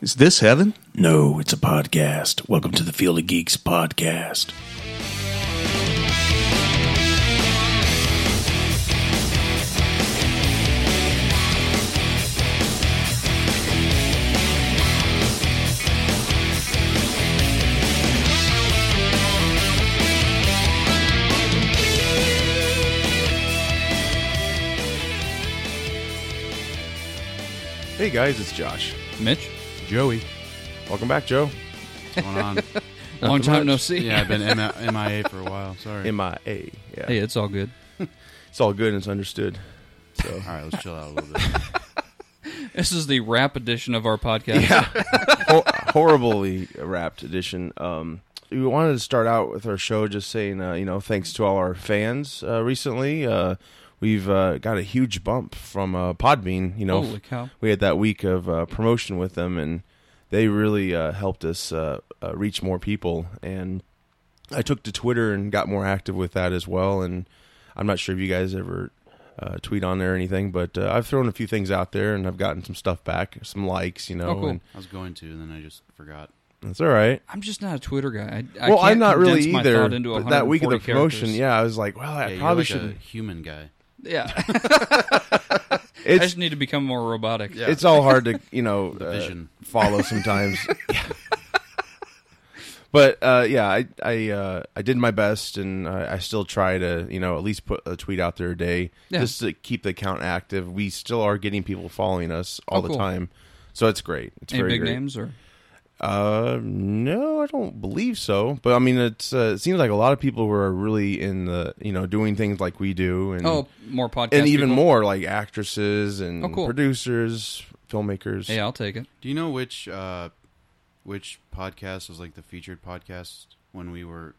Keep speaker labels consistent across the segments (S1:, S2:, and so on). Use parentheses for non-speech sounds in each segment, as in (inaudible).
S1: Is this heaven?
S2: No, it's a podcast. Welcome to the Field of Geeks podcast.
S1: Hey guys, it's Josh.
S3: Mitch,
S4: Joey.
S1: Welcome back, Joe.
S4: What's going on?
S3: long time no see.
S4: yeah, I've been
S1: (laughs)
S4: M- MIA for a while. Sorry.
S1: MIA. Yeah.
S3: Hey, it's all good.
S1: It's all good and it's understood. So
S4: All right, let's chill out a little bit.
S3: This is the rap edition of our podcast.
S1: Hor- horribly wrapped edition. Um, we wanted to start out with our show just saying, uh, you know, thanks to all our fans uh, recently. Uh, we've uh, got a huge bump from uh, Podbean. You know,
S3: Holy cow.
S1: we had that week of uh, promotion with them, and they really uh, helped us uh, uh, reach more people. And I took to Twitter and got more active with that as well. And I'm not sure if you guys ever uh, tweet on there or anything, but uh, I've thrown a few things out there and I've gotten some stuff back, some likes, you know.
S3: Oh, cool.
S1: And
S4: I was going to, and then I just forgot.
S1: that's all right.
S3: I'm just not a Twitter guy. I, I
S1: well,
S3: can't
S1: I'm not really
S3: condense my
S1: either.
S3: thought into
S1: but that week of the
S3: 140
S1: promotion,
S3: characters.
S1: yeah, I was like, well, I
S4: Yeah,
S1: probably
S4: you're like
S1: should.
S4: a human guy.
S3: yeah. (laughs) I
S1: It's
S3: just need to become more robotic.
S4: Yeah.
S1: it's all hard to you
S3: (laughs)
S1: know uh,
S4: vision.
S1: follow sometimes. Yeah. (laughs) But uh, yeah, I I uh, I did my best, and I, I still try to you know at least put a tweet out there a day
S3: Yeah.
S1: just to keep the account active. We still are getting people following us all
S3: Oh,
S1: the
S3: cool.
S1: time, so it's great. It's
S3: Any
S1: very
S3: big
S1: great.
S3: names or?
S1: Uh, no, I don't believe so. But I mean, it's uh, it seems like a lot of people who are really in the you know doing things like we do, and
S3: Oh, more podcast.
S1: and even
S3: people?
S1: more like actresses and
S3: Oh, cool.
S1: producers, filmmakers.
S3: Hey, I'll take it.
S4: Do you know which uh, which podcast was like the featured podcast when we were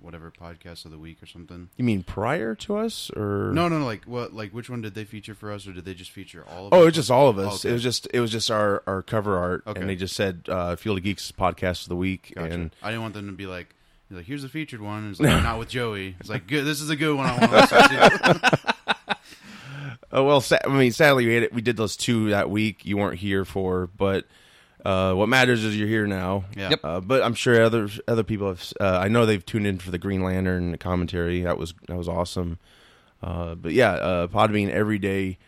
S4: whatever podcast of the week or something?
S1: You mean prior to us or
S4: No, no, no. Like what? Like which one did they feature for us, or did they just feature all of?
S1: Oh,
S4: us?
S1: it was just all of us.
S4: Okay.
S1: It was just it was just our, our cover art,
S4: Okay.
S1: and they just said uh, "Field of Geeks" podcast of the week,
S4: Gotcha.
S1: and
S4: I didn't want them to be like. he's Like here's the featured one.
S1: (laughs)
S4: It's like not with Joey. It's like good. This is a good one. I want to listen
S1: (laughs)
S4: to.
S1: Oh well, sa- I mean, sadly we had it, we did those two that week. You weren't here for, but uh, what matters is you're here now.
S4: Yeah.
S3: Yep.
S1: Uh, but I'm sure other other people have. Uh, I know they've tuned in for the Green Lantern commentary. That was that was awesome. Uh, but yeah, uh, Podbean every day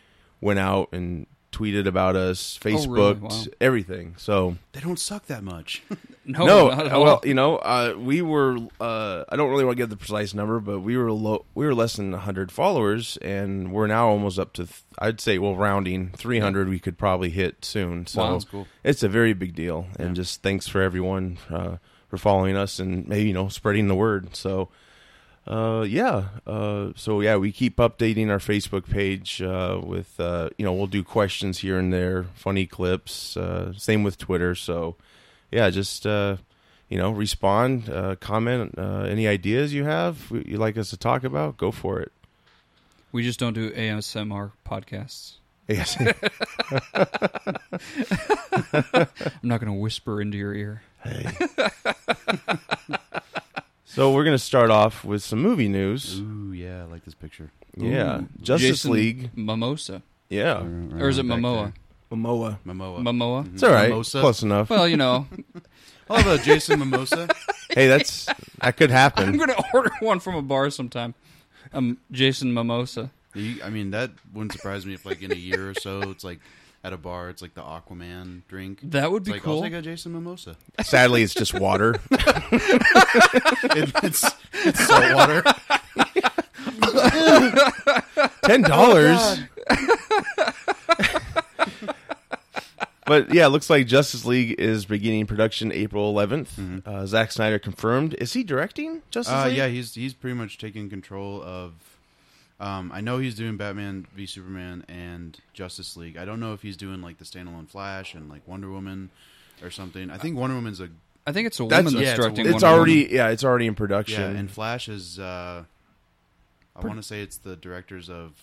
S1: went out and tweeted about us,
S4: Oh,
S3: really?
S1: Facebooked,
S3: Wow.
S1: everything. So
S4: They don't suck that
S1: (laughs)
S4: much. Oh,
S3: No,
S1: no,
S3: not at
S1: uh,
S3: all.
S1: well, you know, uh, we were. Uh, I don't really want to give the precise number, but we were low. We were less than 100 followers, and we're now almost up to. Th- I'd say, well, rounding 300, we could probably hit soon. So
S3: Wow.
S4: That's cool.
S1: it's a very big deal, and just thanks for everyone uh, for following us and maybe you know spreading the word. So. Uh yeah uh so yeah we keep updating our Facebook page uh with uh you know we'll do questions here and there funny clips uh same with Twitter so yeah just uh you know respond uh comment uh any ideas you have w- you like us to talk about go for it
S3: we just don't do ASMR podcasts.
S1: yes
S3: I'm not going to whisper into your ear.
S1: (laughs) so we're gonna start off with some movie news
S4: Ooh, yeah, I like this picture.
S1: yeah Justice
S3: Jason
S1: League
S3: Mimosa,
S1: yeah
S3: or is it Momoa?
S1: Momoa
S4: Momoa.
S3: Momoa.
S1: it's all right
S4: Mimosa?
S1: close enough
S3: Well,
S1: (laughs)
S3: you know,
S4: I love a Jason Mimosa.
S1: hey
S3: (laughs)
S1: that's that could
S3: I'm
S1: happen
S3: going to (laughs) order one from a bar sometime. Um, Jason Mimosa.
S4: You- I mean, that wouldn't surprise me if, like, in a year or so, it's like at a bar, it's like the Aquaman drink.
S3: That would
S4: It's
S3: be
S4: like,
S3: cool.
S4: I'll take a Jason
S3: (laughs)
S4: Mimosa.
S1: sadly it's just water
S4: It- it's,
S3: (laughs)
S4: it's salt water.
S1: (laughs) ten
S3: Oh,
S1: dollars. (laughs) but yeah, it looks like Justice League is beginning production April 11th. Uh, Zack Snyder confirmed. Is he directing Justice
S4: Uh,
S1: League?
S4: yeah, he's he's pretty much taking control of. Um, I know he's doing Batman v Superman and Justice League. I don't know if he's doing like the standalone Flash and like Wonder Woman or something. I think Wonder Woman's a
S3: I think it's a
S1: That's-
S3: woman that's
S4: yeah, it's a
S3: directing.
S1: It's
S3: Wonder
S1: already
S3: Woman.
S1: yeah, it's already in
S4: yeah,
S1: production.
S4: and Flash is. Uh, I want to say it's the directors of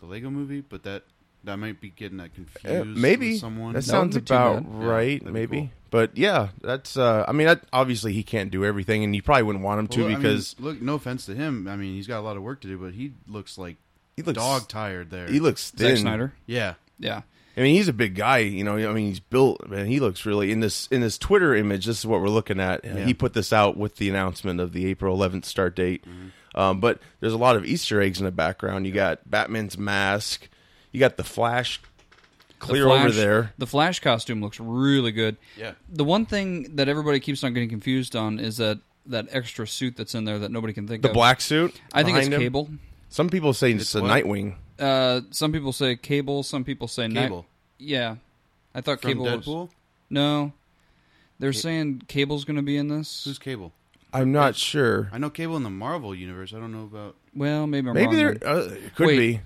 S4: the Lego Movie, but that that might be getting that confused.
S1: Yeah,
S4: with
S1: Uh, maybe
S4: someone.
S1: that
S3: That wouldn't
S1: sounds
S3: be too
S1: about
S3: bad.
S4: Yeah,
S1: right.
S4: that'd be
S1: maybe,
S4: cool.
S1: but yeah, that's. Uh, I mean, that, obviously he can't do everything, and you probably wouldn't want him to
S4: Well, I mean,
S1: because
S4: look, no offense to him. I mean, he's got a lot of work to do, but he looks like
S1: he looks
S4: dog tired there.
S1: He looks thin.
S3: Zack Snyder.
S4: yeah.
S3: Yeah,
S1: I mean, he's a big guy. You know, I mean, he's built, man. He looks really in this in this Twitter image. This is what we're looking at.
S4: Yeah.
S1: He put this out with the announcement of the April 11th start date.
S4: Mm-hmm.
S1: Um, but there's a lot of Easter eggs in the background. You got Batman's mask. You got the Flash clear over
S3: Flash-
S1: there.
S3: The Flash costume looks really good.
S4: Yeah.
S3: The one thing that everybody keeps on getting confused on is that that extra suit that's in there that nobody can think
S1: The
S3: of.
S1: black suit.
S3: I think it's
S1: behind him.
S3: Cable.
S1: Some people say it's, a
S4: what?
S1: Nightwing.
S3: Uh, some people say Cable. Some people say Night-
S4: Cable
S3: yeah, I thought
S4: from
S3: Cable. was-
S4: Deadpool.
S3: no, they're saying Cable's going to be in this.
S4: Who's Cable?
S1: I'm not sure.
S4: I know Cable in the Marvel universe. I don't know about.
S3: well, maybe I'm
S1: Maybe
S3: wrong
S1: there
S3: then.
S1: uh, it could
S3: Wait.
S1: be.
S4: I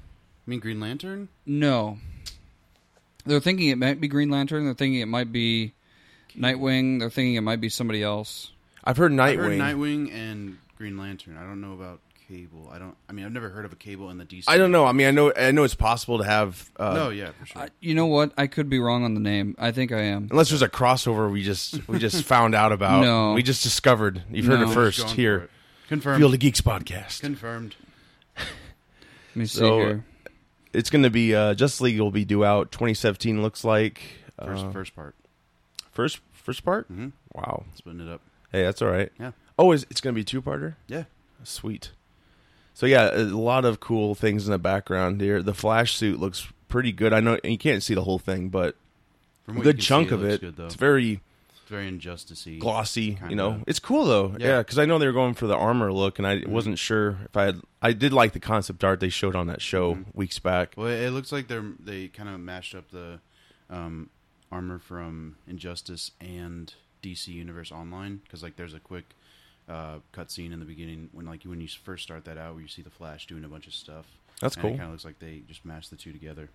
S4: mean, Green Lantern.
S3: No, they're thinking it might be Green Lantern. They're thinking it might be Nightwing. They're thinking it might be somebody else.
S1: I've heard
S4: I heard
S1: Nightwing.
S4: Nightwing and Green Lantern. I don't know about Cable. I don't. I mean, I've never heard of a Cable in the DC.
S1: I don't know. I mean, I know. I know it's possible to have. Uh,
S4: no, yeah, for sure.
S3: I, you know what? I could be wrong on the name. I think I am.
S1: Unless there's a crossover we just we just found out about.
S3: No.
S1: We just discovered. You've heard
S3: No.
S1: it
S4: Just
S1: first
S4: going for
S1: here.
S4: it. Confirmed.
S1: Field of Geeks podcast.
S4: Confirmed.
S3: Let me see
S1: So,
S3: here.
S4: uh,
S1: It's going to be uh, Just League will be due out 2017. Looks like
S4: First,
S1: Uh,
S4: first part.
S1: first first part.
S4: Mhm.
S1: Wow.
S4: Splitting it up.
S1: Hey, that's all right.
S4: Yeah.
S1: Oh, is, it's going to be two parter.
S4: Yeah.
S1: Sweet. So yeah, a lot of cool things in the background here. The Flash suit looks pretty good. I know you can't see the whole thing, but
S4: From
S1: a
S4: what you
S1: good
S4: can see,
S1: chunk of
S4: looks
S1: it.
S4: Good, though.
S1: it's
S4: It's
S1: very
S4: very injustice-y.
S1: glossy.
S4: Kinda.
S1: You know, it's cool though.
S4: Yeah. Mm-hmm.
S1: Yeah, because I know they were going for the armor look, and I wasn't sure if I had. I did like the concept art they showed on that show weeks back.
S4: Mm-hmm. Well, it looks like they're they kind of mashed up the um, armor from Injustice and DC Universe Online because like there's a quick uh, cutscene in the beginning when like when you first start that out where you see the Flash doing a bunch of stuff.
S1: That's
S4: And it
S1: cool.
S4: kind of looks like they just mashed the two together.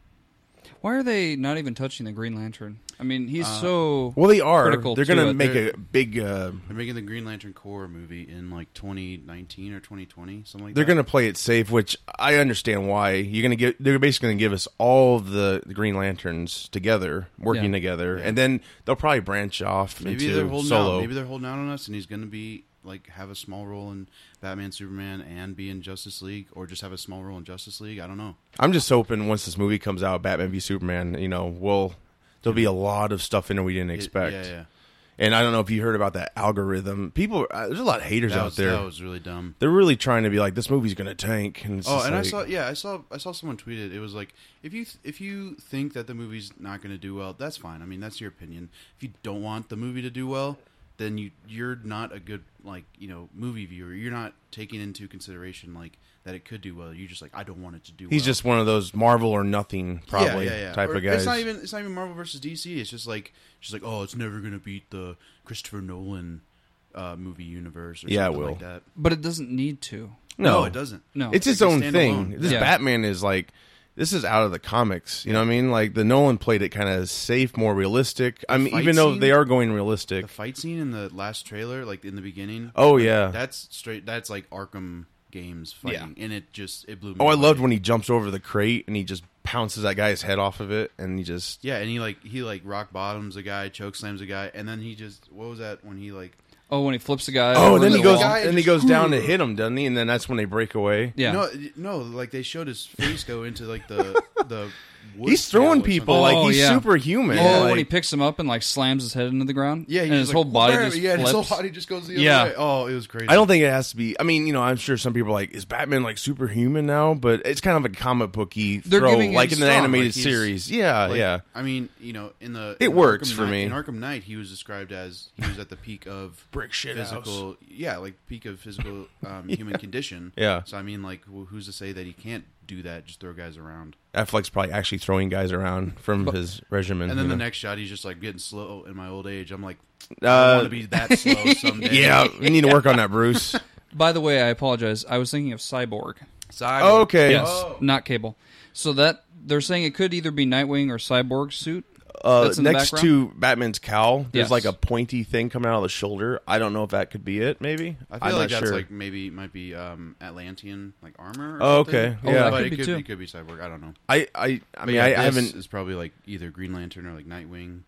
S3: Why are they not even touching the Green Lantern? I mean, he's
S4: Uh,
S3: so
S1: Well, they are.
S3: critical
S1: They're
S3: to
S1: gonna
S3: it.
S1: make
S3: They're-
S1: a big. Uh,
S4: They're making the Green Lantern Corps movie in like 2019 or 2020, something like
S1: they're
S4: that.
S1: gonna play it safe, which I understand why. You're gonna get. They're basically gonna give us all of the, the Green Lanterns together, working
S3: Yeah.
S1: together,
S4: Yeah.
S1: and then they'll probably branch off
S4: maybe they're
S1: into
S4: holding
S1: solo.
S4: out. Maybe they're holding out on us, and he's going to be like have a small role in Batman, Superman, and be in Justice League, or just have a small role in Justice League. I don't know.
S1: I'm just hoping once this movie comes out, Batman v Superman, you know, we'll there'll be a lot of stuff in it we didn't
S4: It-
S1: expect.
S4: yeah, yeah.
S1: And I don't know if you heard about that algorithm. People, uh, there's a lot of haters
S4: That
S1: out
S4: was,
S1: there.
S4: that was really dumb.
S1: They're really trying to be like, this movie's gonna tank. And it's
S4: Oh,
S1: just
S4: and I
S1: like-
S4: saw yeah, I saw I saw someone tweet it. It was like if you th- if you think that the movie's not going to do well, that's fine. I mean, that's your opinion. If you don't want the movie to do well, then you you're not a good like, you know, movie viewer. You're not taking into consideration like that it could do well. You're just like I don't want it to do well.
S1: he's just one of those Marvel or nothing probably type
S4: Or
S1: of guys.
S4: It's not even it's not even Marvel versus DC. It's just like just like oh, it's never going to beat the Christopher Nolan uh, movie universe or
S1: Yeah, it
S4: something
S1: will.
S4: like that.
S3: but it doesn't need to.
S1: no,
S4: it doesn't.
S3: No.
S1: It's
S4: Oh, Like
S1: its
S4: a
S1: own
S4: standalone.
S1: thing. This
S3: Yeah.
S1: Batman is like this is out of the comics. You know what I mean? Like the Nolan played it kind of safe, more realistic. I mean,
S4: fight
S1: even though
S4: scene-
S1: they are going realistic.
S4: the fight scene in the last trailer, like in the beginning.
S1: Oh,
S4: like,
S1: yeah.
S4: that's straight. That's like Arkham games fighting, and it just it blew. me
S1: Oh, I
S4: away.
S1: loved when he jumps over the crate and he just pounces that guy's head off of it, and he just
S4: Yeah, and he like he like rock bottoms a guy, choke slams a guy, and then he just what was that when he like
S3: Oh, when he flips the guy.
S1: oh,
S3: over
S1: and then
S3: the
S1: he goes
S3: wall.
S4: guy
S1: and he
S4: just-
S1: goes down to hit him, doesn't he? And then that's when they break away.
S3: Yeah.
S4: no no like they showed his face go into like
S1: (laughs)
S4: the the wood
S1: He's
S4: panel
S1: throwing
S4: or
S1: people
S4: something.
S1: like
S3: Oh,
S1: he's
S3: yeah.
S1: superhuman.
S3: oh,
S1: like-
S3: when he picks him up and like slams his head into the ground.
S4: yeah,
S3: and
S4: he's
S3: his
S4: like,
S3: whole body
S4: "Where?"
S3: just
S4: yeah, and his whole
S3: flips.
S4: body just goes the other
S3: Yeah.
S4: way. Oh, it was crazy.
S1: I don't think it has to be. I mean, you know, I'm sure some people are like, is Batman like superhuman now? But it's kind of a comic booky
S3: They're
S1: throw,
S3: giving him
S1: like in an
S4: strong,
S1: animated
S4: like he's-
S1: series. Yeah,
S4: Like,
S1: yeah.
S4: I mean, you know, in the
S1: It
S4: in
S1: works
S4: Arkham
S1: for
S4: Knight-
S1: me.
S4: In Arkham Knight, he was described as he was at the peak of
S1: (laughs) Brick shit
S4: physical, yeah, like peak of
S1: (laughs)
S4: physical um, human condition.
S1: Yeah.
S4: So I mean, like, wh- who's to say that he can't do that? Just throw guys around,
S1: Affleck's probably actually throwing guys around from his regimen.
S4: and then
S1: you
S4: the
S1: know.
S4: next shot, he's just like getting slow in my old age. I'm like, I
S1: Uh,
S4: want to be that slow someday.
S1: (laughs) yeah, we need to work on
S4: (laughs)
S1: that, Bruce.
S3: By the way, I apologize. I was thinking of Cyborg.
S4: Cyborg.
S1: (laughs) Okay. uh,
S3: Yes,
S4: Oh.
S3: not Cable. So that they're saying it could either be Nightwing or Cyborg suit.
S1: Uh,
S3: that's in the
S1: next to
S3: background?
S1: Batman's cowl, there's
S3: Yes.
S1: like a pointy thing coming out of the shoulder. I don't know if that could be it. Maybe
S4: I
S1: am
S4: feel like
S1: not
S4: that's
S1: sure.
S4: like maybe might be um, Atlantean like armor. Or
S1: Oh,
S4: something.
S1: okay. Oh, Yeah. that
S4: but
S3: could
S4: it
S3: be
S4: could
S3: too.
S4: be, could be cyborg. I don't know.
S1: I, I, I
S4: But
S1: mean,
S4: yeah,
S1: I, I
S4: this
S1: haven't.
S4: Is probably like either Green Lantern or like Nightwing.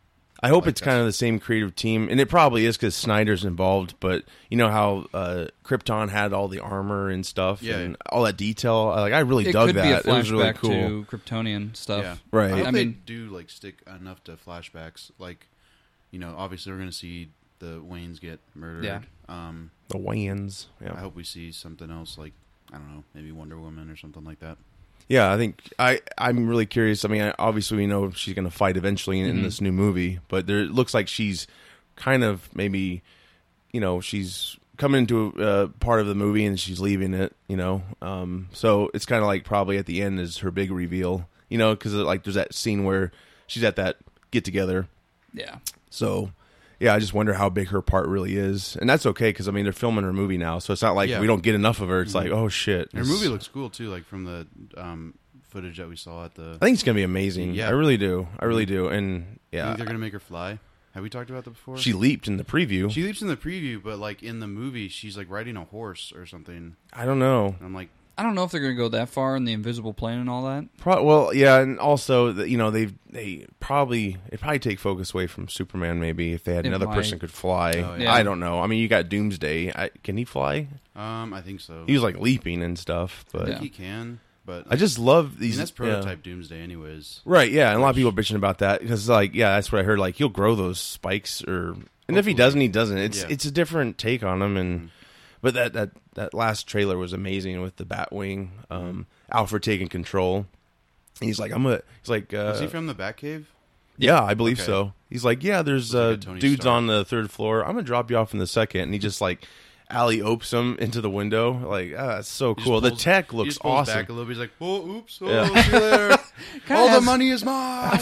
S1: I hope it's kind of the same creative team, and it probably is because Snyder's involved. But you know how uh, Krypton had all the armor and stuff,
S4: Yeah.
S1: and all that detail. Like I really
S3: It
S1: dug
S3: could
S1: that.
S3: be a
S1: it was really
S3: flashback
S1: cool.
S3: to Kryptonian stuff.
S4: Yeah.
S1: Right.
S4: I, hope
S3: I
S4: they
S3: mean-
S4: do like stick enough to flashbacks. Like, you know, obviously we're gonna see the Waynes get murdered.
S3: Yeah.
S4: Um,
S1: The Wayans.
S4: I
S1: Yeah.
S4: hope we see something else like I don't know, maybe Wonder Woman or something like that.
S1: yeah, I think I I'm really curious. I mean, I, obviously we know she's going to fight eventually
S4: Mm-hmm.
S1: in, in this new movie, but there it looks like she's kind of maybe you know she's coming into a uh, part of the movie and she's leaving it. You know, um, so it's kind of like probably at the end is her big reveal. You know, because like there's that scene where she's at that get together
S3: Yeah.
S1: So, yeah, I just wonder how big her part really is, and that's okay because I mean they're filming her movie now, so it's not like
S4: Yeah. Mm-hmm.
S1: we don't get enough of her. It's like oh shit,
S4: Her
S1: this-
S4: movie looks cool too, like from the um, footage that we saw at the.
S1: I think it's gonna be amazing.
S4: Yeah.
S1: I really do. I really do. And
S4: I
S1: yeah,
S4: Mm-hmm. think they're gonna make her fly. Have we talked about that before?
S1: she leaped in the preview.
S4: she leaps in the preview, but like in the movie, she's like riding a horse or something. And
S1: I don't know.
S4: I'm like,
S3: I don't know if they're going to go that far in the invisible plane and all that.
S1: Pro- well, yeah, and also the- you know they they probably it probably take focus away from Superman maybe if they had
S3: It
S1: another
S3: might.
S1: person could fly.
S4: Oh, yeah.
S1: I don't know. I mean, you got Doomsday. I, can he fly?
S4: um, I think so.
S1: He was like leaping and stuff,
S4: I
S1: but
S4: think
S3: Yeah.
S4: he can, but
S1: I just love
S4: I
S1: these.
S4: mean, that's
S1: yeah.
S4: prototype Doomsday, anyways.
S1: Right, yeah, and a lot of people are bitching about that because, like, yeah, that's what I heard. Like, he'll grow those spikes, or and if he
S4: Hopefully.
S1: doesn't, he doesn't. It's
S4: Yeah. Mm-hmm.
S1: it's a different take on him, and but that that that last trailer was amazing with the Batwing, um, Alfred taking control. And he's like, I'm a. He's like, uh,
S4: Is he from the Batcave?
S1: yeah, I believe
S4: Okay.
S1: so. He's like, yeah, there's uh,
S4: like a Tony
S1: dudes
S4: Stark.
S1: on the third floor. I'm gonna drop you off in the second, and he just like alley opes him into the window. Like, ah, that's so
S4: He just
S1: cool. the
S4: pulls-
S1: tech
S4: he
S1: looks
S4: just pulls
S1: awesome.
S4: Back a little bit. He's like, "Oh, oops, oh,
S1: Yeah.
S4: see you
S1: (laughs)
S4: later. All the
S3: has-
S4: money is
S3: (laughs)
S4: mine."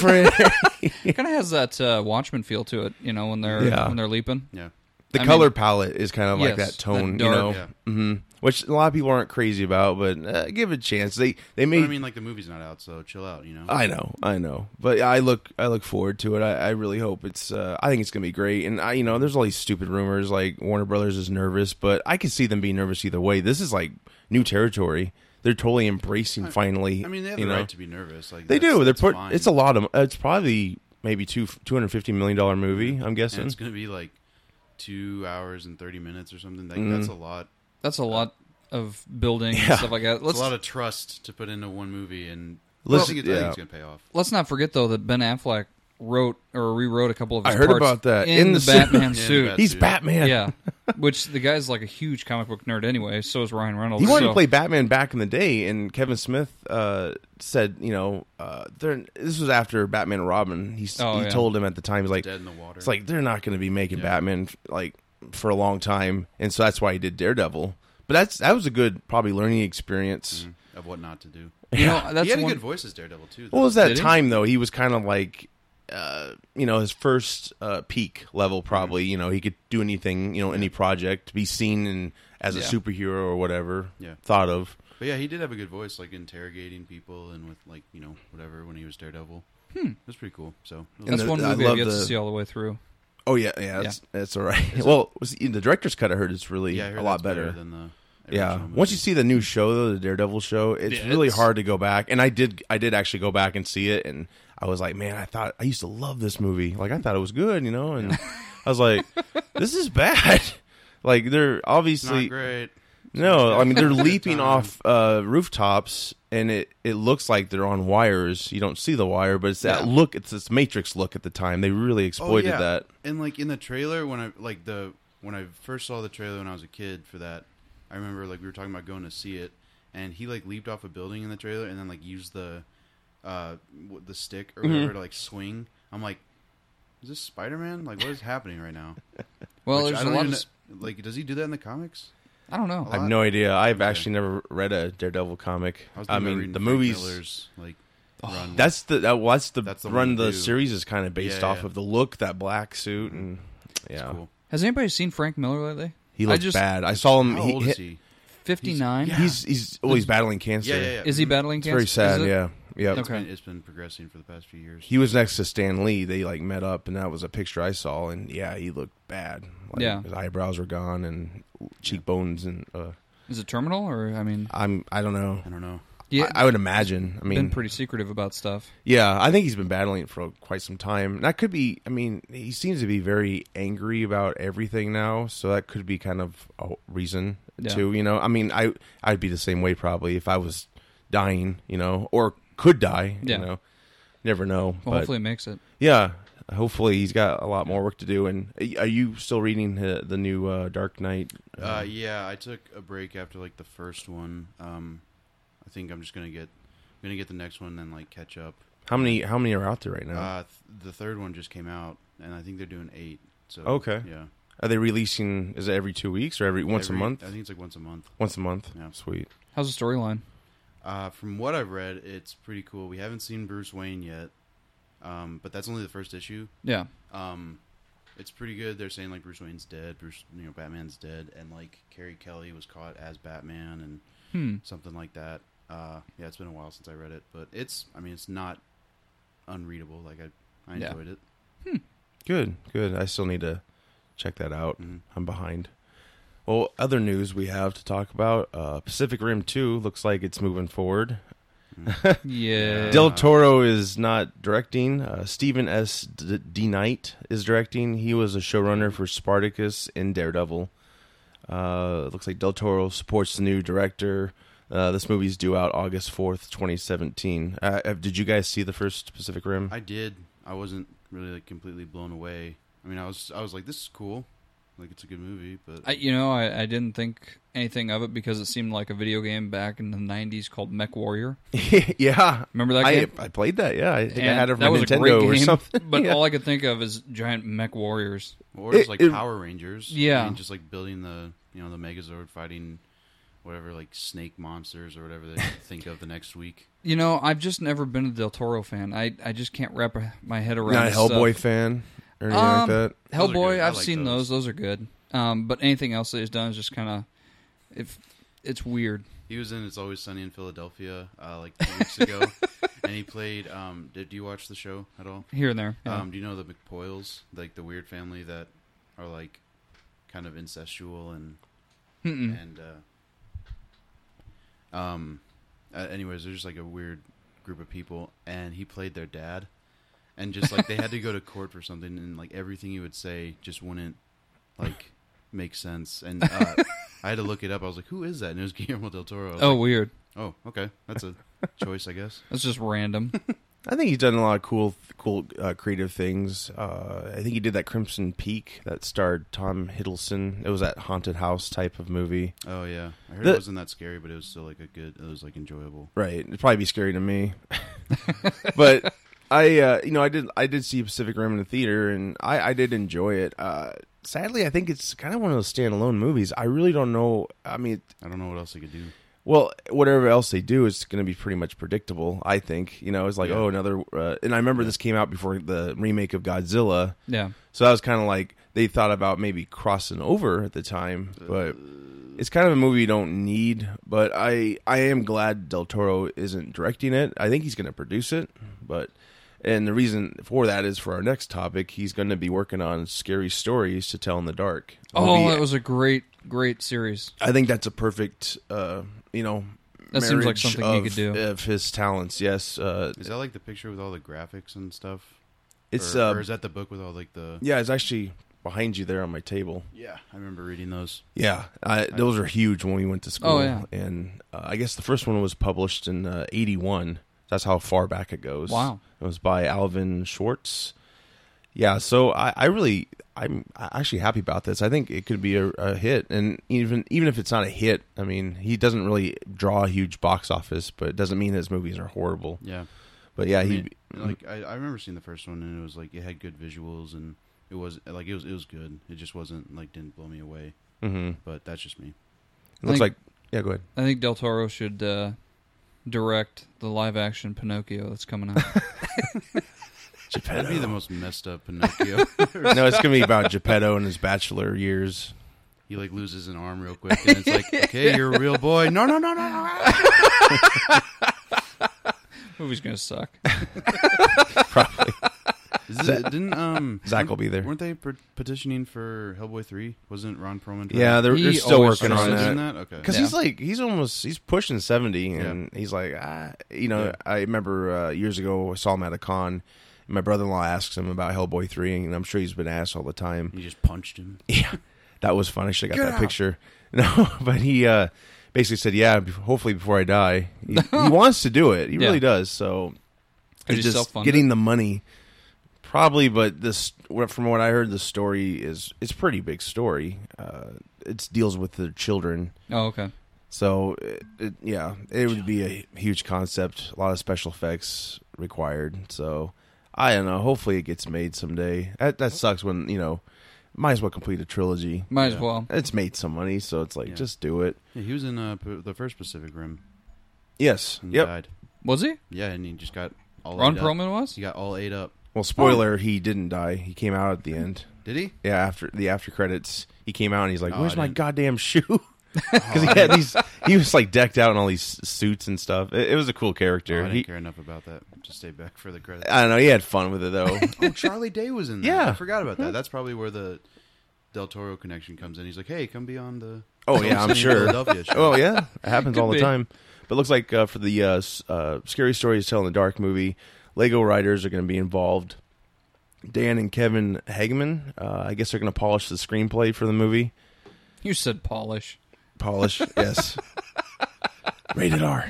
S3: It kind of has that uh, Watchmen feel to it, you know, when they're
S1: Yeah.
S3: when they're leaping.
S4: yeah,
S1: the
S3: I
S1: color
S3: mean-
S1: palette is kind of like
S3: Yes,
S1: that tone,
S3: that
S1: you know,
S3: dark.
S4: yeah.
S1: hmm which a lot of people aren't crazy about, but uh, give it a chance. They they
S4: But
S1: may.
S4: I mean, like the movie's not out, so chill out. You know,
S1: I know, I know, but I look, I look forward to it. I, I really hope it's. Uh, I think it's gonna be great. And I, you know, there's all these stupid rumors like Warner Brothers is nervous, but I can see them being nervous either way. This is like new territory. They're totally embracing finally.
S4: I mean, they have
S1: you
S4: the
S1: know?
S4: right to be nervous. Like
S1: They
S4: that's-
S1: do. They're
S4: that's
S1: put.
S4: fine.
S1: It's a lot of. It's probably maybe two two hundred fifty million dollar movie. I'm
S4: And
S1: guessing.
S4: it's going to be like two hours and thirty minutes or something. Like
S1: Mm-hmm.
S4: that's a lot.
S3: That's a lot of building
S1: Yeah.
S3: and stuff like that.
S4: It's
S3: Let's
S4: a lot of trust to put into one movie, and
S1: Let's-
S4: I think, it's, I
S1: yeah.
S4: think it's going to pay off.
S3: let's not forget though that Ben Affleck wrote or rewrote a couple of
S1: I
S3: his
S1: heard
S3: parts
S1: about that.
S3: in,
S1: In the
S3: the,
S1: suit.
S4: (laughs)
S3: Batman
S1: In the
S3: suit.
S4: Bat-
S1: He's
S4: Dude.
S1: Batman.
S3: yeah, which the guy's like a huge comic book nerd anyway. So is Ryan Reynolds.
S1: He wanted
S3: so.
S1: to play Batman back in the day, and Kevin Smith uh, said, you know, uh, they're, this was after Batman and Robin. He, s
S3: Oh,
S1: he
S3: yeah.
S1: told him at the time, he's like,
S4: Dead in the water.
S1: it's like they're not going to be making Batman like for a long time, and so that's why he did Daredevil. But that's that was a good probably learning experience.
S4: of what not to do.
S3: You know, that's
S4: he had
S3: one,
S4: a good voice as Daredevil too. though.
S1: What was that
S3: Did he?
S1: time though? He was kind of like, uh, you know, his first uh, peak level.
S3: Mm-hmm.
S1: Probably, you know, he could do anything, you know, any project, be seen in, as
S3: Yeah.
S1: a superhero or whatever.
S4: Yeah.
S1: thought of.
S4: But yeah, he did have a good voice, like interrogating people and with like you know whatever when he was Daredevil. Hmm. It was pretty cool. So
S1: And
S3: That's
S1: the-
S3: one
S1: I
S3: movie I've
S1: love
S3: yet to
S1: the-
S3: see all the way through.
S1: Oh yeah, yeah, that's, that's all right. (laughs) well, was in the director's cut I heard it's really
S4: yeah, I heard
S1: a lot
S4: that's
S1: better.
S4: than the
S1: yeah.
S4: original
S1: Once
S4: movie.
S1: you see the new show though, the Daredevil show, it's
S4: Yeah,
S1: really
S4: it's-
S1: hard to go back. And I did I did actually go back and see it and I was like, man, I thought I used to love this movie. Like I thought it was good, you
S4: (laughs)
S1: know, and I was like, this is bad. (laughs) Like they're
S4: it's not
S1: obviously
S4: great.
S1: no, I
S4: (laughs)
S1: mean they're leaping
S4: time.
S1: off uh, rooftops, and it, it looks like they're on wires. You don't see the wire, but it's that look. It's this Matrix look at the time. They
S4: Oh,
S1: really exploited that.
S4: And like in the trailer, when I like the when I first saw the trailer when I was a kid for that, I remember like we were talking about going to see it, and he like leaped off a building in the trailer and then like used the uh w- the stick or whatever to like swing. I'm like, is this Spider Man? Like, what is happening right now?
S3: Well,
S4: Which
S3: there's
S4: I
S3: a
S4: don't
S3: lot.
S4: even
S3: Of,
S4: know-
S3: s-
S4: like, does he do that in the comics?
S3: I don't know.
S1: I have
S4: lot.
S1: no idea. I've actually never read a Daredevil comic.
S4: was
S1: I
S4: thinking about
S1: mean,
S4: reading
S1: the
S4: Frank
S1: movies. Oh,
S4: Miller's, like, run.
S1: That's the that, well, that's the
S4: That's the
S1: run.
S4: one to
S1: The
S4: do.
S1: series is kind of based
S4: Yeah,
S1: off
S4: yeah.
S1: of the look, that black suit, and yeah,
S4: cool.
S3: Has anybody seen Frank Miller lately?
S1: he
S3: I
S1: looks
S3: just-
S1: bad. I saw him.
S4: How
S1: he,
S4: old is he?
S3: Fifty nine.
S1: He's he's oh, he's battling cancer.
S4: Yeah, yeah, yeah.
S3: Is he battling
S1: It's
S3: cancer?
S1: very sad.
S3: Is it?
S1: Yeah, yeah.
S4: It's
S3: Okay.
S4: been, it's been progressing for the past few years.
S1: He was next to Stan Lee. They like met up, and that was a picture I saw. And yeah, he looked bad. Like,
S3: Yeah.
S1: his eyebrows were gone and cheekbones, and uh,
S3: Is it terminal or I mean?
S1: I'm I don't know.
S4: I don't know.
S3: Yeah.
S1: I, I would imagine. I mean,
S3: been pretty secretive about stuff.
S1: yeah, I think he's been battling it for quite some time. And that could be, I mean, he seems to be very angry about everything now. So that could be kind of a reason
S3: Yeah.
S1: too. You know, I mean, I I'd be the same way probably if I was dying. You know, or could die.
S3: Yeah.
S1: You know, never know. but-
S3: Well, hopefully, it makes it.
S1: yeah. Hopefully, he's got a lot more work to do. And are you still reading the, the new uh, Dark Knight?
S4: Uh, yeah, I took a break after like the first one. Um, I think I'm just gonna get, I'm gonna get the next one, then like catch up.
S1: How many How many are out there right now?
S4: Uh, th- the third one just came out, and I think they're doing eight. So
S1: Okay.
S4: yeah,
S1: are they releasing? Is it every two weeks or every once
S4: Every-
S1: a month?
S4: I think it's like once a month.
S1: Once a month.
S4: Yeah.
S1: Sweet.
S3: How's the storyline?
S4: Uh, from what I've read, it's pretty cool. We haven't seen Bruce Wayne yet, um, but that's only the first issue.
S3: Yeah.
S4: Um, it's pretty good. They're saying like Bruce Wayne's dead, Bruce, you know, Batman's dead, and like Carrie Kelly was caught as Batman and
S1: (laughs)
S3: Hmm.
S4: something like that. Uh, yeah, it's been a while since I read it, but it's, I mean, it's not unreadable. Like I, I
S3: Yeah.
S4: enjoyed it.
S1: Good. Good. I still need to check that out.
S4: Mhm.
S1: I'm behind. Well, other news we have to talk about: uh, Pacific Rim Two looks like it's moving forward.
S3: Yeah.
S1: Del Toro is not directing. Uh, Stephen S. D-, D. Knight is directing. He was a showrunner for Spartacus and Daredevil. Uh, it looks like Del Toro supports the new director. Uh, this movie's due out August fourth, twenty seventeen. Uh, uh, did you guys see the first Pacific Rim?
S4: I did. I wasn't really like completely blown away. I mean, I was, I was like, this is cool. Like it's a good movie, but
S3: I, you know, I, I didn't think anything of it because it seemed like a video game back in the '90s called Mech Warrior.
S1: (laughs) yeah,
S3: Remember that
S1: I,
S3: game?
S1: I played that. Yeah, I think I
S3: And
S1: had it
S3: that
S1: from
S3: was a great
S1: Nintendo or
S3: game,
S1: something.
S3: But
S1: (laughs) Yeah.
S3: all I could think of is giant Mech Warriors.
S4: or it's
S1: It-
S4: like
S1: it-
S4: Power Rangers. I
S3: Yeah.
S4: mean, just like building the, you know, the Megazord fighting whatever like snake monsters or whatever they (laughs) think of the next week.
S3: You know, I've just never been a Del Toro fan. I, I just can't wrap my head around.
S1: not a
S3: his stuff.
S1: Hellboy fan or anything like
S3: Um,
S1: that.
S4: Those are
S3: Hellboy,
S4: good. I
S3: I've
S4: like
S3: seen those.
S4: those.
S3: those. are good. Um, but anything else that he's done is just kind of, if it's weird.
S4: He was in It's Always Sunny in Philadelphia uh, like two weeks ago, and he played. Um, did do you watch the show at all?
S3: Here and there. yeah.
S4: Um, do you know the McPoyles, like the weird family that are like kind of incestual and
S3: Mm-mm.
S4: and uh, um, uh, anyways, they're just like a weird group of people, and he played their dad, and just like they had to go to court for something, and like everything he would say just wouldn't like make sense, and uh, I had to look it up. I was like, who is that? And it was (laughs) Guillermo del Toro. I was
S3: oh,
S4: like,
S3: weird.
S4: oh, okay, that's
S3: (laughs)
S4: a choice, I guess.
S3: That's
S4: (laughs)
S3: just random.
S1: I think he's done a lot of cool, cool uh, creative things. Uh, I think he did that Crimson Peak that starred Tom Hiddleston. It was that haunted house type of movie.
S4: Oh yeah, I heard
S1: The-
S4: it wasn't that scary, but it was still like a good. It was like enjoyable.
S1: Right, it'd probably be scary to me, (laughs) but I, uh, you know, I did, I did see Pacific Rim in the theater, and I, I did enjoy it. Uh, sadly, I think it's kind of one of those standalone movies. I really don't know. I mean,
S4: I don't know what else they could do.
S1: Well, whatever else they do is going to be pretty much predictable. I think you know it's like
S4: Yeah.
S1: oh another, uh, and I remember this came out before the remake of Godzilla,
S3: yeah.
S1: so that was kind of like they thought about maybe crossing over at the time, but it's kind of a movie you don't need. But I I am glad Del Toro isn't directing it. I think he's going to produce it, but and the reason for that is for our next topic, he's going to be working on scary stories to tell in the dark. A
S3: Oh,
S1: movie-
S3: that was a great, great series.
S1: I think that's a perfect, uh, you know,
S3: That seems like
S1: marriage
S3: something
S1: of,
S3: he could do.
S1: of his talents. Yes, uh,
S4: Is that like the picture with all the graphics and stuff?
S1: it's
S4: or,
S1: uh,
S4: or is that the book with all like the
S1: yeah, it's actually behind you there on my table.
S4: Yeah, I remember reading those.
S1: Yeah, I, those are huge when we went to school.
S3: Oh, yeah.
S1: and uh, I guess the first one was published in uh, '81. That's how far back it goes.
S3: Wow.
S1: it was by Alvin Schwartz. Yeah, so I, I really, I'm actually happy about this. I think it could be a, a hit, and even even if it's not a hit, I mean, he doesn't really draw a huge box office, but it doesn't mean his movies are horrible.
S4: Yeah,
S1: But yeah,
S4: I
S1: he
S4: mean, like I, I remember seeing the first one, and it was like it had good visuals, and it was like it was it was good. It just wasn't like didn't blow me away.
S1: mhm.
S4: But that's just me.
S1: It looks
S3: Like-
S1: like yeah. Go ahead.
S3: I think Del Toro should uh, direct the live-action Pinocchio that's
S4: (laughs)
S3: coming out.
S4: That'd be the most messed up
S1: (laughs)
S4: Pinocchio.
S1: No, it's gonna be
S3: (laughs)
S1: about Geppetto and his bachelor years.
S4: he like loses an arm real quick, and it's like, okay, you're a real boy. No, no, no, no, no.
S3: Movie's gonna suck.
S1: Probably.
S4: Is it, didn't um
S1: Zach will be there.
S4: Weren't they per- petitioning for Hellboy three? Wasn't Ron Perlman? for
S1: Yeah,
S4: that?
S1: they're,
S3: He
S1: they're still
S3: always
S1: working
S4: They're
S1: on
S4: still
S3: says
S1: that.
S4: doing that. Okay.
S1: Because
S3: Yeah.
S1: he's like he's almost he's pushing seventy, and he's like ah, you know
S4: Yeah.
S1: I remember uh, years ago I saw him at a con. And my brother in law asks him about Hellboy three, and I'm sure he's been asked all the time.
S3: (laughs)
S4: He just punched him.
S1: Yeah, that was fun. I should have got that picture. (laughs) No, but he uh, basically said, "Yeah, bef- hopefully before I die."
S3: (laughs)
S1: He, he wants to do it. He
S3: Yeah.
S1: really does. So it's
S3: Could you
S1: just
S3: self-fund
S1: getting
S3: it?
S1: the money, probably. But this, what- from what I heard, the story is it's a pretty big story. Uh, it deals with the children.
S3: Oh, okay.
S1: So, it, it, yeah, it would be a huge concept. A lot of special effects required. So, I don't know. Hopefully, it gets made someday. That, that sucks when you know. Might as well complete a trilogy.
S3: Might as
S4: Yeah.
S3: well.
S1: It's made some money, so it's like
S4: Yeah.
S1: just do it.
S4: Yeah, he was in uh, P- the first Pacific Rim
S1: Yes.
S4: and he
S1: Yep.
S4: died.
S3: Was he?
S4: Yeah, and he just got all
S3: Ron
S4: ate Up.
S3: Perlman was?
S4: He got all ate up.
S1: Well, spoiler: he didn't die. He came out at the end.
S4: Did he?
S1: Yeah, after the after credits, he came out and he's like,
S4: Oh,
S1: "Where's
S4: I
S1: my
S4: didn't- (laughs)
S1: goddamn shoe?" (laughs) Because he had these. He was like decked out in all these suits and stuff. It, it was a cool
S4: Oh, I
S1: character.
S4: didn't
S1: he,
S4: care enough about that. Just stay back for the credits.
S1: (laughs) I don't know. He had fun with
S4: (laughs)
S1: it though.
S4: oh, Charlie Day was in that.
S1: Yeah.
S4: I forgot about that. That's probably where the Del Toro connection comes in. He's like, hey, come be on the.
S1: Oh, yeah, I'm
S4: Sunny
S1: sure.
S4: (laughs) Philadelphia show.
S1: Oh yeah,
S3: (laughs)
S1: it happens
S3: Could
S1: all the
S3: be.
S1: time. But looks like uh, for the uh, s- uh, scary stories tell in the dark movie, Lego writers are going to be involved. Dan and Kevin Hagman, uh, I guess they're going to polish the screenplay for the movie.
S3: You said polish. (laughs)
S1: Polish, yes,
S2: Rated R.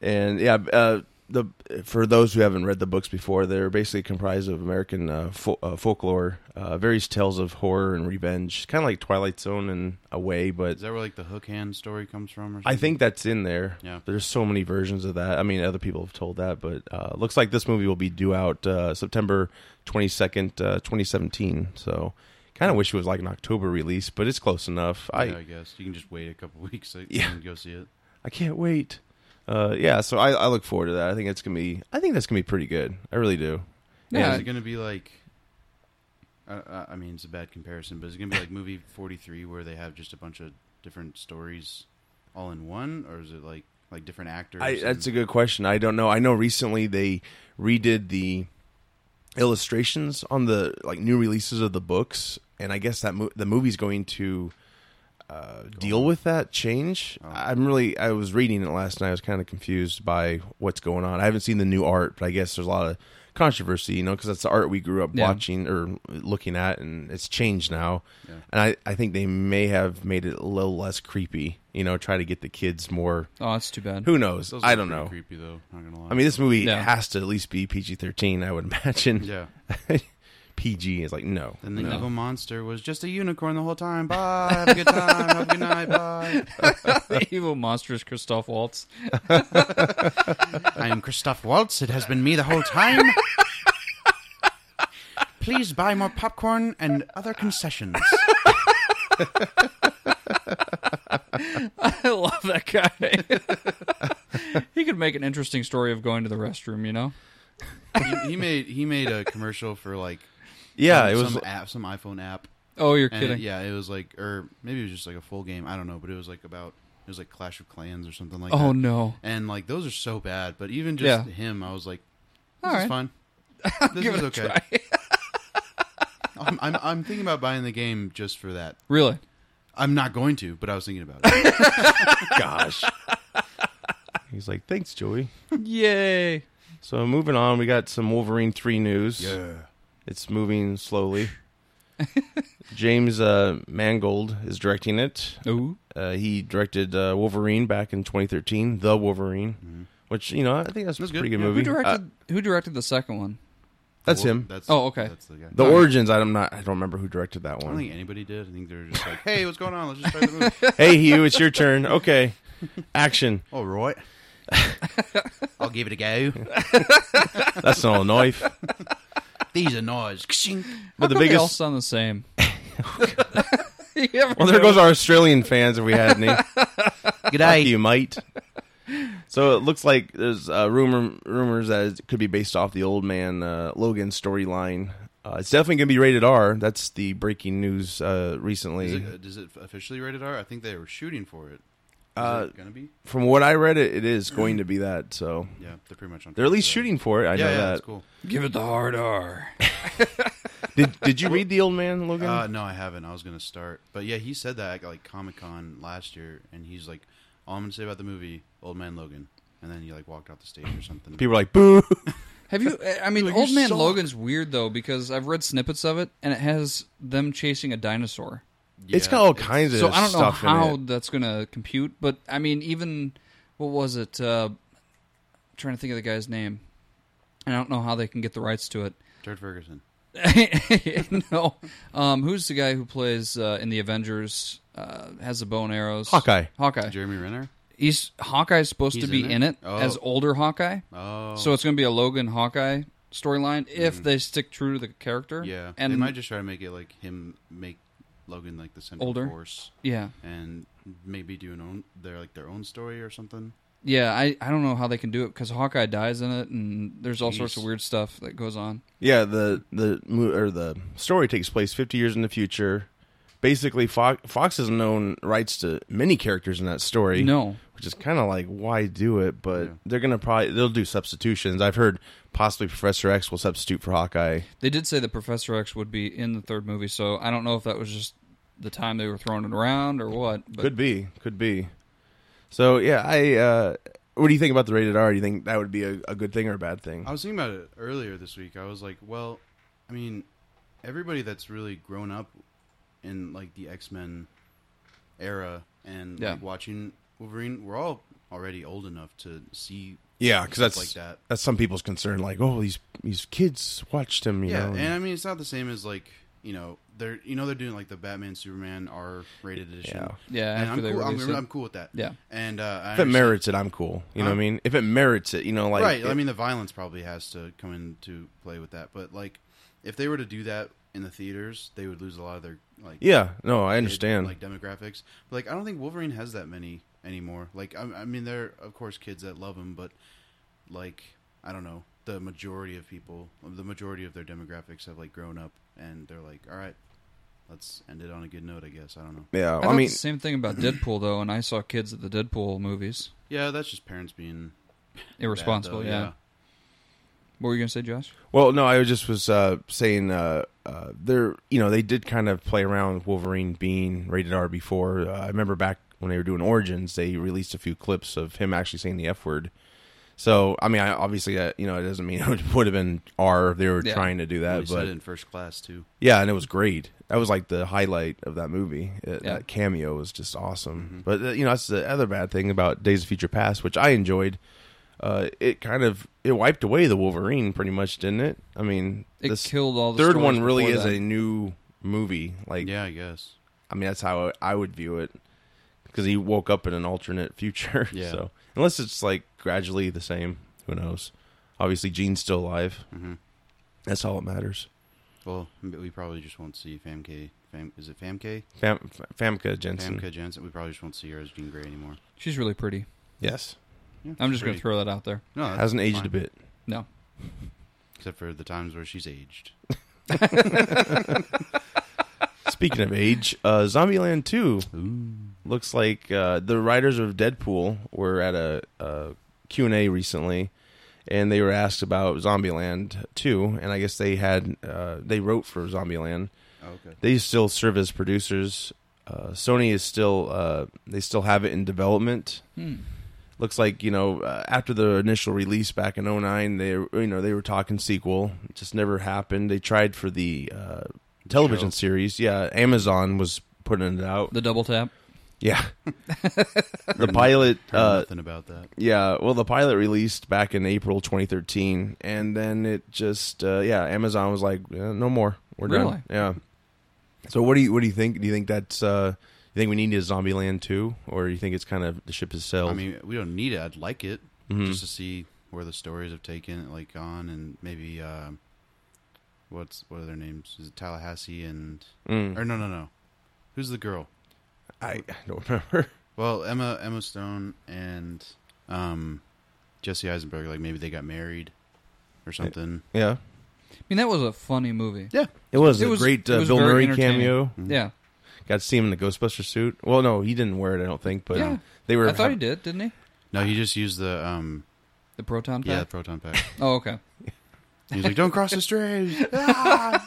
S1: and yeah. Uh, the for those who haven't read the books before, they're basically comprised of American uh, fo- uh, folklore, uh, various tales of horror and revenge, kind of like Twilight Zone in a way, but
S4: Is that where like the hook hand story comes from? Or something?
S1: I think that's in there.
S4: Yeah.
S1: There's so many versions of that. I mean, other people have told that, but uh, looks like this movie will be due out uh, September 22nd, uh, 2017. So, kind of wish it was like an October release, but it's close enough.
S4: Yeah, I,
S1: I
S4: guess you can just wait a couple (laughs) weeks like,
S1: Yeah.
S4: and go see it.
S1: I can't wait. Uh, yeah, so I, I look forward to that. I think it's gonna be. I think that's gonna be pretty good. I really do.
S4: Yeah,
S3: Yeah.
S4: is it going to be like? I- I, I mean, it's a bad comparison, but is it going to be like movie forty three where they have just a bunch of different stories all in one, or is it like like different actors?
S1: I, that's a
S4: and-
S1: good question. I don't know. I know recently they redid the illustrations on the like new releases of the books, and I guess that mo- the movie's going to uh, deal with that change. I'm really. I was reading it last night. I was kind of confused by what's going on. I haven't seen the new art, but I guess there's a lot of controversy, you know, because that's the art we grew up
S3: Yeah.
S1: watching or looking at, and it's changed now.
S4: Yeah.
S1: And I, I think they may have made it a little less creepy, you know, try to get the kids more.
S3: Oh, that's too bad.
S1: Who knows?
S4: Those
S1: I
S4: look
S1: don't
S4: pretty
S1: know.
S4: Creepy though. Not gonna lie.
S1: I mean, this movie
S3: Yeah.
S1: has to at least be PG thirteen. I would (laughs) imagine.
S4: yeah.
S1: PG is like no.
S4: Then the
S1: no.
S4: evil monster was just a unicorn the whole time. Bye. Have a good time. have a good night. Bye.
S3: (laughs) Evil monstrous Christoph Waltz.
S4: I am Christoph Waltz. It has been me the whole time. Please buy more popcorn and other concessions.
S3: (laughs) I love that guy. (laughs) he could make an interesting story of going to the restroom, you know?
S4: he, he made he made a commercial for like
S1: Yeah,
S4: some,
S1: it was.
S4: some app, some iPhone app.
S3: Oh, you're
S4: And
S3: kidding.
S4: yeah, it was like, or maybe it was just like a full game. I don't know, but it was like about it was like Clash of Clans or something like that.
S3: oh, no.
S4: And like those are so bad, but even
S3: Yeah.
S4: just him, I was like, this
S3: All
S4: is
S3: right. (laughs)
S4: fun. This
S3: Give
S4: is
S3: it a
S4: okay.
S3: (laughs) try.
S4: I'm, I'm I'm thinking about buying the game just for that.
S3: really?
S4: I'm not going to, but I was thinking about it.
S2: (laughs)
S1: Gosh. He's like, thanks, Joey.
S3: Yay.
S1: So moving on, we got some Wolverine three news.
S4: yeah.
S1: It's
S4: (laughs)
S1: moving slowly. James uh, Mangold is directing it.
S3: Ooh.
S1: Uh, he directed uh, Wolverine back in 2013, The Wolverine, which you know I think that's,
S4: Mm-hmm. That's
S1: a
S4: good.
S1: pretty good,
S4: Yeah, who
S1: movie.
S3: Who
S1: Uh,
S3: directed who directed the second one?
S1: (laughs) that's
S4: Well,
S1: him.
S4: That's,
S3: Oh, okay.
S4: That's the guy.
S1: the origins. I'm not. I don't remember who directed that
S4: I
S1: one.
S4: don't think anybody did. I think they were just like, "Hey, what's going on? Let's just try the
S3: (laughs)
S4: movie."
S1: hey Hugh, it's your turn.
S4: (laughs)
S1: Okay. Action.
S4: All
S3: (laughs)
S4: right, I'll give it a go.
S1: That's not
S4: (laughs)
S1: a knife.
S4: These are noise.
S3: (laughs)
S4: Kshink.
S1: But the
S3: They all
S1: biggest
S3: sound the same.
S4: (laughs)
S3: (laughs) You ever
S1: Well, there goes
S3: notice?
S1: our Australian fans if we had
S4: (laughs)
S1: any. Fuck you might. So it looks like there's uh, rumor rumors that it could be based off the old man uh, Logan storyline. Uh, it's definitely gonna be rated R. That's the breaking news uh, recently.
S4: Is it, is it officially rated R? I think they were shooting for it.
S1: Uh,
S4: it gonna be?
S1: from what I read, it, it is going to be that. So
S4: Yeah, they're pretty much on.
S1: they're at least shooting for it. I
S4: Yeah,
S1: know
S4: yeah,
S1: that.
S4: that's cool.
S3: Give it the hard R.
S1: Did Did you read the old man Logan?
S4: Uh, no, I haven't. I was gonna start, but yeah, he said that at like Comic Con last year, and he's like, "All I'm gonna say about the movie, Old Man Logan," and then he like walked off the stage or something.
S1: People are like, boo.
S3: Have you? I
S4: (laughs)
S3: mean,
S4: Like, you
S3: Old Man
S4: suck.
S3: Logan's weird though because I've read snippets of it and it has them chasing a dinosaur.
S4: (laughs) Yeah,
S1: it's got all kinds of
S3: So I don't know
S1: stuff in
S3: how
S1: it.
S3: that's gonna compute, but I mean, even what was it? Uh, trying to think of the guy's name. I don't know how they can get the rights to it. (laughs)
S4: Jared Ferguson.
S3: no, um, who's the guy who plays uh, in the Avengers? Uh, has the bow and arrows.
S1: Hawkeye.
S3: Hawkeye.
S4: Jeremy Renner.
S3: He's Hawkeye's supposed
S4: He's
S3: to be
S4: in
S3: in
S4: it?
S3: it,
S4: Oh.
S3: as older Hawkeye.
S4: Oh, Mm-hmm.
S3: So it's going to be a Logan Hawkeye storyline if they stick true to the character.
S4: yeah,
S3: and
S4: they might just try to make it like him make Logan like the central
S3: Older.
S4: force,
S3: yeah,
S4: and maybe do an own their like their own story or something.
S3: yeah. I, I don't know how they can do it because Hawkeye dies in it, and there's all sorts
S4: Jeez.
S3: of weird stuff that goes on.
S1: Yeah, the the mo- or the story takes place 50 years in the future. Basically, Fox, Fox has known rights to many characters in that story.
S3: No,
S1: which is kind of like why do it? But
S4: Yeah.
S1: they're gonna probably they'll do substitutions. I've heard possibly Professor X will substitute for Hawkeye.
S3: they did say that Professor X would be in the third movie, so I don't know if that was just the time they were throwing it around or what. But
S1: could be, could be. So yeah, I. uh What do you think about the rated R? Do you think that would be a, a good thing or a bad thing?
S4: I was thinking about it earlier this week. I was like, well, I mean, everybody that's really grown up in like the X Men era and
S3: Yeah.
S4: like watching Wolverine, we're all already old enough to see
S1: Yeah, because that's
S4: like that.
S1: that's some people's concern. Like, oh, these these kids watched him. You
S4: Yeah,
S1: know,
S4: and I mean, it's not the same as like you know they're you know they're doing like the Batman Superman R rated edition.
S1: Yeah.
S3: yeah,
S4: And
S3: after
S4: I'm
S3: they
S4: cool. I'm,
S3: released it.
S4: I'm cool with that.
S3: Yeah.
S4: and uh, I
S1: if it
S4: understand- Uh-huh.
S1: merits it, I'm cool. You know what I mean? If it merits it, you know, like
S4: right. I
S1: it-
S4: mean, the violence probably has to come into play with that. But like, if they were to do that in the theaters, they would lose a lot of their like.
S1: yeah, no, I
S4: kid,
S1: understand.
S4: like demographics. But, like I don't think Wolverine has that many anymore. Like I, I mean, there are of course kids that love him, but like I don't know, the majority of people, the majority of their demographics have like grown up and they're like, all right, let's end it on a good note. I guess I don't know.
S1: yeah,
S3: I,
S1: I
S3: thought
S1: mean,
S3: the same thing about Deadpool though, and I saw kids at the Deadpool movies.
S4: Yeah, that's just parents being bad,
S3: Irresponsible,
S4: though,
S3: yeah. What were you gonna say, Josh?
S1: well, no, I was just was uh, saying uh, uh, they're you know they did kind of play around with Wolverine being rated R before. Uh, I remember back when they were doing Origins, they released a few clips of him actually saying the F word. So I mean, I obviously uh, you know it doesn't mean (laughs) it would have been R if they were
S3: Yeah.
S1: trying to do
S4: Well,
S1: that,
S4: he
S1: but
S4: said it in first class too.
S1: Yeah, and it was great. That was like the highlight of that movie. It-
S3: Yeah. Mm-hmm.
S1: That cameo was just awesome. But uh, you know, that's the other bad thing about Days of Future Past, which I enjoyed. Uh, it kind of it wiped away the Wolverine, pretty much, didn't it? I mean,
S3: It
S1: this
S3: killed all the
S1: third
S3: stories
S1: one really
S3: before
S1: is
S3: that.
S1: a new movie. Like,
S4: Yeah, I guess.
S1: I mean, that's how I would view it because he woke up in an alternate (laughs) future.
S4: Yeah.
S1: So unless it's like gradually the same, who knows? Obviously, Jean's still alive.
S4: Mhm.
S1: That's all that matters.
S4: Well, we probably just won't see Famke. Fam, is it Famke?
S1: Fam- Famke Jensen.
S4: Famke Jensen. We probably just won't see her as Jean Grey anymore.
S3: She's really pretty.
S1: Yes.
S4: Yeah,
S3: I'm
S4: she's
S3: just gonna
S4: pretty.
S3: throw that out there.
S4: No, that's
S1: hasn't aged
S4: fine.
S1: a bit.
S3: No,
S4: except for the times where she's aged.
S1: Speaking of age, uh, Zombieland Two looks like uh, the writers of Deadpool were at a, a Q and A recently, and they were asked about Zombieland Two, and I guess they had uh, they wrote for Zombieland.
S4: Oh, okay.
S1: They still serve as producers. Uh, Sony is still uh, they still have it in development.
S3: Hmm.
S1: Looks like you know uh, after the initial release back in 09, they you know they were talking sequel, it just never happened. They tried for the uh, television series. Yeah, Amazon was putting it out.
S3: the double tap.
S1: Yeah, the pilot.
S4: Heard
S1: Uh,
S4: nothing about that.
S1: yeah, well, the pilot released back in April 2013, and then it just uh, yeah, Amazon was like, "Eh, no more, we're
S3: Really?
S1: done. Yeah. So what do you what do you think? Do you think that's uh, you think we need a Zombieland two, or you think it's kind of the ship has sailed?
S4: I mean, we don't need it. I'd like it
S1: Mhm.
S4: just to see where the stories have taken like gone, and maybe uh, what's what are their names? Is it Tallahassee and
S1: Mm.
S4: or no no no? Who's the girl?
S1: I I
S3: (laughs)
S1: don't remember.
S4: Well, Emma Emma Stone and um, Jesse Eisenberg. Like maybe they got married or something.
S1: yeah,
S3: I mean, that was a funny movie.
S4: Yeah,
S1: it was
S3: It
S1: a
S3: was-
S1: great
S3: it
S1: uh,
S3: was
S1: Bill
S3: very
S1: Murray
S3: entertaining.
S1: cameo.
S3: Yeah,
S1: Got to see him in the Ghostbuster suit. Well, no, he didn't wear it. I don't think, but
S3: Yeah.
S1: they were.
S3: I thought he did, didn't he?
S4: No, he just used the um
S3: The proton
S4: yeah, the
S3: pack.
S4: proton pack.
S3: Oh, okay.
S4: He's like, "Don't cross the
S1: (laughs)
S4: streams." Ah!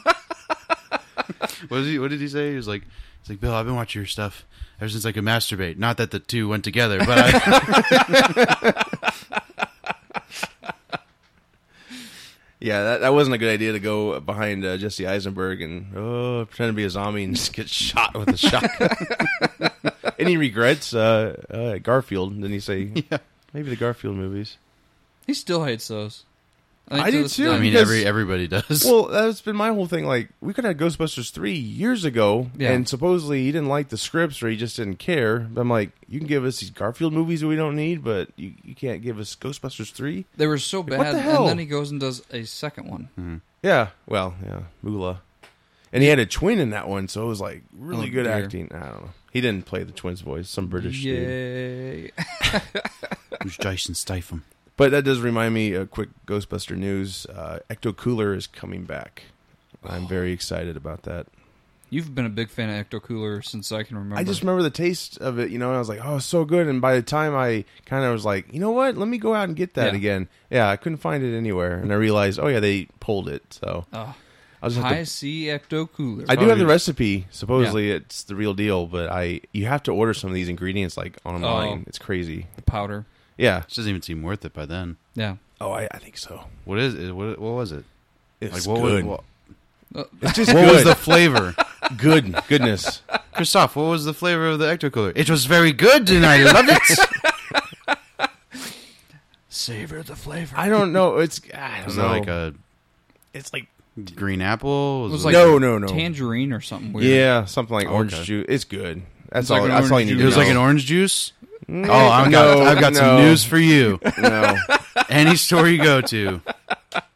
S4: what did he? What did he say? He was like, "He's like Bill. I've been watching your stuff ever since I could masturbate. Not that the two went together, but
S1: (laughs)
S4: I,
S1: Yeah, that, that wasn't a good idea to go behind uh, Jesse Eisenberg and oh, pretend to be a zombie and just get (laughs) shot with a shotgun. (laughs) Any regrets? Uh, uh, Garfield? Didn't he say maybe the Garfield movies?
S3: He still hates those.
S1: I
S3: to
S1: do
S3: this
S1: too.
S3: day-
S4: I mean,
S1: Because-
S4: every everybody does.
S1: Well, that's been my whole thing. Like, we could have had Ghostbusters three years ago,
S3: Yeah.
S1: and supposedly he didn't like the scripts or he just didn't care. But I'm like, you can give us these Garfield movies that we don't need, but you, you can't give us Ghostbusters three.
S3: They were so
S1: What the
S3: bad,
S1: hell?
S3: and then he goes and does a second one.
S1: Yeah, well, yeah, Moolah, and he had a twin in that one, so it was like really
S3: Oh,
S1: good
S3: dear.
S1: acting. I don't know. He didn't play the twin's voice, some British dude.
S3: Yay!
S4: It was Jason Statham.
S1: But that does remind me. A quick Ghostbuster news: uh, Ecto Cooler is coming back. I'm very excited about that.
S3: You've been a big fan of Ecto Cooler since I can remember.
S1: I just remember the taste of it, you know, and I was like, oh, it's so good. And by the time I kind of was like, you know what, let me go out and get that
S3: Yeah.
S1: again. Yeah, I couldn't find it anywhere. And I realized, oh, yeah, they pulled it. So
S3: Oh,
S1: I was
S3: high C Ecto Cooler.
S1: I do have the recipe. Supposedly it's the real deal, but I you have to order some of these ingredients like online.
S3: Oh.
S1: It's crazy.
S3: the powder.
S1: Yeah.
S4: This doesn't even seem worth it by then.
S3: Yeah,
S1: Oh, I, I think so.
S4: What is it? What, what was it?
S1: It's
S4: what
S1: good.
S4: was what,
S3: Uh,
S1: it's (laughs) just
S4: what
S1: good.
S4: was the
S1: (laughs)
S4: flavor?
S1: good goodness.
S4: Christoph, what was the flavor of the ecto cooler? It was very good, and I loved
S1: (laughs)
S4: it.
S3: savor the flavor.
S1: (laughs) I don't know. It's I don't
S4: Was
S1: know.
S4: that like a
S1: it's like
S4: green apple?
S3: it was
S4: it
S3: like
S1: No, no, no.
S3: tangerine or something weird.
S1: yeah, something like
S4: Oh,
S1: orange
S4: okay.
S1: juice. It's good. That's
S3: like
S1: all.
S3: an
S1: that's all you
S3: orange
S1: need.
S4: It
S1: to
S4: was
S1: know.
S4: like an orange juice.
S1: Mm,
S4: Oh, I've
S1: no,
S4: got, I've got some
S1: no.
S4: news for
S1: (laughs)
S4: you.
S1: No,
S4: Any store you go to,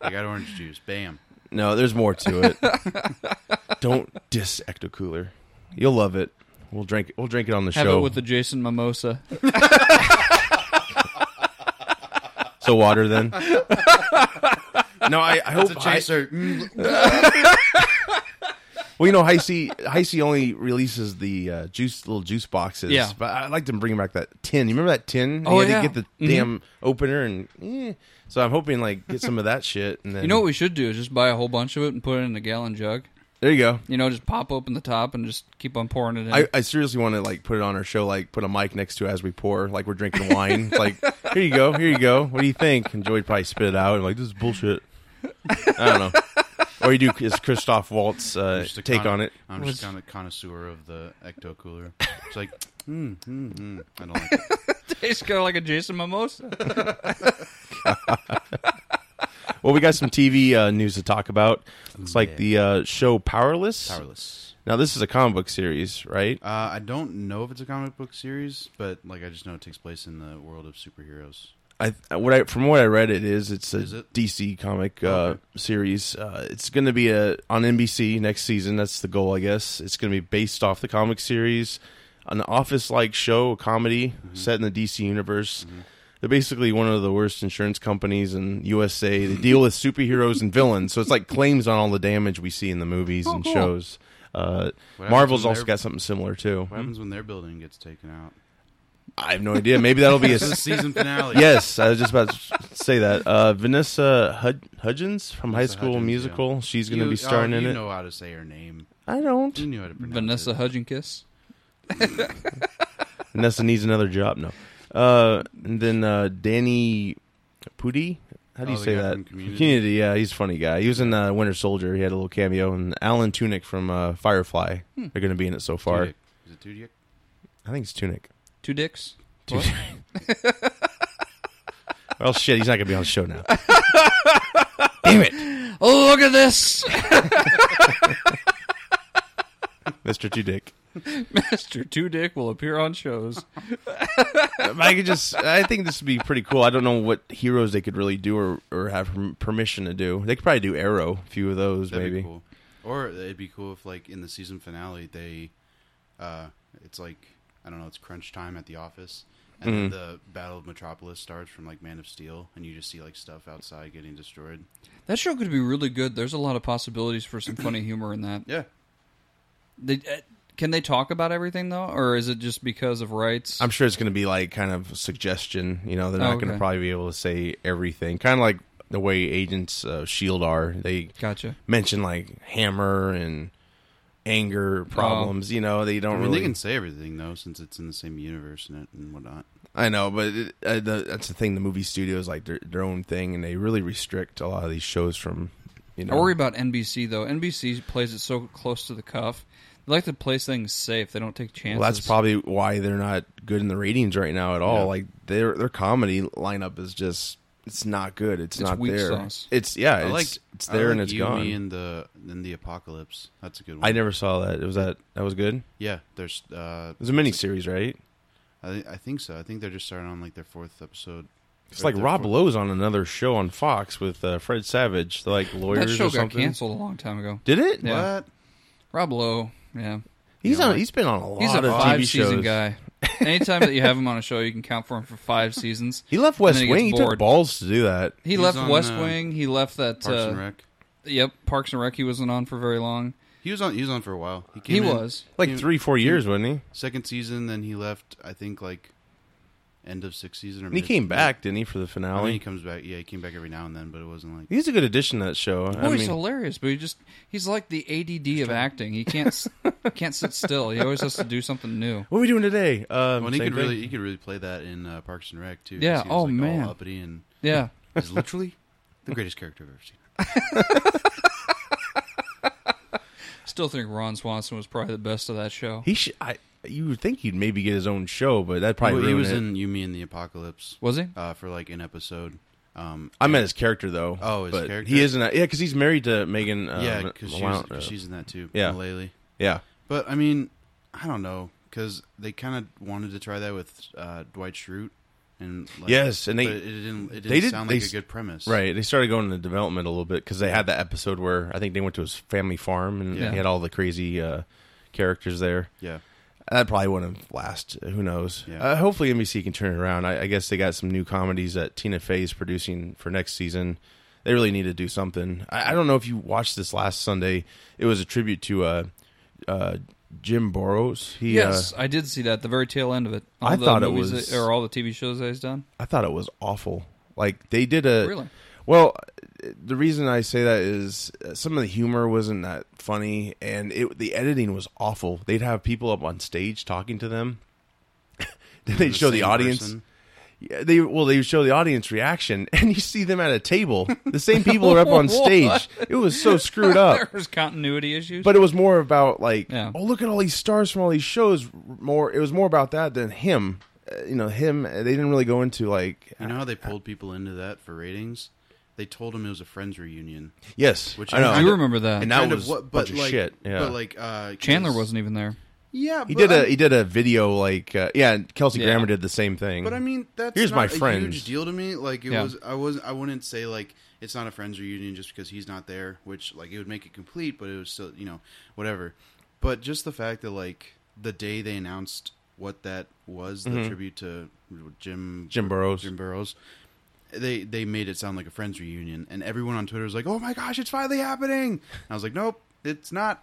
S4: I got orange juice. Bam.
S1: no, there's more to it. (laughs) Don't diss Ecto Cooler. You'll love it. We'll drink. We'll drink it on the
S3: have
S1: show.
S3: it with the Jason Mimosa.
S1: so water then. (laughs) no, I, I hope.
S4: It's a
S1: I,
S4: chaser. Mm.
S1: well, you know, Heisey Heisey only releases the uh, juice little juice boxes.
S3: Yeah.
S1: but I like to bring back that tin. You remember that tin? you
S3: Oh,
S1: had
S3: yeah.
S1: to get the damn opener and. eh. So I'm hoping like get some of that shit and then
S3: You know what we should do is just buy a whole bunch of it and put it in a gallon jug.
S1: there you go.
S3: You know, just pop open the top and just keep on pouring it in.
S1: I, I seriously want to like put it on our show, like put a mic next to it as we pour, like we're drinking wine. It's like, here you go, here you go. What do you think? And Joey would probably spit it out and like, this is bullshit. I don't know. Or you do is Christoph Waltz uh,
S4: Just a
S1: take
S4: con-
S1: on it?
S4: I'm
S3: Was-
S4: just kind of connoisseur of the ecto cooler. It's like, mm, mm, mm. I don't like it.
S3: (laughs) Tastes kind of like a Jason Mimosa.
S1: Well, we got some TV uh, news to talk about. It's like
S4: yeah.
S1: the uh, show Powerless.
S4: Powerless.
S1: Now this is a comic book series, right?
S4: Uh, I don't know if it's a comic book series, but like I just know it takes place in the world of superheroes.
S1: I what I from what I read, it is it's a
S4: Is it?
S1: DC comic uh,
S4: Okay.
S1: series. Uh, it's going to be a, on NBC next season. That's the goal, I guess. It's going to be based off the comic series, an office-like show, a comedy
S4: Mm-hmm.
S1: set in the DC universe. They're basically one of the worst insurance companies in USA. They deal with superheroes and villains, so it's like claims on all the damage we see in the movies
S3: Oh,
S1: and
S3: cool.
S1: shows. Uh,
S4: What happens
S1: Marvel's
S4: when
S1: also
S4: they're-
S1: got something similar too.
S4: What happens when their building gets taken out?
S1: I have no idea. Maybe that'll be
S4: (laughs)
S1: a (laughs)
S4: This is the season finale.
S1: yes, I was just about to say that. Uh, Vanessa Hud- Hudgens from High
S4: Vanessa
S1: School
S4: Hudgens,
S1: Musical. She's going to
S4: You-
S1: be starring
S4: oh,
S1: in
S4: you
S1: it.
S4: know how to say her name.
S1: I
S4: You
S1: don't.
S4: knew how to pronounce
S3: Vanessa
S4: it.
S3: Hudgenkiss.
S1: Vanessa needs another job. No. Uh, and then uh, Danny Pudi. How do
S4: Oh,
S1: you
S4: the
S1: say
S4: guy
S1: that?
S4: from Community?
S1: Yeah, he's a funny guy. He was in uh, Winter Soldier. He had a little cameo. And Alan Tunick from uh, Firefly.
S4: Hmm.
S1: They're going to be in it so far.
S4: Tudyk. Is it Tudyk?
S1: I think it's Tunick.
S3: Two dicks.
S1: Two-
S3: What?
S1: Well, shit, he's not going to be on the show now. (laughs) Damn it,
S3: Oh, look at this,
S1: Mister Tudick.
S3: Master Two Dick will appear on shows.
S1: I could just. I think this would be pretty cool. I don't know what heroes they could really do or, or have perm- permission to do. They could probably do Arrow, a few of those
S4: That'd
S1: maybe.
S4: be cool. Or it'd be cool if, like, in the season finale, they, uh, it's like, I don't know, it's crunch time at the office, and
S1: Mm-hmm.
S4: then the Battle of Metropolis starts from like Man of Steel, and you just see like stuff outside getting destroyed.
S3: That show could be really good. There's a lot of possibilities for some funny humor in that.
S4: Yeah,
S3: They, uh, Can they talk about everything though, or is it just because of rights?
S1: I'm sure it's going to be like kind of suggestion. You know, they're
S3: Oh,
S1: not going
S3: okay.
S1: to probably be able to say everything. Kind of like the way agents of Shield E are. They
S3: gotcha.
S1: mention like hammer and anger problems.
S3: Oh.
S1: You know, they don't
S4: I mean,
S1: really.
S4: they can say everything though, since it's in the same universe and, it, and whatnot.
S1: I know, but it, uh, the, that's the thing. The movie studios like their, their own thing, and they really restrict a lot of these shows from. You know,
S3: I worry about NBC though. NBC plays it so close to the cuff. They like to play things safe. They don't take chances.
S1: Well, that's probably why they're not good in the ratings right now at all.
S4: Yeah.
S1: Like their their comedy lineup is just it's not good. It's,
S3: It's
S1: not
S3: weak
S1: there.
S3: sauce.
S1: It's yeah,
S4: I
S1: Uh, it's,
S4: like
S1: it's
S4: I
S1: there
S4: like
S1: and it's
S4: you,
S1: gone.
S4: Me and the and the apocalypse. That's a good one.
S1: I never saw that. It was that that was good. It
S4: Yeah, there's. Uh,
S1: was a mini series, right?
S4: I, thi- I think so. I think they're just starting on like their fourth episode.
S1: It's
S4: Or
S1: like
S4: their
S1: Rob
S4: fourth-
S1: Lowe's on another show on Fox with uh, Fred Savage, They're like lawyers
S3: that
S1: or
S3: show got
S1: something.
S3: canceled a long time ago.
S1: Did it?
S3: Yeah.
S4: What?
S3: Rob Lowe, yeah,
S1: He's
S4: Yeah.
S1: on. He's been on a lot
S3: he's a
S1: of
S3: five
S1: TV
S3: season
S1: shows.
S3: guy. Anytime that you have him on a show, you can count for him for five seasons.
S1: He left
S3: And
S1: West
S3: then he
S1: Wing.
S3: gets
S1: He took
S3: bored.
S1: balls to do that.
S3: He
S4: He's
S3: left
S4: on,
S3: West
S4: uh,
S3: Wing. He left that.
S4: Parks
S3: uh,
S4: and Rec.
S3: Yep, Parks and Rec. He wasn't on for very long.
S4: He was on. He was on for a while. He, came
S3: He
S4: in
S3: was.
S1: Like
S4: He-
S1: three, four years, wasn't he?
S4: second season, then he left. I think like end of sixth season. Or
S1: And he
S4: mid-
S1: came back, didn't he, for
S4: I
S1: the
S4: think he
S1: finale?
S4: comes back. Yeah, he came back every now and then, but it wasn't like.
S1: He's a good addition to that show.
S3: Oh,
S1: I mean,
S3: he's hilarious, but he just—he's like the ADD of acting. He
S1: (laughs)
S3: can't s- can't sit still. He always has to do something new.
S1: What are we doing today? Um,
S4: Well, and he
S1: same
S4: could
S1: thing.
S4: really, he could really play that in uh, Parks and Rec too. 'cause
S3: Yeah,
S4: He
S3: oh,
S4: was, like,
S3: man.
S4: all uppity and
S3: Yeah,
S4: is
S1: (laughs)
S4: literally the greatest character I've ever seen.
S3: still think Ron Swanson was probably the best of that show.
S1: He should. I, you would think he'd maybe get his own show, but that probably
S4: Well, he
S1: ruin
S4: was
S1: it.
S4: in You, Me, and the Apocalypse
S3: was he?
S4: uh, for like an episode. Um,
S1: I meant his character though.
S4: Oh, his
S1: but
S4: character?
S1: He isn't. Yeah, because he's married to Megan. Uh,
S4: yeah,
S1: Ma-
S4: because
S1: Mal-
S4: she's,
S1: uh,
S4: 'cause she's in that too.
S1: yeah.
S4: Mullally.
S1: yeah.
S4: But I mean, I don't know because they kind of wanted to try that with uh, Dwight Schrute, and like,
S1: Yes, and they-
S4: but it didn't. It didn't
S1: they did-
S4: sound
S1: they
S4: like a
S1: s-
S4: good premise,
S1: Right. They started going into development a little bit because they had that episode where I think they went to his family farm and
S4: Yeah.
S1: he had all the crazy uh, characters there.
S4: Yeah,
S1: That probably wouldn't last. Who knows?
S4: Yeah.
S1: Uh, hopefully, NBC can turn it around. I, I guess they got some new comedies that Tina Fey is producing for next season. They really need to do something. I, I don't know if you watched this last Sunday. It was a tribute to uh, uh, Jim Burrows. He, uh,
S3: Yes, I did see that. The very tail end of it. All
S1: I
S3: the
S1: thought it
S3: movies
S1: was-
S3: that, or all the TV shows that he's done.
S1: I thought it was awful. Like they did a
S3: Really?
S1: Well, the reason I say that is uh, some of the humor wasn't that funny, and it the editing was awful. They'd have people up on stage talking to them. (laughs) then they'd
S4: The
S1: show the
S4: same
S1: audience.
S4: person.
S1: Yeah, they well, they would show the audience reaction, (laughs) and you see them at a table. The same people are
S4: (laughs)
S1: up on stage. It was so screwed up.
S3: (laughs) There's continuity issues.
S1: Oh. But it was more about like,
S3: Yeah.
S1: oh, look at all these stars from all these shows. More, it was more about that than him. Uh, you know, him. uh, They didn't really go into like,
S4: You know how they pulled people into that for ratings? They told them it was a Friends reunion.
S1: yes,
S4: Which
S1: I know.
S4: I
S3: you remember that?
S1: uh, and that
S4: Kind of
S1: was
S4: what-
S1: a bunch of
S4: like,
S1: shit. Yeah.
S4: But like uh, 'cause-
S3: Chandler wasn't even there.
S4: Yeah,
S1: He
S4: but
S1: did a
S4: I'm-
S1: he did a video like uh, yeah, and Kelsey
S3: Yeah.
S1: Grammer did the same thing.
S4: But I mean, that's
S1: Here's
S4: not
S1: my
S4: a
S1: friends.
S4: huge deal to me. Like it
S3: Yeah.
S4: was, I was, I wouldn't say like it's not a friends reunion just because he's not there, which like it would make it complete, but it was still, you know, whatever. But just the fact that like the day they announced what that was, the tribute to Jim
S1: Mm-hmm. Jim Burrows.
S4: Jim Burrows. They they made it sound like a friends reunion, and everyone on Twitter was like, "Oh my gosh, it's finally happening!" And I was like, "Nope, it's not.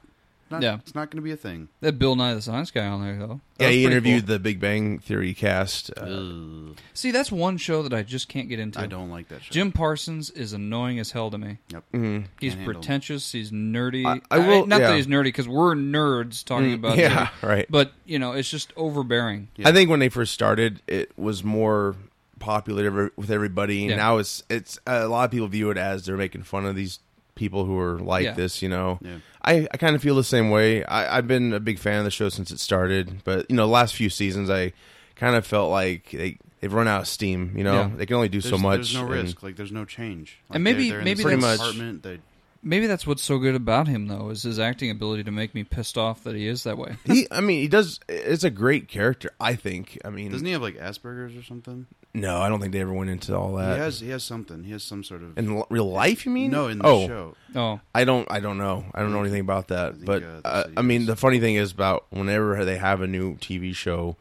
S4: not
S3: Yeah.
S4: it's not going to be a thing."
S3: That Bill Nye the Science Guy on there though. That
S1: yeah,
S3: was
S1: he
S3: pretty
S1: interviewed
S3: cool.
S1: the Big Bang Theory cast. Uh,
S3: See, that's one show that I just can't get into.
S4: I don't like that. Show.
S3: Jim Parsons is annoying as hell to me.
S4: Yep.
S1: Mm-hmm.
S3: He's
S4: Can't handle him.
S3: pretentious. He's nerdy. Uh,
S1: I- I will-
S3: not that
S1: yeah. Mm,
S3: he's nerdy because we're nerds talking about
S1: yeah, (laughs)
S3: it.
S1: right.
S3: But you know, it's just overbearing.
S1: I think when they first started, it was more popular ever- with everybody. and
S3: Yeah.
S1: Now it's it's a lot of people view it as they're making fun of these people who are like
S3: Yeah.
S1: this. You know,
S4: Yeah.
S1: I I kind of feel the same way. I, I've been a big fan of the show since it started, but you know, last few seasons I kind of felt like they they've run out of steam. You know,
S3: Yeah.
S1: they can only do
S4: there's,
S1: so much.
S4: There's no
S1: and-
S4: risk. Like there's no change. Like,
S3: And
S4: they're,
S3: maybe-
S4: they're in
S3: maybe
S4: the same
S1: that's-
S4: apartment. They,
S3: Maybe that's what's so good about him though, is his acting ability to make me pissed off that he is that way.
S1: he, I mean, he does. It's a great character. I think. I mean,
S4: doesn't he have like Asperger's or something?
S1: no, I don't think they ever went into all that.
S4: he has. He has something. He has some sort of.
S1: in l- real life, you mean?
S4: no, in the
S1: oh,
S4: show.
S3: Oh,
S1: I don't. I don't know. I don't know anything about that.
S4: think,
S1: but
S4: uh, the
S1: uh,
S4: city
S1: I mean,
S4: is-
S1: the funny thing is about whenever they have a new TV show,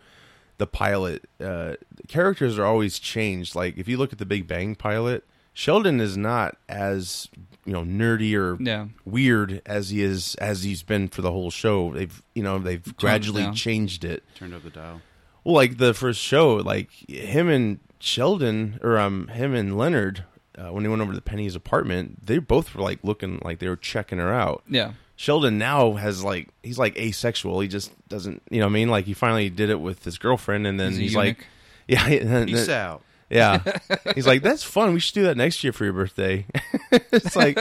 S1: the pilot uh, the characters are always changed. Like if you look at the Big Bang pilot, Sheldon is not as you know nerdy or
S3: Yeah.
S1: weird as he is as he's been for the whole show. They've you know they've gradually
S3: down.
S1: changed it.
S4: Turned up the dial.
S1: Well, like the first show, like him and Sheldon, or um, him and Leonard, uh, when they went over to Penny's apartment, they both were like looking like they were checking her out.
S3: Yeah.
S1: Sheldon now has like he's like asexual. He just doesn't, you know, what I mean, like he finally did it with his girlfriend, and then
S3: He's a
S1: he's,
S3: eunuch.
S1: like, (laughs) yeah, and then-
S4: Peace out. (laughs)
S1: yeah. He's like, that's fun. We should do that next year for your birthday. (laughs) it's like,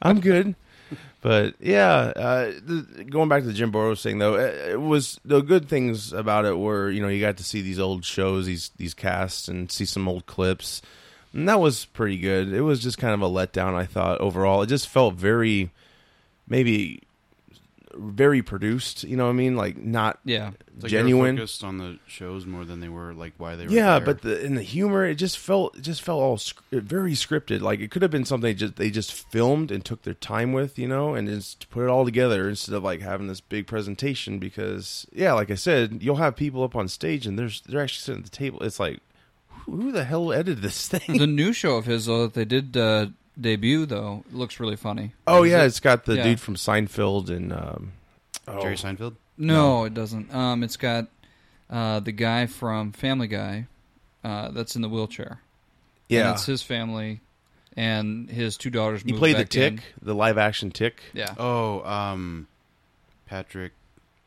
S1: I'm good. But yeah, uh, the, going back to the Jim Boros thing though, it, it was the good things about it were you know you got to see these old shows, these these casts, and see some old clips, and that was pretty good. It was just kind of a letdown, I thought overall. It just felt very, maybe, very produced. You know what I mean? Like not
S3: yeah.
S4: It's like they were
S1: genuine.
S4: focused on the shows more than they were like why they were.
S1: Yeah,
S4: there.
S1: but the in the humor, it just felt it just felt all sc- very scripted. Like it could have been something just they just filmed and took their time with, you know, and just put it all together instead of like having this big presentation. Because yeah, like I said, you'll have people up on stage and there's they're actually sitting at the table. It's like who who the hell edited this (laughs) thing?
S3: The new show of his though that they did uh, debut though looks really funny.
S1: oh yeah, it's got the
S3: Yeah.
S1: dude from Seinfeld and um, oh,
S4: Jerry Seinfeld.
S3: No, it doesn't. Um, it's got uh, the guy from Family Guy uh, that's in the wheelchair. and
S1: yeah,
S3: it's his family and his two daughters.
S1: he
S3: moved
S1: played the
S3: back
S1: tick,
S3: in.
S1: the live action tick.
S3: Yeah,
S4: Oh, um, Patrick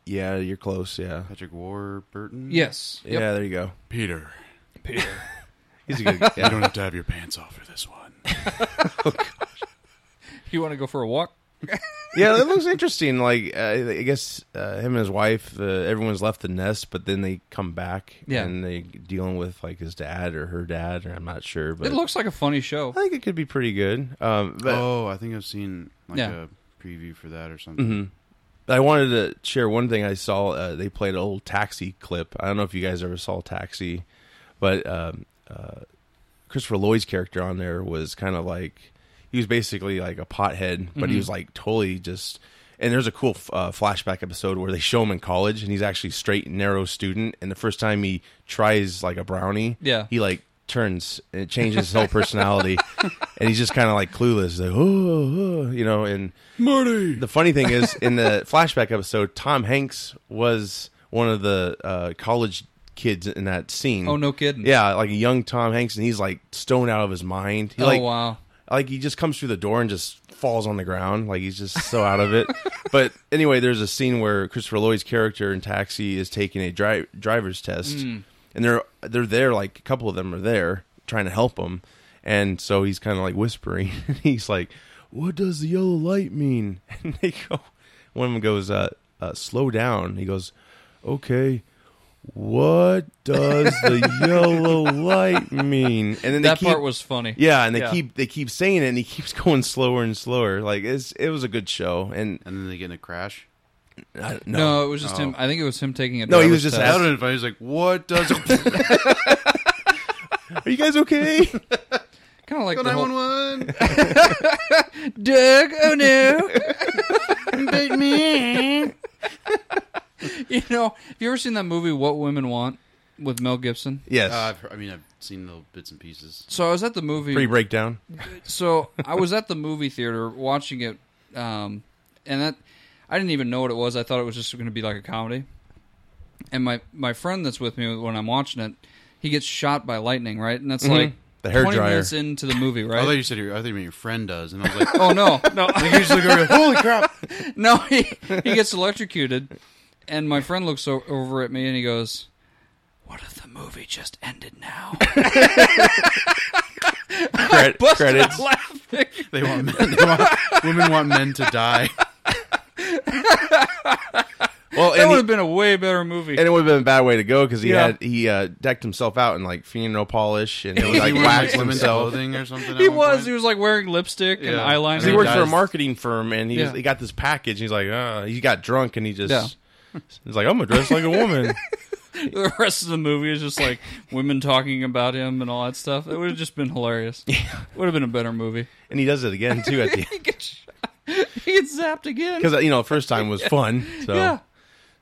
S1: Yeah, you're close. Yeah,
S4: Patrick Warburton.
S3: yes, Yep.
S1: yeah, there you go.
S2: Peter,
S3: (laughs)
S1: He's a good.
S2: you don't have to have your pants off for this one.
S3: You want to go for a walk?
S1: yeah, that looks interesting. Like, uh, I guess uh, him and his wife, uh, everyone's left the nest, but then they come back
S3: Yeah.
S1: and they dealing with like his dad or her dad, or I'm not sure. But
S3: It looks like a funny show.
S1: I think it could be pretty good. Um, but
S4: oh, I think I've seen like
S3: Yeah.
S4: a preview for that or something.
S1: I wanted to share one thing I saw. Uh, they played an old Taxi clip. I don't know if you guys ever saw Taxi, but um, uh, Christopher Lloyd's character on there was kind of like he was basically like a pothead, but he was like totally just. And there's a cool f- uh, flashback episode where they show him in college, and he's actually straight and narrow student. And the first time he tries like a brownie,
S3: Yeah.
S1: he like turns and it changes his whole personality, and he's just kind of like clueless, like oh, oh, you know, and
S2: Marty,
S1: the funny thing is, in the (laughs) flashback episode, Tom Hanks was one of the uh, college kids in that scene.
S3: Oh no, kidding.
S1: Yeah, like a young Tom Hanks, and he's like stoned out of his mind. He,
S3: Oh
S1: like,
S3: wow.
S1: like he just comes through the door and just falls on the ground like he's just so out of
S3: (laughs)
S1: it but anyway there's a scene where christopher lloyd's character in taxi is taking a dri- driver's test
S3: Hmm.
S1: and they're they're there like a couple of them are there trying to help him and so he's kind of like whispering (laughs) he's like what does the yellow light mean (laughs) and they go one of them goes uh, uh slow down he goes okay what does
S3: (laughs)
S1: the yellow light mean and then they
S3: That
S1: keep,
S3: part was funny.
S1: yeah, and they
S3: Yeah.
S1: keep they keep saying it, and he keeps (laughs) going slower and slower. Like it's it was a good show, and
S4: And then they get in a crash.
S1: I,
S3: No,
S1: no,
S3: it was just him. I think it was him taking a.
S1: No, he was
S3: driver's
S1: just
S3: test.
S4: That would have been funny. He's like, "What does (laughs)
S1: are you guys
S3: (laughs)
S1: okay?
S3: kind of like the
S4: nine one
S3: whole,
S4: one?
S1: (laughs)
S3: Doug. Oh no, you know. Have you ever seen that movie What Women Want with Mel Gibson?
S1: yes,
S4: Uh, I've heard, I mean, I've seen little bits and pieces.
S3: So I was at the movie.
S1: free
S3: (laughs)
S1: breakdown.
S3: so I was at the movie theater watching it, um, and that I didn't even know what it was. I thought it was just going to be like a comedy. And my my friend that's with me when I'm watching it, he gets shot by lightning, right? And that's like
S1: Mm-hmm. The hair
S3: 20
S1: dryer.
S3: minutes into the
S1: (laughs) Oh,
S3: movie,
S4: I thought
S3: right?
S4: you said your, I thought you meant your friend does, and I was like,
S3: oh no, no,
S4: you just look over, like, holy crap!
S3: (laughs) no! He he gets electrocuted, and my friend looks o- over at me and he goes, "What if the movie just ended
S1: (laughs)
S3: now?"
S1: (laughs) Cred-
S3: Busted out
S1: credits.
S3: (laughs) laughing.
S4: (laughs) They want men. They want, women want men to die.
S1: Well,
S3: That
S1: and,
S3: would
S1: he,
S3: have been a way better movie.
S1: and it would have been a bad way to go because he
S3: Yeah.
S1: had he uh, decked himself out in like funeral polish,
S3: (laughs)
S1: and it was
S4: He
S1: like
S4: wearing, like,
S1: waxed
S4: women's
S1: himself.
S4: clothing or something.
S3: he was. He was like wearing lipstick and
S4: Yeah.
S3: eyeliner.
S1: 'Cause
S4: I
S1: He
S4: mean,
S1: worked for a
S4: guys-
S1: marketing firm, and he, was-
S3: Yeah.
S1: he got this package. And he's like, uh, he got drunk, and he just.
S3: Yeah.
S1: He's like, I'm gonna dress like a woman. (laughs)
S3: (laughs) the rest of the movie is just like women talking about him and all that stuff. It would have just been hilarious. (laughs) Yeah. Would have been a better movie.
S1: and he does it again too at the end
S3: He gets, he gets zapped again.
S1: because you know first time was
S3: (laughs)
S1: fun, so
S3: yeah.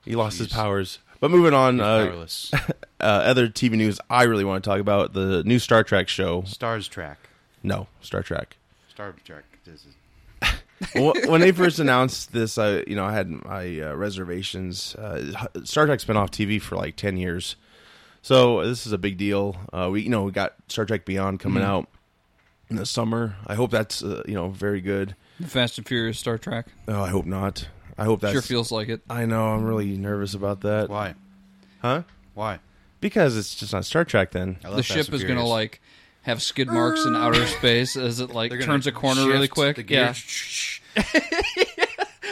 S1: he lost his powers. But moving on, uh,
S4: powerless.
S1: uh, other TV news I really want to talk about the new Star Trek show.
S4: Stars track.
S1: No, Star Trek.
S4: Star Trek. This is
S1: Wh- when they first announced this, I you know I had my uh, reservations. Uh, Star Trek's been off TV for like ten years, so this is a big deal. Uh, we you know we got Star Trek Beyond coming
S3: Mm-hmm.
S1: out in the summer. I hope that's uh, you know very good.
S3: The Fast and Furious Star Trek.
S1: Oh, I hope not. I hope that's.
S3: Sure feels like it.
S1: I know. I'm really nervous about that.
S4: why,
S1: Huh?
S4: why?
S1: Because it's just not Star Trek. Then
S4: I love
S3: The
S4: Fast
S3: ship
S4: and
S3: is going to
S4: Furious.
S3: like have skid marks in (laughs) outer space as it like
S4: They're gonna
S3: turns a corner
S4: shift
S3: really quick.
S4: the
S3: Yeah,
S4: gears.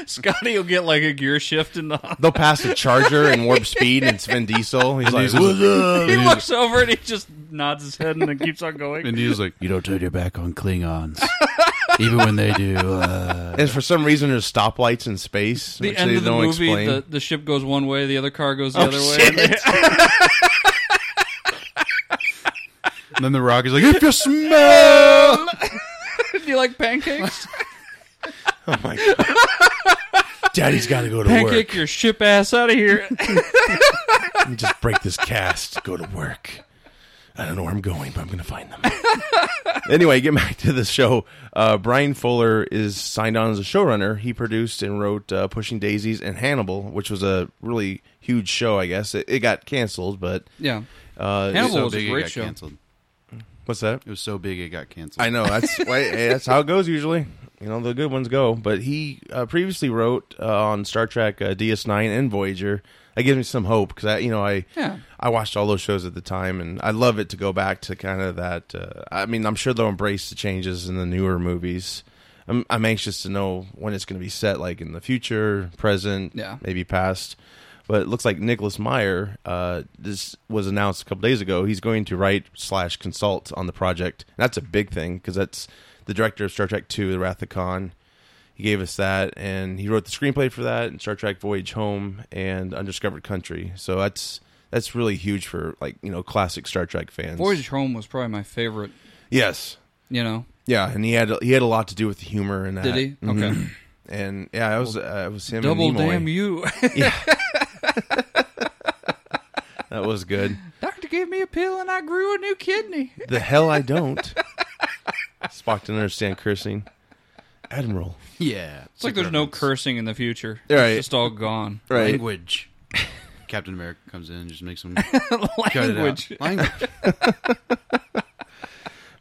S3: Scotty will get like a gear shift in the. (laughs)
S1: they'll pass a charger in warp speed, and it's Vin Diesel. He's like,
S4: he's-
S3: He looks over and he just nods his head and then keeps on (laughs) going.
S4: (laughs) And he's like, "You don't turn your back on Klingons, even when they do." Uh,
S1: and for some reason there's stoplights in space.
S3: the
S1: which
S3: end
S1: they
S3: of the
S1: don't
S3: movie,
S1: explain.
S3: the, the ship goes one way, the other car goes the other way.
S4: and then the Rock is like, "If you smell."
S3: Do (laughs) you like pancakes?
S1: Oh my god.
S2: Daddy's got to go to
S3: Pancake
S2: work.
S3: your ship ass out of here.
S2: Let me just break this cast. Go to (laughs) work. I don't know where I'm going, but I'm going to find them.
S1: (laughs) anyway, get back to the show. Uh, Brian Fuller is signed on as a showrunner. He produced and wrote uh, Pushing Daisies and Hannibal, which was a really huge show, I guess. It, it got canceled, but
S3: (laughs) yeah.
S1: uh,
S3: Hannibal
S4: So
S3: was a
S4: big it
S3: great
S4: got
S3: show.
S4: canceled.
S1: what's that?
S4: It was so big it got canceled.
S1: I know that's why, hey, that's how it goes usually. You know the good ones go, but he uh, previously wrote uh, on Star Trek, uh, DS9, and Voyager. That gives me some hope because I, you know, I
S3: Yeah.
S1: I watched all those shows at the time, and I love it to go back to kind of that. Uh, I mean, I'm sure they'll embrace the changes in the newer movies. I'm, I'm anxious to know when it's going to be set, like in the future, present,
S3: Yeah.
S1: maybe past. But it looks like Nicholas Meyer. Uh, this was announced a couple days ago. He's going to write slash consult on the project. And that's a big thing because that's the director of Star Trek Two: The Wrath of Khan. He gave us that, and he wrote the screenplay for that, and Star Trek Voyage Home, and Undiscovered Country. So that's that's really huge for like you know classic Star Trek fans.
S3: Voyage Home was probably my favorite.
S1: yes,
S3: You know,
S1: yeah, and he had he had a lot to do with the humor and that.
S3: did he?
S1: Mhm.
S3: Okay.
S1: And yeah, it was uh, it was him. and
S3: Double
S1: Nimoy.
S3: damn you. (laughs)
S1: That was good.
S3: Doctor gave me a pill and I grew a new kidney.
S1: The hell I
S3: (laughs)
S1: don't. Spock didn't understand cursing. Admiral.
S4: Yeah,
S3: It's like there's no cursing in the future.
S1: Right.
S3: It's just all
S1: (laughs)
S3: gone.
S4: language. (laughs) Captain America comes in and just makes them cut it out.
S3: Language.
S4: (laughs) Language.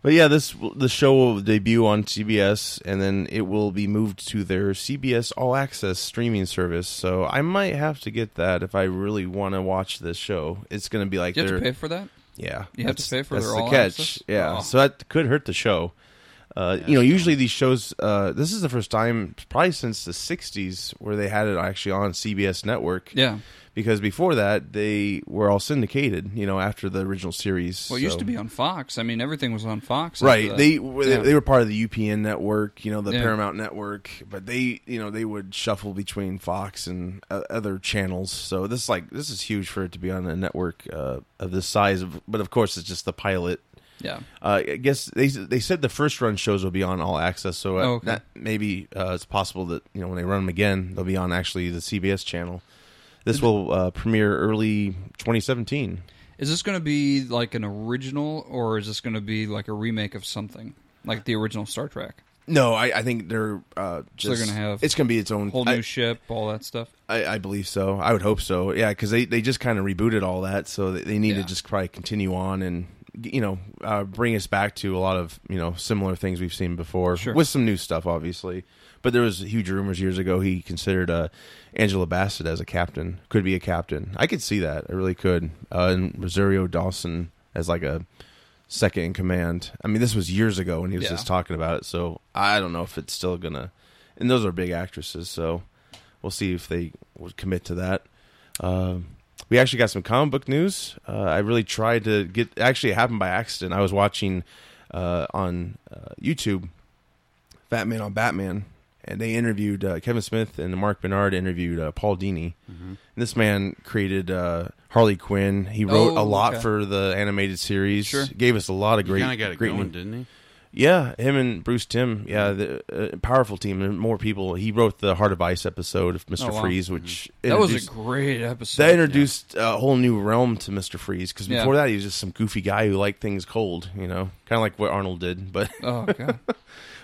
S1: But yeah, this the show will debut on CBS, and then it will be moved to their CBS All Access streaming service. So I might have to get that if I really want to watch this show. It's going to be like
S3: You have
S1: their
S3: to pay for that?
S1: yeah.
S3: you have to
S1: that's-
S3: pay for
S1: that's
S3: their
S1: the
S3: All
S1: catch.
S3: Access?
S1: Yeah,
S3: Oh.
S1: so that could hurt the show. Uh, you know, usually these shows. Uh, this is the first time, probably since the '60s, where they had it actually on CBS network.
S3: Yeah.
S1: Because before that, they were all syndicated. You know, after the original series.
S3: Well, it used
S1: so-
S3: to be on Fox. I mean, everything was on Fox. after
S1: right
S3: that.
S1: they were- they
S3: Yeah.
S1: they were part of the UPN network you know the
S3: Yeah.
S1: Paramount network but they you know they would shuffle between Fox and uh, other channels so this is like this is huge for it to be on a network uh, of this size of, but of course it's just the pilot
S3: Yeah.
S1: uh, I guess they they said the first run shows will be on all access so uh,
S3: Oh, okay.
S1: that- maybe uh, it's possible that you know when they run them again they'll be on actually the CBS channel this will uh, premiere early 2017
S3: Is this going to be like an original or is this going to be like a remake of something? Like the original Star Trek?
S1: no, I, I think they're uh,
S3: So they're
S1: just
S3: gonna have
S1: it's going to be its own
S3: Whole
S1: I-
S3: new ship, all that stuff?
S1: I, I believe so. I would hope so. Yeah, because they, they just kind of rebooted all that, so they, they need to
S3: Yeah.
S1: just probably continue on and you know uh, bring us back to a lot of you know similar things we've seen before
S3: Sure.
S1: with some new stuff, obviously. But there was huge rumors years ago he considered uh, Angela Bassett as a captain, could be a captain. I could see that. I really could. Uh, and Rosario Dawson as like a second in command. I mean, this was years ago when he was
S3: Yeah.
S1: just talking about it, so I don't know if it's still gonna. And those are big actresses, so we'll see if they would commit to that. Um, we actually got some comic book news. Uh, I really tried to get. Actually, it happened by accident. I was watching uh, on uh, YouTube Fat Man on Batman, and they interviewed uh, Kevin Smith and Mark Bernard interviewed uh, Paul Dini.
S3: Mm-hmm.
S1: And this man created uh, Harley Quinn. He wrote
S3: Oh,
S1: a lot
S3: okay.
S1: for the animated series.
S3: Sure.
S1: Gave us a lot of
S4: He
S1: great.
S4: kind of got it
S1: great
S4: going,
S1: new-
S4: didn't he?
S1: Yeah, him and Bruce Tim. Yeah, the uh, powerful team and more people. He wrote the Heart of Ice episode of Mister
S3: Oh, wow.
S1: Freeze, which
S3: That was a
S1: introduced-
S3: great episode.
S1: that introduced a whole new realm to Mister Freeze. Because
S3: Yeah.
S1: before that, he was just some goofy guy who liked things cold. You know, kind of like what Arnold did. But
S3: Oh god.
S1: (laughs)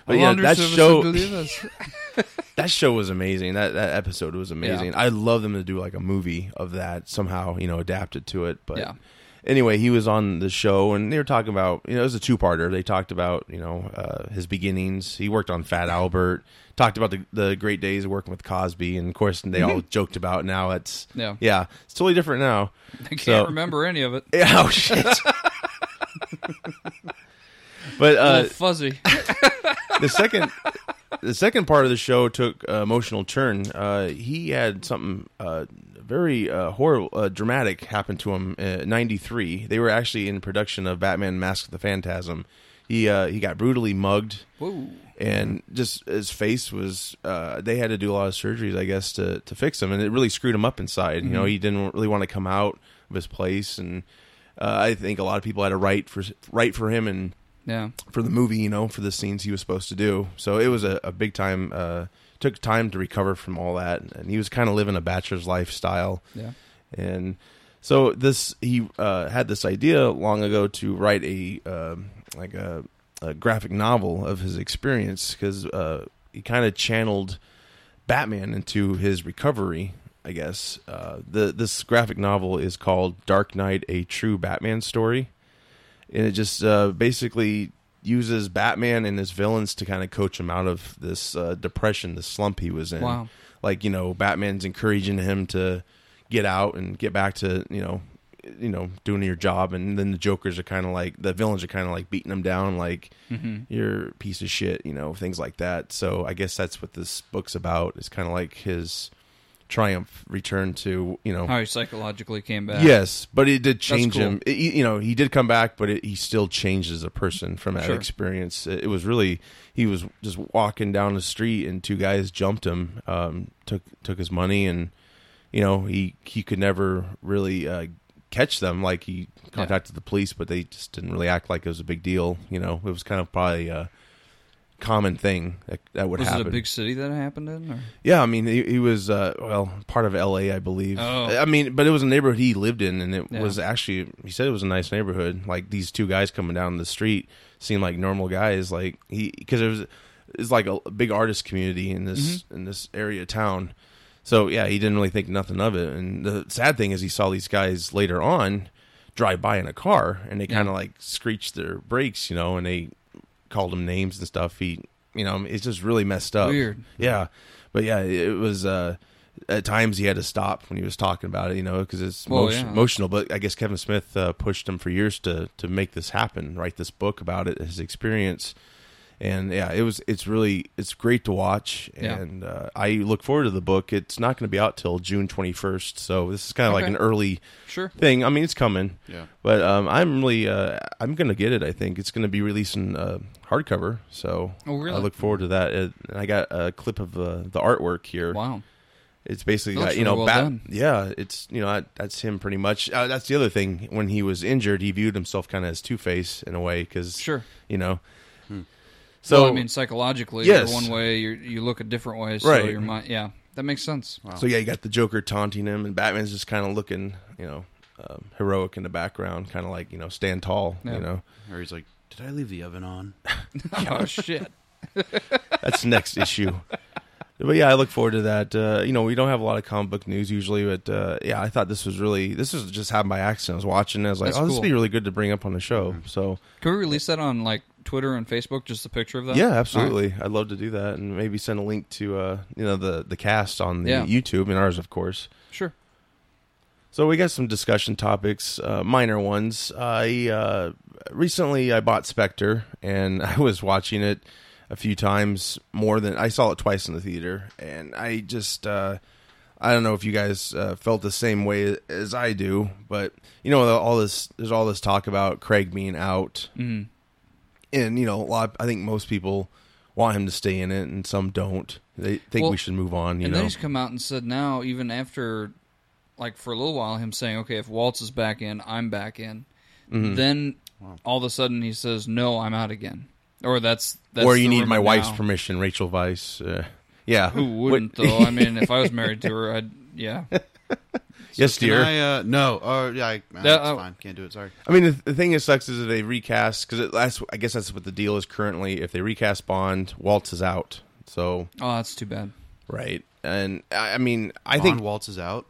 S1: But yeah,
S3: Laundry
S1: that
S3: service
S1: show-
S3: would do this. (laughs)
S1: that show was amazing. That that episode was amazing. I'd love them to do like a movie of that somehow. You know, adapted to it. But
S3: Yeah.
S1: anyway, he was on the show and they were talking about you know it was a two parter. They talked about you know uh, his beginnings. He worked on Fat Albert. Talked about the, the great days of working with Cosby, and of course they
S3: (laughs)
S1: all joked about now it's
S3: Yeah.
S1: yeah it's totally different now. (laughs)
S3: I can't
S1: So-
S3: remember any of it.
S1: Yeah, oh shit.
S3: (laughs)
S1: but
S3: A
S1: uh, (laughs)
S3: little fuzzy.
S1: the second the second part of the show took uh, emotional turn. Uh, he had something uh, very uh, horrible, uh, dramatic happen to him. Uh, Ninety three, they were actually in production of Batman: Mask of the Phantasm. He uh, he got brutally mugged,
S3: Whoa.
S1: and just his face was. Uh, they had to do a lot of surgeries, I guess, to to fix him, and it really screwed him up inside. You know, he didn't really want to come out of his place, and uh, I think a lot of people had a right for right for him and
S3: Yeah.
S1: for the movie, you know, for the scenes he was supposed to do. So it was a, a big time. Uh, took time to recover from all that, and he was kind of living a bachelor's lifestyle.
S3: Yeah.
S1: And so this, he uh, had this idea long ago to write a um like a, a graphic novel of his experience because uh, he kind of channeled Batman into his recovery. I guess uh, the this graphic novel is called Dark Knight: A True Batman Story, and it just uh, basically uses Batman and his villains to kind of coach him out of this uh, depression, this slump he was in
S3: Wow.
S1: like you know batman's encouraging him to get out and get back to you know you know doing your job and then the jokers are kind of like the villains are kind of like beating him down like you're a piece of shit you know things like that so i guess that's what this book's about it's kind of like his triumph return to you know
S3: How he psychologically came back.
S1: Yes, but it did change
S3: cool.
S1: him. It- he- you know, he did come back, but it, he still changed as a person from that
S3: Sure.
S1: experience. It, it was really he was just walking down the street and two guys jumped him, um, took took his money, and you know he he could never really uh, catch them. Like he contacted the police, but they just didn't really act like it was a big deal. You know, it was kind of probably a common thing that, that would
S3: Was
S1: happen.
S3: it a big city that it happened in? Or?
S1: Yeah, I mean, he, he was uh, well part of L.A., I believe.
S3: Oh.
S1: I mean, but it was a neighborhood he lived in, and it
S3: Yeah.
S1: was actually he said it was a nice neighborhood. Like these two guys coming down the street seemed like normal guys. Like he because it was it's like a, big artist community in this
S3: Mm-hmm.
S1: in this area of town. So yeah, he didn't really think nothing of it. And the sad thing is, he saw these guys later on drive by in a car, and they
S3: Yeah.
S1: kind of like screeched their brakes, you know, and they called him names and stuff. He, you know, it's just really messed up.
S3: Weird.
S1: Yeah, but yeah, it was. uh At times, he had to stop when he was talking about it, you know, because it's
S3: Well,
S1: moti-
S3: yeah.
S1: emotional. But I guess Kevin Smith uh, pushed him for years to to make this happen, write this book about it, his experience, and yeah, it was. It's really it's great to watch,
S3: Yeah.
S1: and uh, I look forward to the book. It's not going to be out till June twenty first, so this is kind of like
S3: Okay.
S1: an early
S3: Sure.
S1: thing. I mean, it's coming.
S4: Yeah.
S1: But um, I'm really, uh, I'm gonna get it. I think it's gonna be releasing uh, hardcover, so
S3: Oh, really?
S1: I look forward to that. It, and I got a clip of uh, the artwork here.
S3: Wow.
S1: It's basically
S3: That looks
S1: got, you know,
S3: really
S1: Bat-
S3: well done.
S1: yeah, it's you know that, that's him pretty much. Uh, that's the other thing. When he was injured, he viewed himself kind of as Two Face in a way because
S3: Sure.
S1: you know. So
S3: So I mean, psychologically,
S1: Yes.
S3: you're one way, you you look a different way. So
S1: Right.
S3: your mind, yeah, that makes sense.
S1: So yeah, you got the Joker taunting him, and Batman's just kind of looking, you know, um, heroic in the background, kind of like you know, stand tall.
S3: Yeah.
S1: You know,
S4: Or he's like, did I leave the oven on?
S3: (laughs) oh shit.
S1: that's next issue. But yeah, I look forward to that. Uh, you know, we don't have a lot of comic book news usually, but uh, yeah, I thought this was really this was just happened by accident. I was watching, and I was like,
S3: That's
S1: oh, this would be
S3: cool. Mm-hmm.
S1: really good to bring up on the show. So
S3: Can we release that on like Twitter and Facebook? Just a picture of that.
S1: yeah,
S3: Uh, All right.
S1: absolutely, I'd love to do that, and maybe send a link to uh, you know the the cast on the
S3: Yeah.
S1: YouTube and ours, of course.
S3: Sure.
S1: So we got some discussion topics, uh, minor ones. I uh, recently I bought Spectre, and (laughs) I was watching it a few times more than I saw it twice in the theater, and I just uh, I don't know if you guys uh, felt the same way as I do, but you know all this there's all this talk about Craig being out,
S3: Mm.
S1: and you know a lot. I think most people want him to stay in it, and some don't. They think
S3: Well,
S1: we should move on. You
S3: And
S1: know,
S3: then he's come out and said now, even after, like for a little while, him saying, "Okay, if Waltz is
S1: Mm-hmm.
S3: back in, I'm back in." Then all of a sudden he says, "No, I'm out again." Or that's, that's
S1: or you
S3: the
S1: need my
S3: rumor
S1: wife's
S3: now.
S1: permission, Rachel Vice. Uh, yeah.
S3: Who wouldn't
S1: What-
S3: though? I mean, if I was married to her,
S1: (laughs)
S3: I'd yeah.
S1: yes,
S4: Can
S1: dear.
S4: I, uh, no. Uh, yeah, I, nah,
S3: That-
S4: it's
S3: uh,
S4: fine. Can't do it. Sorry.
S1: I mean, the, the thing that sucks is that they recast because that's I guess that's what the deal is currently. If they recast Bond, Waltz is out. So
S3: Oh, that's too bad.
S1: right, and I, I mean, I
S4: Bond
S1: think
S4: Waltz is out.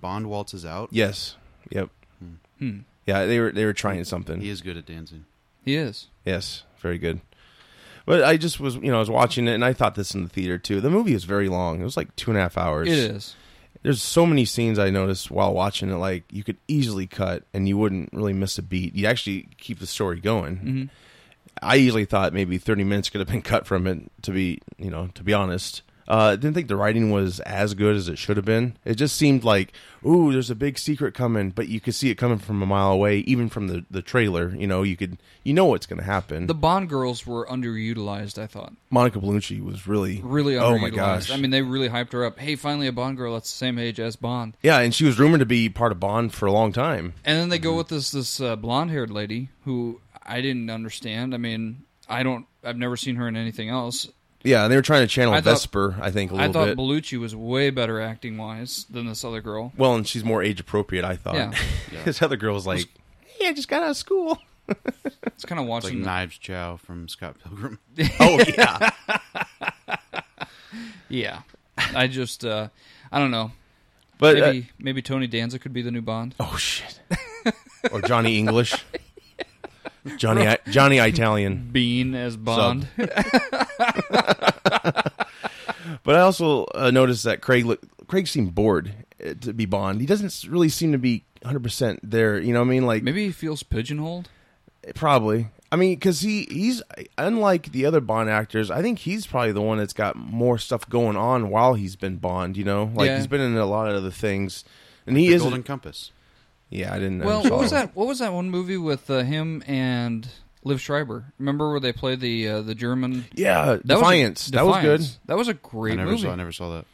S4: Bond Waltz is out.
S1: yes, yep,
S3: Hmm.
S1: yeah. They were they were trying something.
S4: He is good at dancing.
S3: He is.
S1: Yes, very good. But I just was, you know, I was watching it, and I thought this in the theater too. The movie is very long; it was like two and a half hours.
S3: It is.
S1: There's so many scenes I noticed while watching it, like you could easily cut, and you wouldn't really miss a beat. You'd actually keep the story going.
S3: Mm-hmm.
S1: I easily thought maybe 30 minutes could have been cut from it. To be, you know, to be honest, uh, I didn't think the writing was as good as it should have been. It just seemed like, ooh, there's a big secret coming, but you could see it coming from a mile away, even from the the trailer. You know, you could, you know, what's going to happen.
S3: The Bond girls were underutilized. I thought
S1: Monica Bellucci was really,
S3: really underutilized.
S1: oh my gosh,
S3: I mean, they really hyped her up. Hey, finally a Bond girl that's the same age as Bond.
S1: yeah, and she was rumored to be part of Bond for a long time.
S3: And then they
S1: Mm-hmm.
S3: go with this this uh, blonde haired lady who I didn't understand. I mean, I don't. I've never seen her in anything else.
S1: Yeah, and they were trying to channel
S3: I thought-
S1: Vesper, I think, a
S3: I
S1: little
S3: thought
S1: bit.
S3: Bellucci was way better acting wise than this
S1: (laughs)
S3: other girl.
S1: well, and she's more age appropriate, I thought. (laughs)
S3: Yeah.
S1: this other girl was like, "Hey, I just got out of school."
S3: It's kind of
S4: It's like
S3: watching. the-
S4: Knives Chow from Scott
S3: (laughs)
S4: Pilgrim.
S1: oh yeah,
S3: yeah, I just. uh I don't know.
S1: but uh,
S3: Maybe maybe Tony Danza could be the new Bond.
S1: oh
S3: (laughs)
S1: shit, or Johnny English, Johnny I- Johnny Italian.
S3: Bean as Bond. (laughs)
S1: But I also uh, noticed that Craig look, Craig seemed bored uh, to be Bond. He doesn't s- really seem to be 100 percent there. You know what I mean? Like
S3: Maybe he feels pigeonholed.
S1: Probably. I mean, because he, he's unlike the other Bond actors. I think he's probably the one that's got more stuff going on while he's been Bond. You know, like
S3: Yeah.
S1: he's been in a lot of other things, and he
S4: The
S1: is.
S4: Golden Compass.
S1: Yeah, I didn't. I
S3: Well,
S1: didn't
S3: what was
S1: follow.
S3: that? What was that one movie with uh, him and Liv Schreiber? Remember where they played the uh, the German?
S1: Yeah,
S3: That was a-
S1: Defiance. That was good.
S3: Defiance. That was a
S4: I
S3: great
S4: never
S3: movie.
S4: saw. I never saw that.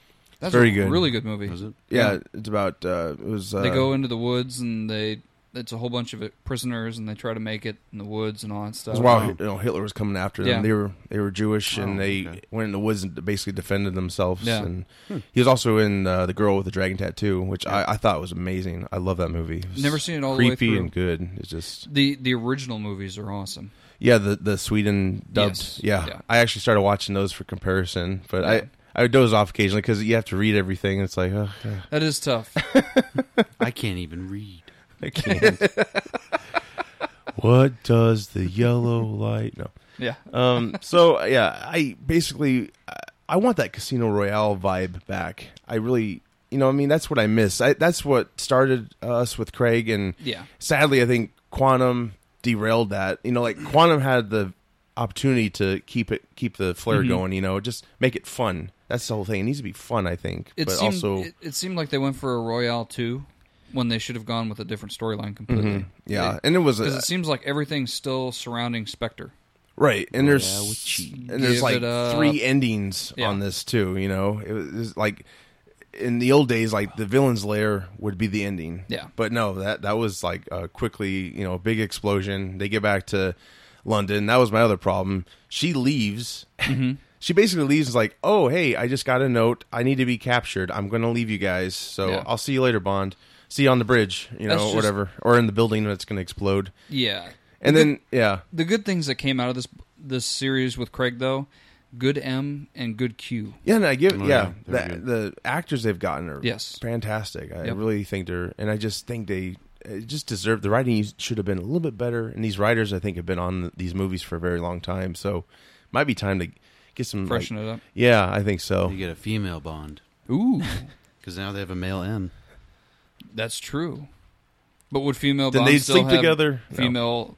S3: That's
S1: Very
S3: a
S1: good.
S3: Really good movie. (laughs)
S4: Was it?
S1: Yeah, it's about. Uh, it was. Uh,
S3: They go into the woods and they it's a whole bunch of prisoners and they try to make it in the woods and all that
S1: it
S3: stuff.
S1: was while you know, Hitler was coming after them.
S3: Oh. Yeah.
S1: They were they were Jewish
S4: Oh,
S1: and they
S4: okay. Hmm.
S1: went in the woods and basically defended themselves.
S3: Yeah.
S1: And he was also in uh, the Girl with the Dragon Tattoo, which I, I thought was amazing. I love that movie. It was
S3: Never seen it all the way
S1: creepy
S3: through.
S1: and good. It's just
S3: The the original movies are awesome.
S1: Yeah, the the Sweden dubbed.
S3: Yes.
S1: Yeah.
S3: Yeah.
S1: I actually started watching those for comparison, but
S3: Yeah.
S1: I I would doze off occasionally because you have to read everything. It's like ugh, ugh,
S3: That
S1: (laughs)
S3: is tough.
S4: I can't even read.
S1: I can't. what does the yellow light? No.
S3: yeah.
S1: Um. So yeah, I basically I- I want that Casino Royale vibe back. I really. You know, I mean, that's what I miss. I, that's what started us with Craig, and
S3: Yeah.
S1: sadly, I think Quantum derailed that. You know, like Quantum had the opportunity to keep it, keep the flair going. You know, just make it fun. That's the whole thing. It needs to be fun, I think.
S3: It
S1: but
S3: seemed
S1: also,
S3: it, it seemed like they went for a Royale 2 when they should have gone with a different storyline completely.
S1: Mm-hmm. yeah, and it was
S3: Because
S1: a,
S3: it seems like everything's still surrounding Spectre.
S1: right. And
S4: Yeah, we
S1: there's
S4: cheat.
S1: and there's
S3: Give
S1: like
S3: it up.
S1: three endings
S3: Yeah.
S1: on this too. You know, it was, it was like in the old days, like the villain's lair would be the ending.
S3: Yeah.
S1: but no, that that was like uh, quickly, you know, big explosion. They get back to London. That was my other problem. She leaves.
S3: Mm-hmm.
S1: (laughs) she basically leaves. Is like, oh hey, I just got a note. I need to be captured. I'm going to leave you guys. So
S3: Yeah.
S1: I'll see you later, Bond. See you on the bridge, you know,
S3: That's just-
S1: whatever, or in the building that's going to explode.
S3: Yeah.
S1: And then, yeah,
S3: The good things that came out of this this series with Craig though, good M and good Q.
S1: Yeah, and I give
S4: Oh,
S1: yeah,
S4: yeah, they're
S1: the, the actors they've gotten are
S3: Yes.
S1: fantastic. I
S3: Yep.
S1: really think they're, and I just think they uh, just deserve the writing should have been a little bit better. And these writers, I think, have been on th- these movies for a very long time, so might be time to get some like-
S3: Freshen it up.
S1: yeah, I think so.
S3: Oh.
S4: You get a female Bond
S3: Ooh,
S4: because now they have a male M.
S3: that's true. But would female
S1: Then
S3: Bond
S1: they
S3: still
S1: sleep
S3: have
S1: together. No.
S3: Female,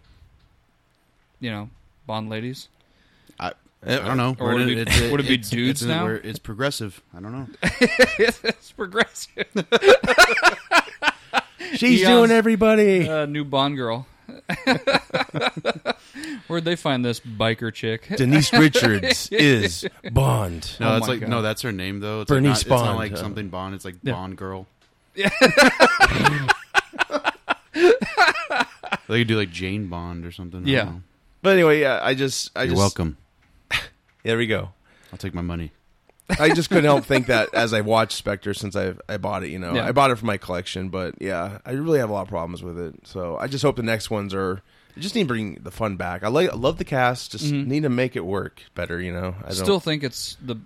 S3: you know, Bond ladies. (laughs)
S4: I, I don't know.
S3: Eh, Or would it be- would it be
S4: it's-
S3: dudes
S4: it's in-
S3: now?
S4: we're- It's progressive. I don't
S3: (laughs)
S4: know.
S3: It's progressive.
S1: She's
S3: Eons.
S1: doing everybody.
S3: Uh, new Bond girl. (laughs) Where'd they find this biker chick?
S1: Denise Richards is Bond.
S4: No,
S3: Oh
S4: it's
S3: my
S4: like
S3: God.
S4: no, that's her name though. It's
S1: Bernice
S4: like not, It's not
S1: Bond,
S4: like
S1: uh,
S4: something Bond. It's like
S3: Yeah.
S4: Bond girl. (laughs)
S3: Yeah. (laughs)
S4: they could do like Jane Bond or something. I don't
S3: Yeah.
S4: know.
S1: But anyway, yeah, I just, I
S4: You're
S1: just,
S3: (laughs)
S4: welcome.
S1: There we go.
S4: I'll take my money.
S1: I just couldn't help think that as I watched Spectre since I I bought it, you know.
S3: Yeah.
S1: I bought it for my collection, but yeah, I really have a lot of problems with it. So I just hope the next ones are I just need to bring the fun back. I like I love the cast, just need to make it work better, you know. I don't
S3: Mm-hmm. still think it's the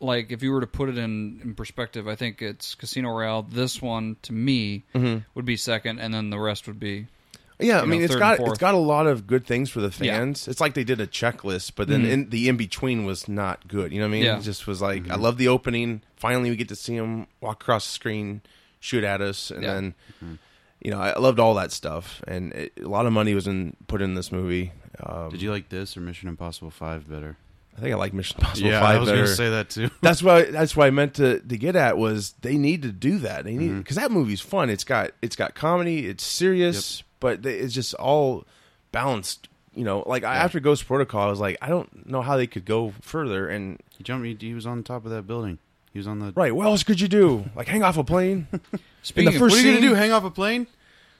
S3: like if you were to put it in in perspective, I think it's Casino Royale. This one to me
S1: Mm-hmm.
S3: would be second, and then the rest would be
S1: Yeah, I
S3: you
S1: mean
S3: know,
S1: it's
S3: third
S1: got
S3: and fourth.
S1: it's got a lot of good things for the
S3: Yeah. Mm-hmm.
S1: fans. It's like they did a checklist, but then in, the in between was not good. You know what I mean?
S3: Yeah. Mm-hmm.
S1: It just was like I love the opening. Finally, we get to see him walk across the screen, shoot at us, and
S3: Yeah.
S1: then you know I loved all that stuff. And it, a lot of money was in put in this movie. Um,
S4: Did you like this or Mission Impossible Five better?
S1: I think I like Mission Impossible
S4: yeah,
S1: Five
S4: I was
S1: better.
S4: gonna say that too.
S1: that's why that's what I meant to, to get at was they need to do that. They
S3: Mm-hmm.
S1: need because that movie's fun. It's got it's got comedy. It's serious, but they, it's just all balanced. You know, like I, after Ghost Protocol, I was like, I don't know how they could go further. And
S4: He jumped. He, he was on top of that building. He was on the
S1: right, what else could you
S3: (laughs)
S1: do? Like hang off a plane?
S3: speaking
S4: What
S1: first
S3: of
S4: are you gonna
S1: scene-
S4: do? Hang off a plane?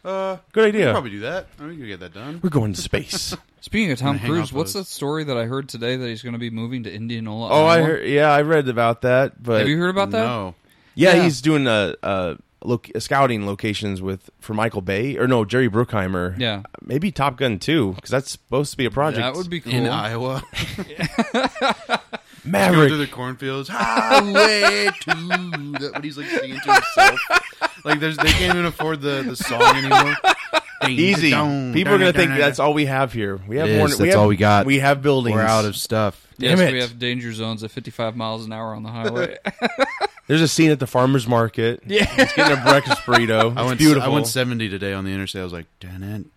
S4: Uh,
S1: Good
S4: we can
S1: idea.
S4: probably do that. I mean, we could get that done.
S1: We're going to space.
S3: (laughs) speaking of Tom
S4: hang
S3: Cruise,
S4: off
S3: what's that
S4: those.
S3: story that I heard today that he's going to be moving to Indianola?
S1: oh, I
S3: Iowa?
S1: heard. Yeah, I read about that. But
S3: Have you heard about that?
S4: No.
S1: yeah,
S3: yeah.
S1: he's doing a. a Look, scouting locations with for Michael Bay or no Jerry Bruckheimer.
S3: Yeah.
S1: maybe Top Gun 2, because that's supposed to be a project.
S3: That would be cool.
S4: In Iowa, (laughs) go
S1: Maverick.
S4: through the cornfields. Highway to that, what he's like singing to himself. Like there's, they can't even afford the, the song anymore.
S1: Easy. People are going to think that's all we have here. We have
S4: It
S1: more.
S4: is.
S1: we
S4: That's
S1: have,
S4: all we got.
S1: We have buildings.
S4: We're out of stuff.
S3: yes,
S1: Damn
S3: we
S1: it.
S3: have danger zones at 55 miles an hour on the highway.
S1: There's a scene at the farmer's market. Yeah, it's getting a breakfast burrito. It's
S4: I went
S1: beautiful.
S4: I went 70 today on the interstate. I was like, dun dun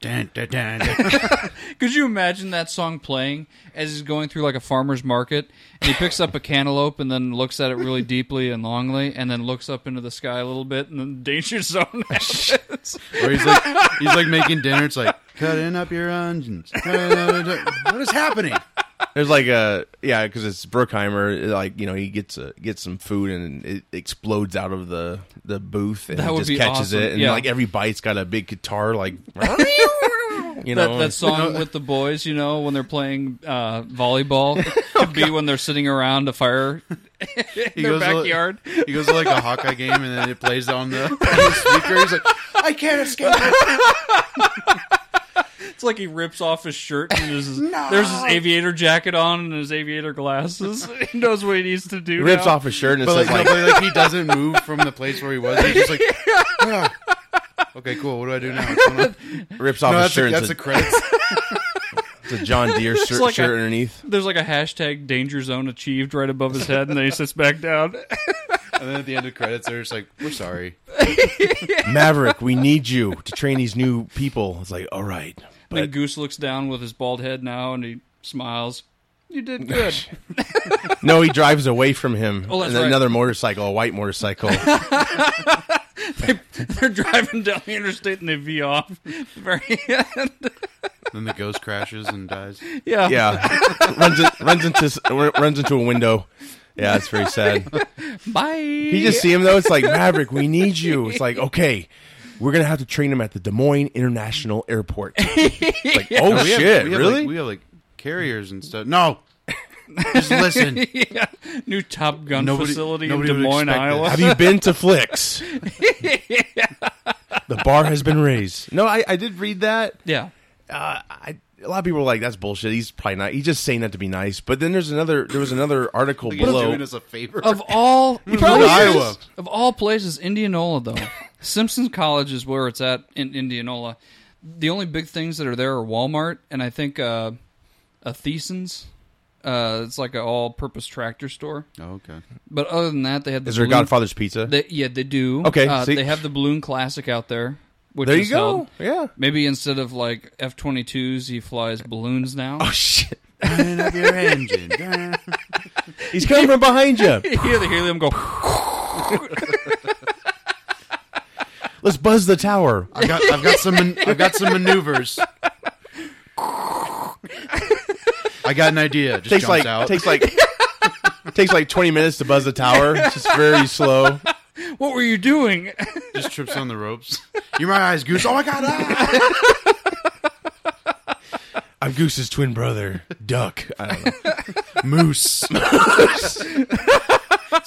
S4: dun dun dun. dun.
S3: Could you imagine that song playing as he's going through like a farmer's market and he picks up a cantaloupe and then looks at it really deeply and longly and then looks up into the sky a little bit and then danger zone happens.
S4: Or he's like, he's like making dinner. It's like cutting up your onions. cutting up your- What is happening?
S1: There's like a yeah, because it's Brookheimer. Like you know, he gets a, gets some food and it explodes out of the the booth and
S3: That
S1: he
S3: would
S1: just
S3: be
S1: catches
S3: awesome.
S1: it. And
S3: Yeah.
S1: like every bite's got a big guitar. Like you know,
S3: That, that song with the boys, you know, when they're playing uh, volleyball, could be when they're sitting around a fire
S4: He
S3: in their
S4: goes to-
S3: backyard.
S4: He goes to like a Hawkeye game and then it plays on the, on the speaker. He's like, I can't escape.
S3: It's like he rips off his shirt and there's his, there's his aviator jacket on and his aviator glasses. (laughs) he knows what he needs to do.
S1: he rips
S3: now.
S1: off his shirt and it
S4: But
S1: says
S4: like,
S1: like,
S4: no, but, like, he doesn't move from the place where he was. He's just like, "Ah, okay, cool. What do I do now? What's going on?"
S1: rips off
S4: No,
S1: his
S4: that's,
S1: shirt.
S4: a,
S1: and
S4: that's
S1: says,
S4: a credits.
S1: it's a John Deere shirt,
S3: like a-
S1: shirt underneath.
S3: There's like a hashtag danger zone achieved right above his head, and then he sits back down. (laughs)
S4: And then at the end of credits, they're just like, we're sorry.
S1: Maverick, we need you to train these new people. It's like, all right.
S3: then Goose looks down with his bald head now, and he smiles.
S4: (laughs)
S3: You did good. (laughs)
S1: No, he drives away from him.
S3: Oh, that's
S1: and
S3: right.
S1: another motorcycle, a white motorcycle.
S3: They're driving down the interstate and they v off. (laughs) Very end.
S4: Then the ghost crashes and dies.
S3: yeah,
S1: yeah, runs in, runs into s- runs into a window. Yeah, it's very sad.
S3: Bye.
S1: You just see him though. It's like Maverick, we need you. It's like okay, we're gonna have to train him at the Des Moines International Airport. It's like oh
S4: We have-
S1: shit,
S4: we have,
S1: really?
S4: Like, we have like carriers and stuff. No. Just listen.
S3: yeah. New Top Gun
S4: Nobody-
S3: facility
S4: nobody
S3: in Des
S4: would
S3: Moines,
S4: expect
S3: Iowa.
S1: have you been
S4: (laughs)
S1: to Flicks? the bar has been raised. No, I, I did read that.
S3: Yeah,
S1: uh, I, a lot of people were like, "That's bullshit." He's probably not. He's just saying that to be nice. But then there's another. There was another article
S4: He's
S1: below.
S4: doing us a favor.
S3: of
S1: (laughs)
S3: all
S4: gonna go to Iowa.
S3: of all places, Indianola though. (laughs) Simpson College is where it's at in Indianola. The only big things that are there are Walmart and I think uh, a Thiessens. Uh, it's like an all-purpose tractor store.
S4: Oh, okay.
S3: But other than that, they have the
S1: Is there
S3: balloon-
S1: Godfather's Pizza?
S3: They, yeah, they do.
S1: Okay,
S3: uh,
S1: see?
S3: they have the balloon classic out there. Which
S1: there
S3: is
S1: you go.
S3: held.
S1: Yeah.
S3: Maybe instead of like F twenty twos, he flies balloons now.
S1: Oh shit!
S4: Turn up your engine.
S1: (laughs) He's coming from behind you.
S3: (laughs) you hear the helium go.
S1: Let's buzz the tower.
S4: I've got, I've got some, man- I've got some maneuvers. I got an idea. Just
S1: Takes
S4: jumps
S1: like
S4: out.
S1: takes like (laughs) takes like 20 minutes to buzz the tower. It's just very slow.
S3: What were you doing? (laughs)
S4: just trips on the ropes. You're my eyes, goose. Oh my god! ah!
S1: I'm Goose's twin brother, Duck. I don't know. (laughs)
S4: Moose. so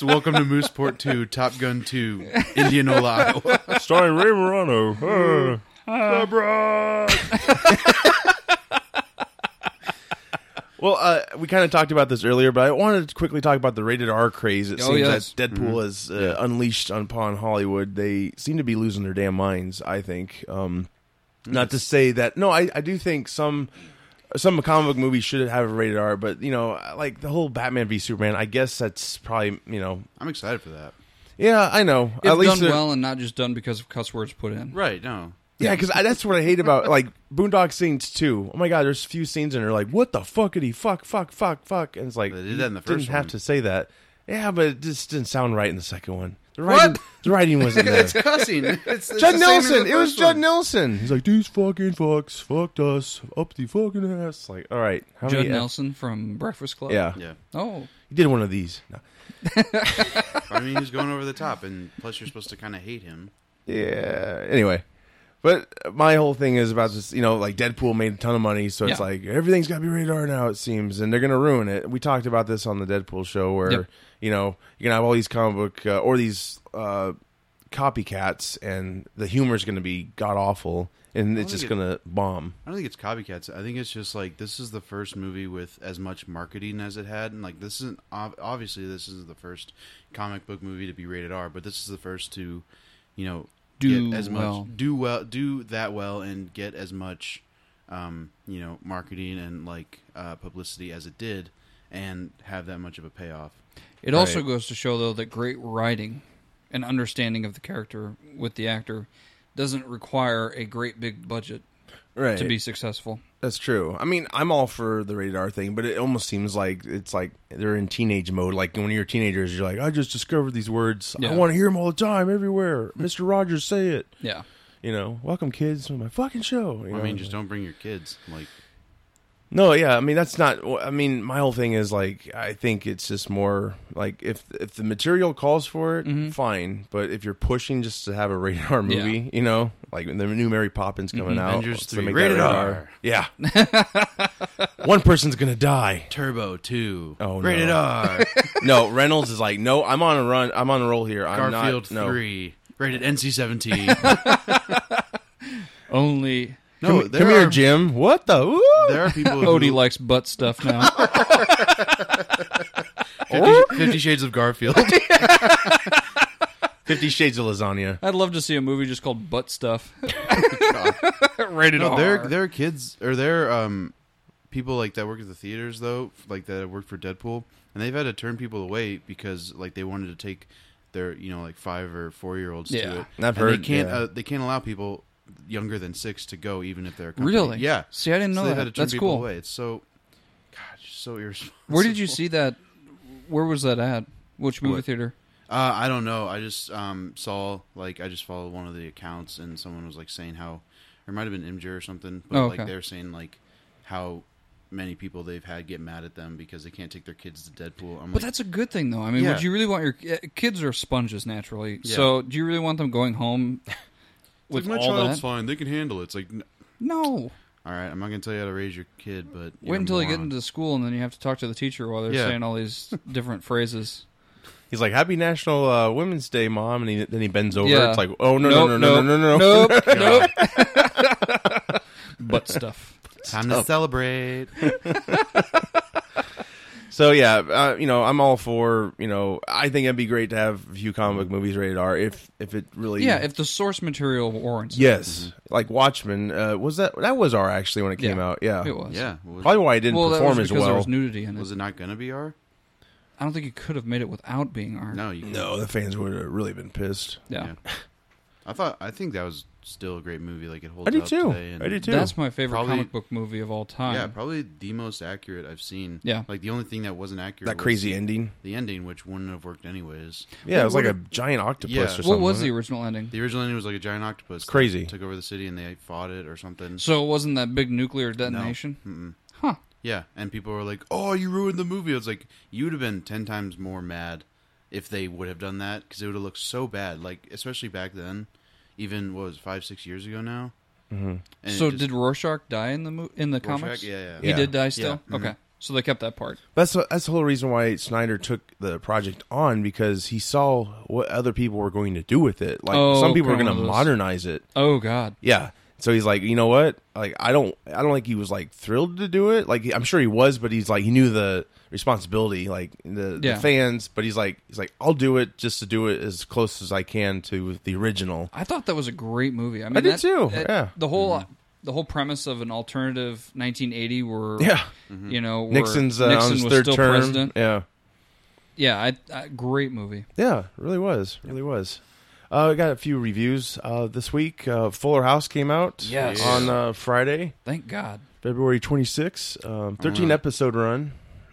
S4: welcome to Mooseport 2, Top Gun 2, Indianola, Iowa.
S1: Starring Ray Morano. (laughs) Huh. well, uh, we kind of talked about this earlier, but I wanted to quickly talk about the rated R craze. It
S3: Oh,
S1: seems
S3: yes.
S1: that Deadpool is uh, unleashed upon Hollywood. They seem to be losing their damn minds. I think. Um, Not to say that no, I, I do think some some comic book movies should have a rated R, but you know, like the whole Batman v Superman. I guess that's probably you know,
S4: I'm excited for that.
S1: yeah, I know.
S3: If
S1: At least
S3: done
S1: they're-
S3: well and not just done because of cuss words put in.
S4: Right, no.
S1: Yeah, because that's what I hate about like Boondock scenes too. Oh my god, there's a few scenes in there like what the fuckity fuck fuck fuck fuck, and it's like
S4: They did that in the
S1: you
S4: first
S1: didn't have
S4: one.
S1: to say that. Yeah, but it just didn't sound right in the second one. The
S3: What?
S1: writing, the writing
S4: (laughs)
S1: wasn't there.
S4: It's cussing. It's, it's
S1: Judd
S4: the same as the
S1: Nelson. It was
S4: first
S1: Judd
S4: one.
S1: Nelson. He's like these fucking fucks fucked us up the fucking ass. Like all right, how
S3: Judd
S1: many-
S3: Nelson from Breakfast Club.
S1: Yeah,
S4: Oh, Yeah.
S3: Oh,
S1: he did one of these. No.
S4: I mean, he's going over the top, and plus you're supposed to kind of hate him.
S1: Yeah. Anyway, but my whole thing is about this. You know, like Deadpool made a ton of money, so it's
S3: Yeah.
S1: like everything's got to be radar now. It seems, and they're gonna ruin it. We talked about this on the Deadpool show, where
S3: Yep.
S1: you know you're gonna have all these comic book uh, or these uh, copycats, and the humor's gonna be god awful, and it's
S3: Oh,
S4: think
S1: just
S4: it-
S1: gonna bomb.
S4: I don't think it's copycats. I think it's just like this is the first movie with as much marketing as it had, and like this isn't ob- obviously this is the first comic book movie to be rated R, but this is the first to, you know,
S3: Do
S4: get as
S3: well.
S4: much do well do that well and get as much, um, you know, marketing and like uh, publicity as it did, and have that much of a payoff.
S3: it also
S1: Right.
S3: goes to show though that great writing and understanding of the character with the actor doesn't require a great big budget
S1: Right.
S3: to be successful.
S1: That's true. I mean, I'm all for the radar thing, but it almost seems like it's like they're in teenage mode. Like when you're teenagers, you're like, I just discovered these words.
S3: Yeah.
S1: I want to hear them all the time, everywhere. Mister Rogers, say it.
S3: Yeah.
S1: You know, welcome kids to my fucking show. You
S4: I
S1: know?
S4: mean, just don't bring your kids. Like,
S1: No, yeah. I mean, that's not. I mean, my whole thing is like, I think it's just more like if if the material calls for it, fine. But if you're pushing just to have a radar movie, you know, like the new Mary Poppins coming out,
S4: Avengers
S1: let's
S4: 3,
S1: make that
S4: rated
S1: radar.
S4: R.
S1: Yeah, one person's gonna die.
S4: Turbo Two,
S1: Oh, no.
S4: rated R.
S1: No, Reynolds is like, no, I'm on a run. I'm on a roll here. (laughs) I'm
S4: Garfield
S1: not. No.
S4: Three, rated NC
S1: (laughs)
S4: seventeen.
S3: Only
S4: No,
S1: Oh, come
S4: there
S1: come here,
S4: are-
S1: Jim. What the? Woo!
S4: There are people (laughs) who
S3: Odie likes butt stuff now. (laughs)
S4: Fifty, Fifty Shades of (laughs) Garfield.
S1: Fifty Shades of Lasagna.
S3: I'd love to see a movie just called Butt
S4: (laughs)
S3: Stuff. Rated
S4: no,
S3: R.
S4: there, there are kids or there are um, people like that work at the theaters though, like that work for Deadpool, and they've had to turn people away because like they wanted to take their you know like five or four year olds
S3: Yeah.
S4: to it.
S1: I've
S4: And
S1: heard,
S4: they can't
S1: yeah.
S4: uh, they can't allow people younger than six to go even if they're a company.
S3: really?
S4: yeah.
S3: See, I didn't
S4: So
S3: know
S4: they've had to
S3: that.
S4: turn
S3: That's
S4: people
S3: cool.
S4: away. It's so, gosh, so irresponsible.
S3: Where did you see that? Where was that at? Which movie
S4: What?
S3: theater?
S4: Uh, I don't know. I just um, saw like I just followed one of the accounts and someone was like saying how, or it might have been Imgur or something, but
S3: Oh,
S4: like
S3: okay.
S4: they're saying like how many people they've had get mad at them because they can't take their kids to Deadpool. I'm
S3: But
S4: like,
S3: that's a good thing, though. I mean,
S4: Yeah.
S3: would you really want your eh, kids are sponges naturally?
S4: Yeah.
S3: So, do you really want them going
S1: (laughs)
S3: home with all that?
S4: fine. They can handle it. It's like, n-
S3: No.
S4: all right, I'm not gonna tell you how to raise your kid, but you're
S3: Wait
S4: a
S3: until they get
S4: moron.
S3: into school, and then you have to talk to the teacher while they're
S4: Yeah.
S3: saying
S1: (laughs)
S3: all these different phrases.
S1: He's like, "Happy National uh, Women's Day, Mom," and he, then he bends over.
S3: Yeah.
S1: It's like, "Oh no,
S3: nope,
S1: no, no, no, no, no, no!"
S3: nope,
S1: (laughs)
S3: nope, Butt stuff.
S4: time to
S3: (laughs)
S4: celebrate.
S1: So yeah, uh, you know, I'm all for. You know, I think it'd be great to have a few comic book movies rated R if if it really.
S3: Yeah, if the source material warrants. it.
S1: yes, like Watchmen uh, was that that was R actually when it came
S3: Yeah.
S1: out. Yeah,
S3: it was.
S4: yeah, was,
S1: Probably why it didn't
S3: Well, that was
S1: perform
S3: because
S1: as well.
S3: there was nudity in it.
S4: was it not gonna be R?
S3: I don't think you could have made it without being R.
S4: No, you
S1: no, the fans would have really been pissed.
S3: Yeah.
S4: Yeah. I thought I think that was still a great movie. Like it holds.
S1: I do
S4: up
S1: too.
S4: Today and
S1: I do too.
S3: That's my favorite
S4: Probably-
S3: comic book movie of all time.
S4: Yeah, probably the most accurate I've seen.
S3: Yeah.
S4: like the only thing that wasn't accurate
S1: That
S4: was
S1: crazy ending.
S4: the ending, which wouldn't have worked anyways.
S1: Yeah, it was
S3: what
S1: like a giant octopus
S4: Yeah.
S1: or something.
S3: what was the
S1: wasn't it?
S3: original ending?
S4: The original ending was like a giant octopus. that
S1: Crazy.
S4: took over the city and they fought it or something.
S3: So it wasn't that big nuclear
S4: No.
S3: detonation?
S4: Mm-mm.
S3: Huh.
S4: Yeah, and people were like, "Oh, you ruined the movie." I was like, "You would have been ten times more mad if they would have done that because it would have looked so bad." Like especially back then, even what was it, five six years ago now.
S1: Mm-hmm.
S4: And it
S3: so
S4: just-
S3: did Rorschach die in the mo- in the
S4: Rorschach?
S3: comics?
S4: Yeah, yeah. Mm-hmm.
S3: He
S1: Yeah.
S3: did die still.
S4: Yeah.
S3: Okay, so they kept that part.
S1: That's that's the whole reason why Snyder took the project on because he saw what other people were going to do with it. Like
S3: Oh,
S1: some people were
S3: kinda
S1: going to
S3: one of those.
S1: modernize it.
S3: Oh God,
S1: Yeah. So he's like, you know what? Like, I don't, I don't think he was like thrilled to do it. Like, I'm sure he was, but he's like, he knew the responsibility, like the,
S3: Yeah.
S1: the fans. But he's like, he's like, I'll do it just to do it as close as I can to the original.
S3: I thought that was a great movie. I mean,
S1: did
S3: that-
S1: too,
S3: that-
S1: yeah.
S3: the whole
S4: Mm-hmm.
S3: the whole premise of an alternative 1980 where
S1: Yeah,
S3: you know where
S1: Nixon's uh,
S3: Nixon
S1: on his
S3: was
S1: third
S3: still
S1: term.
S3: president.
S1: Yeah,
S3: Yeah, I, I, great movie.
S1: yeah, really was, really was. Uh, I got a few reviews uh, this week. Uh, Fuller House came out
S3: Yes.
S1: on uh, Friday.
S3: Thank God.
S1: February 26th, um, 13 episode run.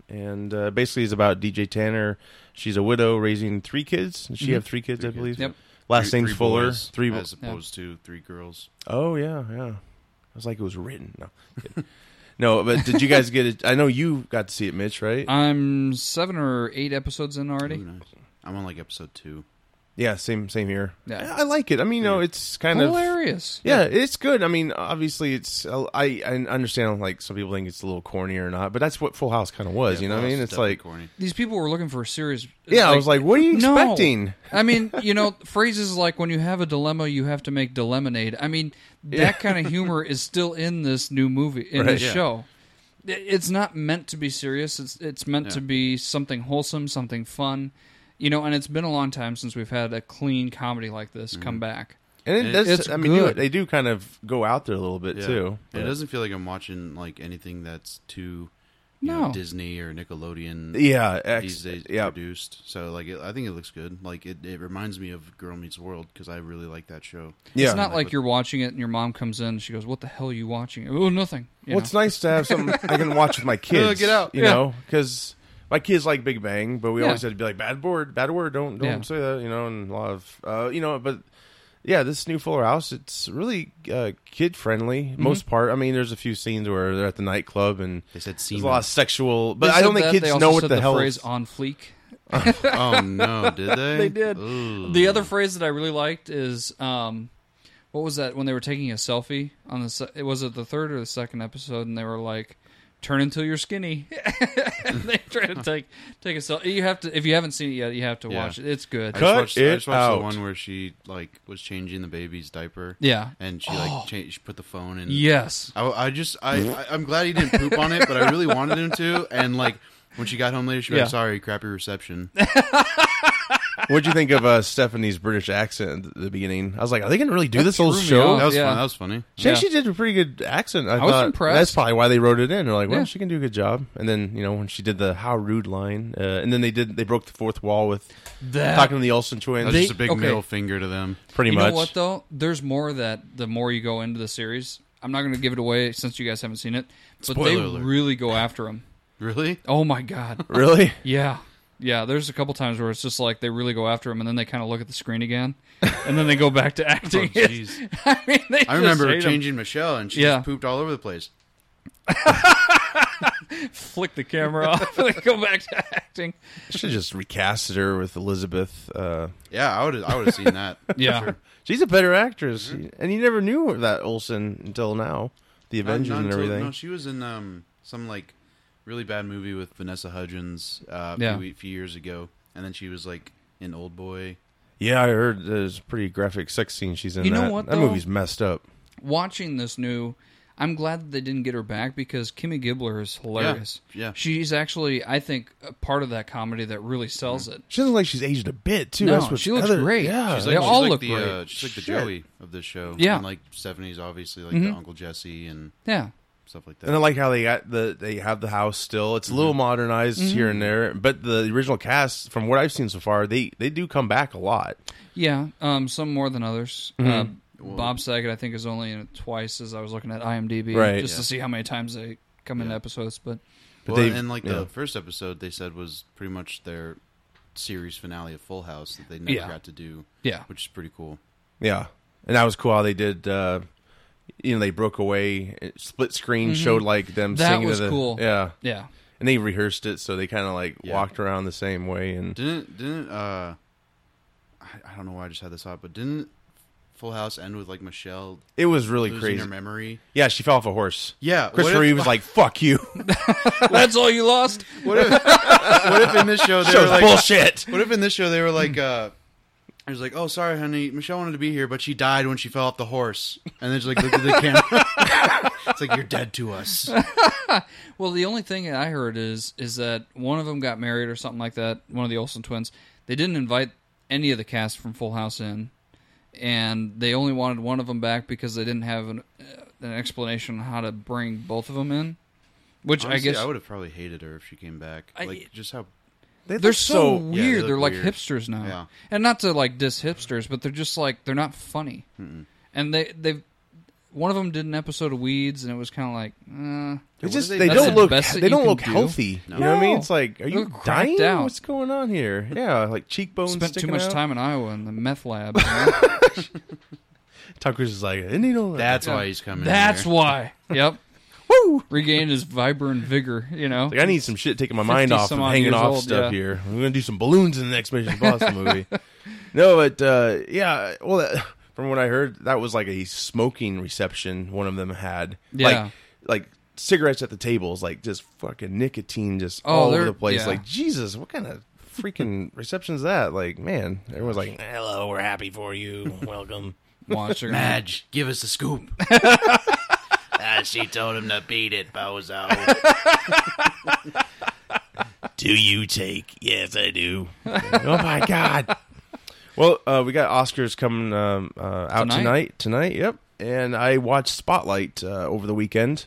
S1: And uh, basically, it's about DJ Tanner. She's a widow raising three kids. Does she have three kids, I
S4: kids,
S1: believe?
S3: Yep.
S1: Last
S4: Three-
S1: name's
S4: three
S1: Fuller.
S4: boys
S1: three.
S4: as
S1: Bo-
S4: opposed to three girls.
S1: oh, yeah, yeah. I was like, it was written. No. kidding. no, but did you guys get it? I know you got to see it, Mitch, right?
S3: Uh, I'm seven or eight episodes in
S4: Ooh,
S3: already.
S4: nice. I'm on like episode two.
S1: yeah, same same here.
S3: Yeah.
S1: I, I like it. I mean, you know, it's kind of.
S3: Hilarious.
S1: Yeah, it's good. I mean, obviously, it's I, I understand like some people think it's a little corny or not, but that's what Full House kind of was.
S4: Yeah,
S1: you know
S4: Full
S1: what
S4: House
S1: I mean?
S4: is
S1: It's
S4: definitely
S1: like,
S4: corny.
S3: These people were looking for a serious.
S1: yeah, I was like, what are you
S3: No.
S1: expecting?
S3: I mean, you know, phrases like when you have a dilemma, you have to make dilemonade. I mean, that kind of humor is still in this new movie, in
S1: Right.
S3: this
S4: Yeah.
S3: show. I- It's not meant to be serious. It's it's meant to
S4: Yeah.
S3: be something wholesome, something fun, you know. And it's been a long time since we've had a clean comedy like this
S1: Mm-hmm.
S3: come back.
S1: And it
S4: And
S1: does.
S3: it's
S1: I mean, do
S3: good.
S1: it- they do kind of go out there a little bit
S4: Yeah.
S1: too.
S4: It
S1: but-
S4: doesn't feel like I'm watching like anything that's too you know,
S3: No.
S4: Disney or Nickelodeon
S1: Yeah.
S4: these
S1: Ex-
S4: days
S1: E yeah.
S4: produced. So like, it, I think it looks good. Like it, it reminds me of Girl Meets World because I really like that show.
S1: Yeah.
S3: It's not like you're watching it and your mom comes in and she goes, "What the hell are you watching?" Oh, nothing. You
S1: well, it's nice to have something I can watch
S3: (laughs)
S1: with my kids.
S4: get out.
S1: You
S3: Yeah.
S1: know, because my kids like Big Bang, but we
S3: Yeah.
S1: always had to be like bad word, bad word. Don't don't
S3: Yeah.
S1: say that. You know, and a lot of uh, you know, but. Yeah, this new Fuller House, it's really uh, kid friendly
S3: Mm-hmm.
S1: most part. I mean, there's a few scenes where they're at the nightclub and
S4: They said
S1: there's
S4: semen.
S1: a lot of sexual, but
S3: They
S1: I
S3: said
S1: don't think
S3: that. They
S1: kids
S3: also
S1: know what
S3: said
S1: the, hell.
S3: phrase "on fleek."
S4: oh
S1: (laughs)
S4: no, did they?
S3: They did.
S4: Ooh.
S3: The other phrase that I really liked is, um, what was that when they were taking a selfie on the? se- It was it the third or the second episode, and they were like, "Turn until you're skinny." (laughs) and they try to take take a selfie. You have to if you haven't seen it yet, you have to
S4: Yeah.
S3: watch it. It's good.
S4: I
S1: Cut
S4: just watched, I
S1: it
S4: just watched
S1: out.
S4: the one where she like was changing the baby's diaper.
S3: yeah.
S4: and she
S1: Oh.
S4: like changed, she put the phone in.
S3: Yes.
S4: I, I just I, I I'm glad he didn't poop on it, but I really wanted him to. And like when she got home later, she was
S3: Yeah.
S4: like, "Sorry, crappy
S1: (laughs)
S4: reception."
S1: What'd you think of uh, Stephanie's British accent at the beginning? I was like, are they going to really do this whole
S3: threw me
S1: show?
S3: off.
S4: That was
S3: yeah.
S4: fun. That was funny.
S1: She
S3: Yeah.
S1: actually did a pretty good accent. I,
S3: I was
S1: thought.
S3: impressed.
S1: That's probably why they wrote it in. They're like, well,
S3: Yeah.
S1: she can do a good job. And then you know when she did the how rude line, uh, and then they did they broke the fourth wall with
S3: That-
S1: talking to the Olsen
S4: That
S1: twins.
S4: was
S3: They-
S4: just a big
S3: okay.
S4: middle finger to them.
S1: pretty
S3: you
S1: much.
S3: know what though? There's more that the more you go into the series. I'm not going to give it away since you guys haven't seen it, but they
S4: Spoiler alert.
S3: really go after him.
S4: Really?
S3: Oh my god.
S1: (laughs) (laughs) Really?
S3: Yeah. Yeah, there's a couple times where it's just like they really go after him, and then they kind of look at the screen again, and then they go back to (laughs)
S4: Oh,
S3: acting.
S4: jeez.
S3: I mean, they
S4: I
S3: just
S4: remember
S3: hate him.
S4: changing Michelle, and she
S3: Yeah.
S4: just pooped all over the place.
S3: flick the camera off, (laughs) and they go back to acting.
S1: I should just recasted her with Elizabeth. Uh,
S4: Yeah, I would I would have seen that.
S3: (laughs) Yeah,
S1: she's a better actress, and you never knew that Olsen until now. The
S4: Not-
S1: Avengers
S4: not
S1: and
S4: until-
S1: everything.
S4: No, she was in um some like really bad movie with Vanessa Hudgens uh,
S3: Yeah.
S4: a few, few years ago, and then she was like in Old Boy.
S1: yeah, I heard there's a pretty graphic sex scene she's in.
S3: You know
S1: that.
S3: what,
S1: That
S3: though?
S1: movie's messed up.
S3: watching this new, I'm glad that they didn't get her back because Kimmy Gibbler is hilarious.
S4: yeah.
S3: she's actually, I think, a part of that comedy that really sells
S4: Mm-hmm.
S3: it.
S1: She doesn't like she's aged a bit too.
S3: No,
S1: That's what
S3: she looks
S1: other-
S3: great.
S1: Yeah,
S4: She's
S3: She's They
S4: like, she's
S3: all
S4: like
S3: look
S4: the,
S3: great.
S4: Uh, she's like the
S1: Shit.
S4: Joey of this show.
S3: Yeah. Mm-hmm.
S4: and, like Stephanie's obviously like the Uncle Jesse and
S3: Yeah,
S4: stuff like
S1: And uh, I
S4: that.
S1: like how they got the they have the house still. It's a little modernized here and there, but the original cast, from what I've seen so far, they they do come back a lot.
S3: yeah, um, some more than others. Uh, Bob Saget, I think, is only in it twice as I was looking at IMDb,
S1: Right.
S3: just to
S4: Yeah.
S3: see how many times they come in episodes, but.
S1: But
S4: well,
S1: they-
S4: and like
S1: yeah.
S4: the first episode they said was pretty much their series finale of Full House that they never
S3: Yeah.
S4: got to do.
S3: Yeah.
S4: which is pretty cool.
S1: Yeah, and that was cool how they did. Uh, you know, they broke away, it- split screen showed like them
S3: That
S1: singing. to
S3: was
S1: the-
S3: cool.
S1: Yeah,
S3: Yeah.
S1: and they rehearsed it, so they kind of like
S4: Yeah.
S1: walked around the same way. And
S4: Didn't didn't uh, I, I don't know why I just had this thought, but didn't Full House end with like Michelle
S1: It was really
S4: losing
S1: crazy.
S4: her memory?
S1: Yeah, she fell off a horse.
S4: Yeah, what
S1: Christopher
S4: if-
S1: Reeve was like, "Fuck you."
S3: That's all you lost.
S4: What if, what if in this show they were
S1: Show's
S4: like,
S1: bullshit.
S4: what if in this show they were like, uh, I was like, oh sorry, honey, Michelle wanted to be here, but she died when she fell off the horse, and then she like looked at the camera. it's like you're dead to us.
S3: Well, the only thing I heard is is that one of them got married or something like that. One of the Olsen twins. They didn't invite any of the cast from Full House in, and they only wanted one of them back because they didn't have an uh, an explanation on how to bring both of them in. Which
S4: Honestly,
S3: I guess
S4: would have probably hated her if she came back.
S3: I-
S4: like just how
S1: They
S3: they're
S1: look
S3: so,
S4: yeah, they
S3: weird.
S4: look
S3: they are like
S4: weird.
S3: hipsters now,
S4: Yeah.
S3: and not to like diss hipsters, but they're just like they're not funny. And they they one of them did an episode of Weeds, and it was kind of like. Uh,
S1: They
S4: What
S1: just
S4: do they do?
S1: they,
S3: That's
S1: don't
S3: the
S1: look
S3: best that
S1: they
S3: you
S1: don't
S3: can
S1: look
S3: do.
S1: healthy. You know what I
S3: No.
S1: mean? It's like, are
S3: They're
S1: you
S3: cracked
S1: dying?
S3: out.
S1: What's going on here? Yeah, like cheekbones.
S3: spent too
S1: sticking
S3: much
S1: out.
S3: time in Iowa in the meth lab. you
S1: (laughs)
S3: know?
S1: Tucker's is like, and you know,
S4: that's
S3: Yeah.
S4: why he's coming. in
S3: That's
S4: here.
S3: why. Yep. Woo! Regained his vibrant vigor, you know.
S1: like I need some shit taking my mind
S3: 50
S1: off
S3: some
S1: and
S3: odd
S1: hanging
S3: years
S1: off
S3: old,
S1: stuff
S3: yeah.
S1: here. We're gonna do some balloons in the next Mission Impossible
S3: (laughs)
S1: movie. No, but uh, yeah, well, that, (laughs) from what I heard, that was like a smoking reception one of them had.
S3: Yeah.
S1: Like, like cigarettes at the tables, like just fucking nicotine, just
S3: Oh,
S1: all over
S3: they're-
S1: the place.
S3: yeah.
S1: Like Jesus, what kind of freaking reception is that? Like, man, everyone's like, "Hello, we're happy for you, welcome."
S3: Watch her.
S4: Madge, give us the scoop. ah, she told him to beat it, bozo.
S1: Do you take? Yes, I do. (laughs) oh my god. Well, uh, we got Oscars coming um, uh, out tonight.
S3: Tonight?
S1: tonight. yep. And I watched Spotlight uh, over the weekend.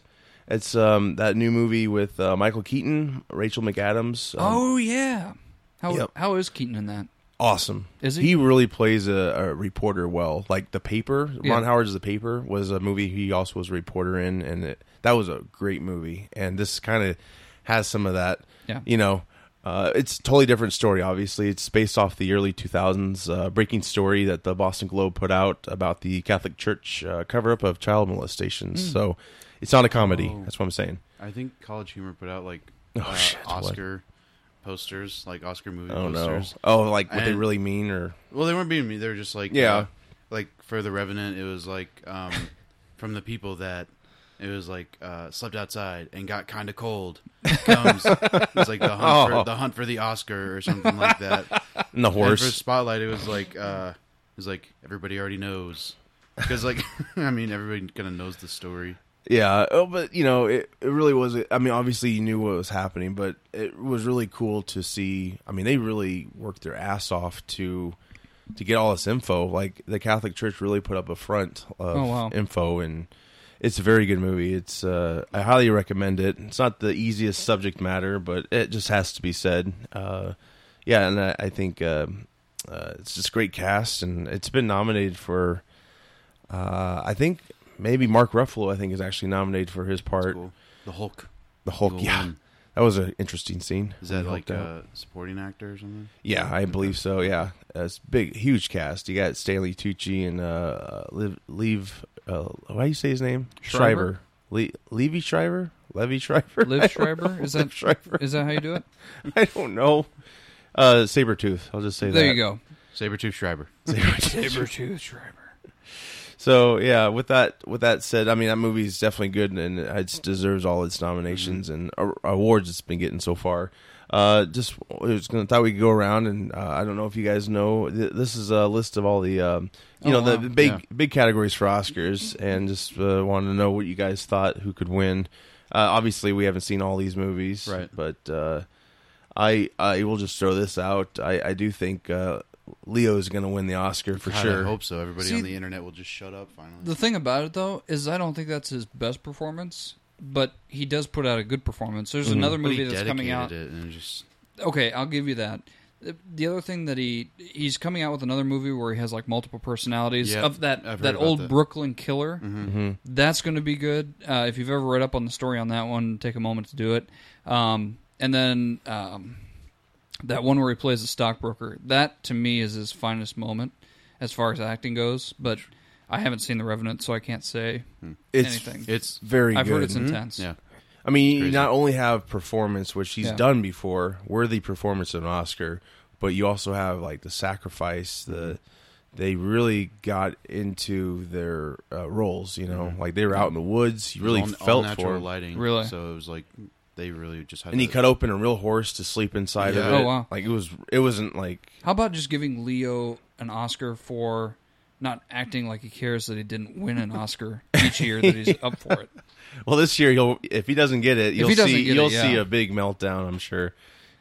S1: It's um, that new movie with uh, Michael Keaton, Rachel McAdams. Um,
S3: Oh yeah. How
S1: Yep.
S3: how is Keaton in
S4: (laughs)
S3: that?
S1: awesome!
S3: Is he?
S1: He really plays a, a reporter well. Like the paper,
S3: Yeah.
S1: Ron Howard's The Paper was a movie he also was a reporter in, and it, that was a great movie. And this kind of has some of that.
S3: Yeah.
S1: You know, uh, it's a totally different story. Obviously, it's based off the early 2000s uh, breaking story that the Boston Globe put out about the Catholic Church uh, cover up of child
S3: Mm.
S1: molestations. So it's not a comedy.
S3: Oh.
S1: That's what I'm saying.
S4: I think College Humor put out like
S1: Oh,
S4: uh,
S1: shit, what?
S4: Oscar posters, like Oscar movie
S1: Oh no!
S4: posters.
S1: Oh, like what they
S4: And-
S1: really mean, or
S4: Well, they weren't beating me. They were just like,
S1: Yeah.
S4: uh, like for the Revenant, it was like um, (laughs) from the people that it was like uh, slept outside and got kind of cold.
S1: (laughs)
S4: Comes, it's like the hunt,
S1: Oh.
S4: for, the hunt for the Oscar or something like
S1: (laughs)
S4: that.
S1: and the
S4: And
S1: horse.
S4: for Spotlight, it was like uh, it was like everybody already knows because like (laughs) I mean everybody kind of knows the story.
S1: Yeah, oh, but you know, it, it really was. I mean, obviously you knew what was happening, but it was really cool to see. I mean, they really worked their ass off to to get all this info. Like the Catholic Church really put up a front of
S3: Oh, wow.
S1: info, and it's a very good movie. It's uh, I highly recommend it. It's not the easiest subject matter, but it just has to be said. Uh, yeah, and I, I think uh, uh, it's just great cast, and it's been nominated for. Uh, I think maybe Mark Ruffalo. I think is actually nominated for his part.
S4: Cool. The Hulk
S1: The Hulk.
S4: Cool.
S1: Yeah, that was an interesting scene.
S4: is that
S1: He
S4: like uh,
S1: hulked out.
S4: a supporting actor or something?
S1: Yeah, I believe so. Yeah, Uh, it's big, huge cast. You got Stanley Tucci and uh, Liv, Leave. Uh, why do you say his name?
S3: Shriver?
S1: Le- Levy Shriver. Levy Shriver.
S3: Liv Schreiber? Is that
S1: Liv (laughs) Schreiber.
S3: is that how you do it?
S1: I don't know. Uh, Sabretooth. I'll just say that.
S3: There you go.
S4: Sabretooth Schreiber.
S2: (laughs)
S3: Sabertooth Schreiber.
S1: So yeah, with that with that said, I mean that movie is definitely good and it deserves all its nominations and
S4: Mm-hmm.
S1: and awards it's been getting so far. Uh, just I was gonna thought we could go around and uh, I don't know if you guys know th- this is a list of all the um, you
S3: Oh,
S1: know the
S3: wow.
S1: big
S4: Yeah. Mm-hmm.
S1: big categories for Oscars and just uh, wanted to know what you guys thought who could win. Uh, obviously, we haven't seen all these movies,
S4: Right.
S1: But uh, I I will just throw this out. I I do think uh, Leo is going to win the Oscar for
S4: God,
S1: sure.
S4: I hope so. Everybody
S3: See-
S4: on the internet will just shut up finally.
S3: The thing about it though is I don't think that's his best performance, but he does put out a good performance. There's another
S4: Well, Mm-hmm. he
S3: movie that's coming
S4: dedicated It
S3: out.
S4: and it just
S3: Okay, I'll give you that. The- The other thing that he he's coming out with another movie where he has like multiple personalities
S4: Yeah,
S3: of that
S4: I've heard
S3: that
S4: about
S3: old
S4: that.
S3: Brooklyn killer.
S1: Mm-hmm.
S3: That's going to be good. Uh, if you've ever read up on the story on that one, take a moment to do it. Um, and then um, that one where he plays a stockbroker. That to me is his finest moment as far as acting goes. But I haven't seen The Revenant, so I can't say
S1: It's
S3: anything.
S4: it's
S1: very
S3: I've
S1: good. Mm-hmm.
S3: heard it's intense.
S4: yeah.
S1: I mean, you
S4: Crazy.
S1: not only have performance, which he's
S3: Yeah.
S1: done before, worthy performance of an Oscar, but you also have like the sacrifice, the
S3: Mm-hmm.
S1: they really got into their uh, roles. You
S3: Mm-hmm.
S1: know, like they were out in the woods. You really
S4: all, all
S1: felt
S4: natural
S1: for him.
S4: lighting.
S3: Really?
S4: So it was like they really just had.
S1: And he
S4: to-
S1: cut open a real horse to sleep inside of
S4: Yeah.
S1: it.
S3: Oh, wow.
S1: Like it was, it wasn't like
S3: How about just giving Leo an Oscar for not acting like he cares that he didn't win an Oscar each year that he's up for
S1: (laughs)
S3: it?
S1: Well, this year he'll if he doesn't get it, you'll
S3: he doesn't
S1: see
S3: get
S1: you'll
S3: it, yeah.
S1: see a big meltdown. I'm sure.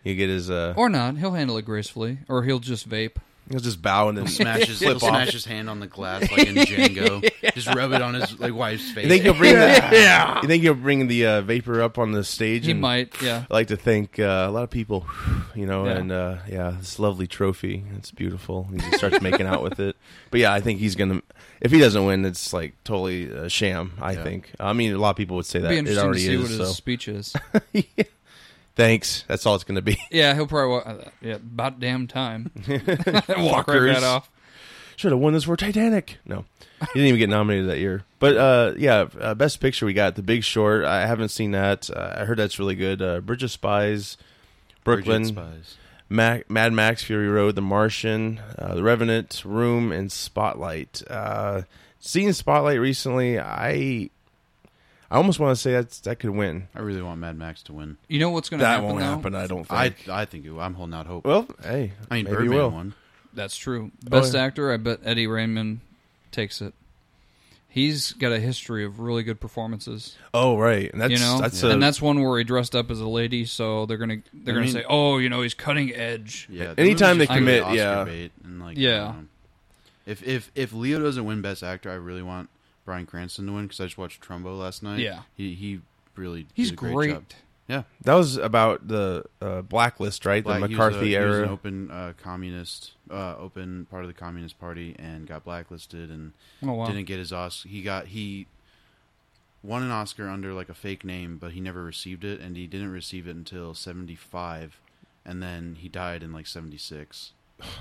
S1: You get his uh,
S3: Or not. He'll handle it gracefully, or he'll just vape.
S1: he'll just bow and then
S4: smash
S1: (laughs)
S4: his, he'll
S1: flip
S4: (laughs)
S1: off.
S4: smash his hand on the glass like in
S3: (laughs)
S4: Django. Just rub it on his like wife's face.
S1: You think
S4: (laughs)
S1: he'll bring the, You think he'll bring the uh, vapor up on the stage?
S3: He
S1: and
S3: might, yeah.
S1: I like to thank uh, a lot of people, (sighs) you know,
S3: Yeah.
S1: and uh, yeah, this lovely trophy. It's beautiful. He just starts making out
S4: (laughs)
S1: with it. But yeah, I think he's gonna. If he doesn't win, it's like totally a sham. I
S4: Yeah.
S1: think. I mean, a lot of people would say
S3: It'd
S1: that
S3: be
S1: it
S3: interesting to
S1: already
S3: see what
S1: is.
S3: his
S1: So
S3: speech is.
S1: thanks. That's all it's gonna be. (laughs)
S3: Yeah, he'll probably walk, uh, yeah, about
S4: (laughs)
S3: damn time. walk right
S1: Fuckers.
S3: that off.
S1: should have won this for Titanic. No, he didn't even get nominated that year. But uh, yeah, uh, best picture we got The Big Short. I haven't seen that. Uh, I heard that's really good. Uh, Bridge of Spies,
S4: Bridget
S1: Brooklyn,
S4: Spies.
S1: Mac- Mad Max, Fury Road, The Martian, uh, The Revenant, Room, and Spotlight. Uh, seeing Spotlight recently, I I almost want to say that's that could win.
S4: I really want Mad Max to win.
S3: You know what's going to
S1: That
S3: happen,
S1: won't
S3: though?
S1: happen. I don't think.
S4: I I think it, will. I'm holding out hope.
S1: well, hey,
S4: I mean,
S1: maybe
S4: Birdman
S1: will.
S4: won.
S3: That's true.
S4: Oh,
S3: Best
S1: yeah.
S3: actor, I bet Eddie Raymond takes it. He's got a history of really good performances,
S1: Oh, right, and that's
S3: you know,
S1: that's a,
S3: and that's one where he dressed up as a lady, so they're gonna they're
S4: I
S3: gonna
S4: mean-
S3: say, oh, you know, he's cutting edge.
S4: Yeah.
S1: Anytime
S4: the movie's just
S1: they
S4: really
S1: commit, yeah.
S4: bait and like,
S3: Yeah.
S4: um, if if if Leo doesn't win Best Actor, I really want Brian Cranston to win because I just watched Trumbo last night.
S3: Yeah.
S4: He he really
S3: He's
S4: did a
S3: great.
S4: great. job. Yeah.
S1: that was about the uh, blacklist, right?
S4: Black-
S1: the
S4: he was a-
S1: McCarthy
S4: he was
S1: era.
S4: an open uh, communist, uh, open part of the communist party, and got blacklisted and
S3: Oh wow.
S4: didn't get his Oscar. He got he won an Oscar under like a fake name, but he never received it, and he didn't receive it until seventy five, and then he died in like seventy six.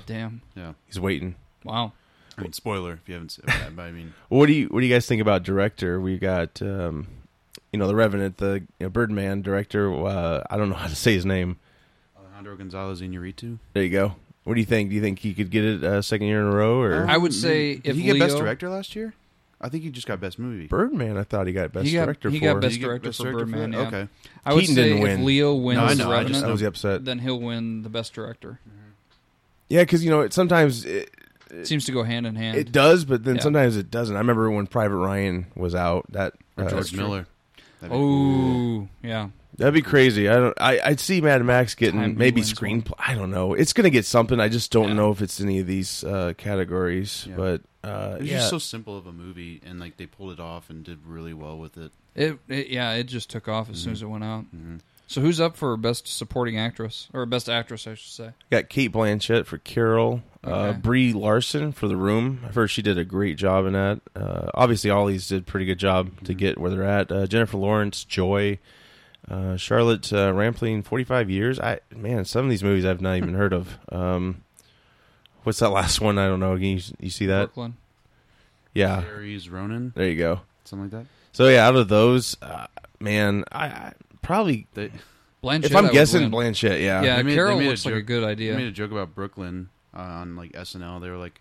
S3: Damn.
S4: Yeah,
S1: He's waiting.
S3: Wow.
S4: I mean, spoiler if you haven't seen that, but I mean,
S1: What do you What do you guys think about director? We got, um, you know, the Revenant, the you know, Birdman director. Uh, I don't know how to say his name.
S4: Alejandro Gonzalez Inarritu.
S1: There you go. What do you think? Do you think he could get it uh, second year in a row or
S3: I would say
S4: did
S3: if
S4: he get best
S3: Leo-
S4: director last year, I think he just got best movie.
S1: Birdman? I thought he got best
S3: He got-
S1: director
S3: he
S1: for.
S3: got best-
S4: Did he get
S3: director for Birdman,
S4: that?
S3: yeah.
S4: Okay,
S3: I would
S1: Keaton
S3: say
S1: didn't
S3: if
S1: win.
S3: Leo wins
S4: I
S3: the
S4: know, I
S3: Revenant,
S4: just
S1: I was upset.
S3: then he'll win the best director.
S1: Yeah, because you know it, sometimes it,
S3: It seems to go hand in hand.
S1: it does, but then
S3: Yeah.
S1: sometimes it doesn't. I remember when Private Ryan was out. That
S4: Or
S1: uh,
S4: George Miller. That'd be cool.
S3: Oh, yeah.
S1: That'd be crazy. I don't. I, I'd see Mad Max getting
S3: Time he
S1: maybe
S3: wins one.
S1: screenplay. I don't know. It's gonna get something. I just don't
S3: Yeah.
S1: know if it's any of these uh, categories.
S4: Yeah.
S1: But uh,
S4: It was
S1: yeah.
S4: just so simple of a movie, and like they pulled it off and did really well with it.
S3: It, it yeah, it just took off as
S1: Mm-hmm.
S3: soon as it went out. So who's up for best supporting actress or best actress, I should say?
S1: Got Kate Blanchett for Carol, uh,
S3: Okay.
S1: Brie Larson for The Room. I've heard she did a great job in that. Uh, obviously, all these did pretty good job to get where they're at. Uh, Jennifer Lawrence, Joy, uh, Charlotte uh, Rampling, forty five years. I man, some of these movies I've not even heard of. Um, what's that last one? I don't know. Can you, you see that?
S3: Brooklyn.
S1: Yeah,
S4: Aries Ronan,
S1: there you go.
S4: something like that.
S1: So yeah, out of those, uh, man, I, I probably
S4: They,
S3: Blanchett.
S1: if
S3: I
S1: I'm
S3: would
S1: guessing
S3: win.
S1: Blanchett, yeah,
S3: yeah,
S4: They made-
S3: Carol
S4: they made a
S3: looks like a
S4: joke-
S3: good
S4: they made
S3: idea.
S4: a joke about Brooklyn uh, on like SNL. They were like,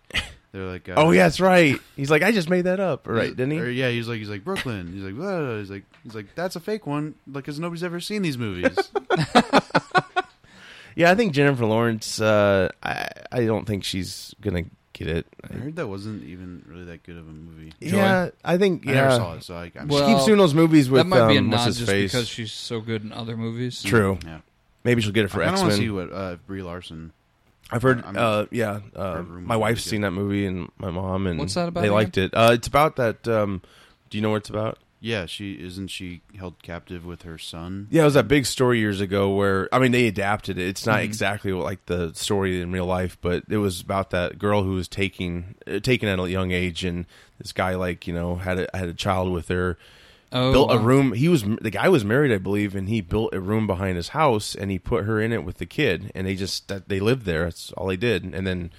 S4: they were like, uh,
S1: Oh yeah, that's right. He's like, I just made that up, right? Didn't he?
S4: Or, yeah, he's like, he's like Brooklyn. He's like, blah, blah, blah. he's like, he's like, that's a fake one, like, cause nobody's ever seen these movies.
S1: (laughs) Yeah, I think Jennifer Lawrence. Uh, I I don't think she's gonna get it.
S4: I heard that wasn't even really that good of a movie.
S1: Yeah, I think.
S4: I
S1: Yeah,
S4: never saw it, so I, I'm
S1: she
S3: Well,
S1: keeps doing those movies with
S3: that might be a
S1: um, what's
S3: nod
S1: his
S3: just
S1: face.
S3: because she's so good in other movies.
S1: True.
S4: Yeah.
S1: Maybe she'll get it for
S4: I
S1: X
S4: don't want to see
S1: Men.
S4: what uh, Brie Larson.
S1: I've heard.
S4: I'm-
S1: Uh, yeah, uh,
S4: heard rumors
S1: my
S4: that
S1: wife's
S4: it's
S1: seen that movie, and my mom and
S3: What's that about
S1: They
S3: again?
S1: liked it. Uh, it's about that. Um, do you know what it's about?
S4: Yeah, she isn't she held captive with her son.
S1: Yeah, it was that big story years ago where I mean they adapted it. It's not
S3: Mm-hmm.
S1: exactly like the story in real life, but it was about that girl who was taking uh, taken at a young age, and this guy like you know had a, had a child with her.
S3: Oh,
S1: built a
S3: wow.
S1: room. He was the guy was married, I believe, and he built a room behind his house, and he put her in it with the kid, and they just that they lived there. That's all they did, and then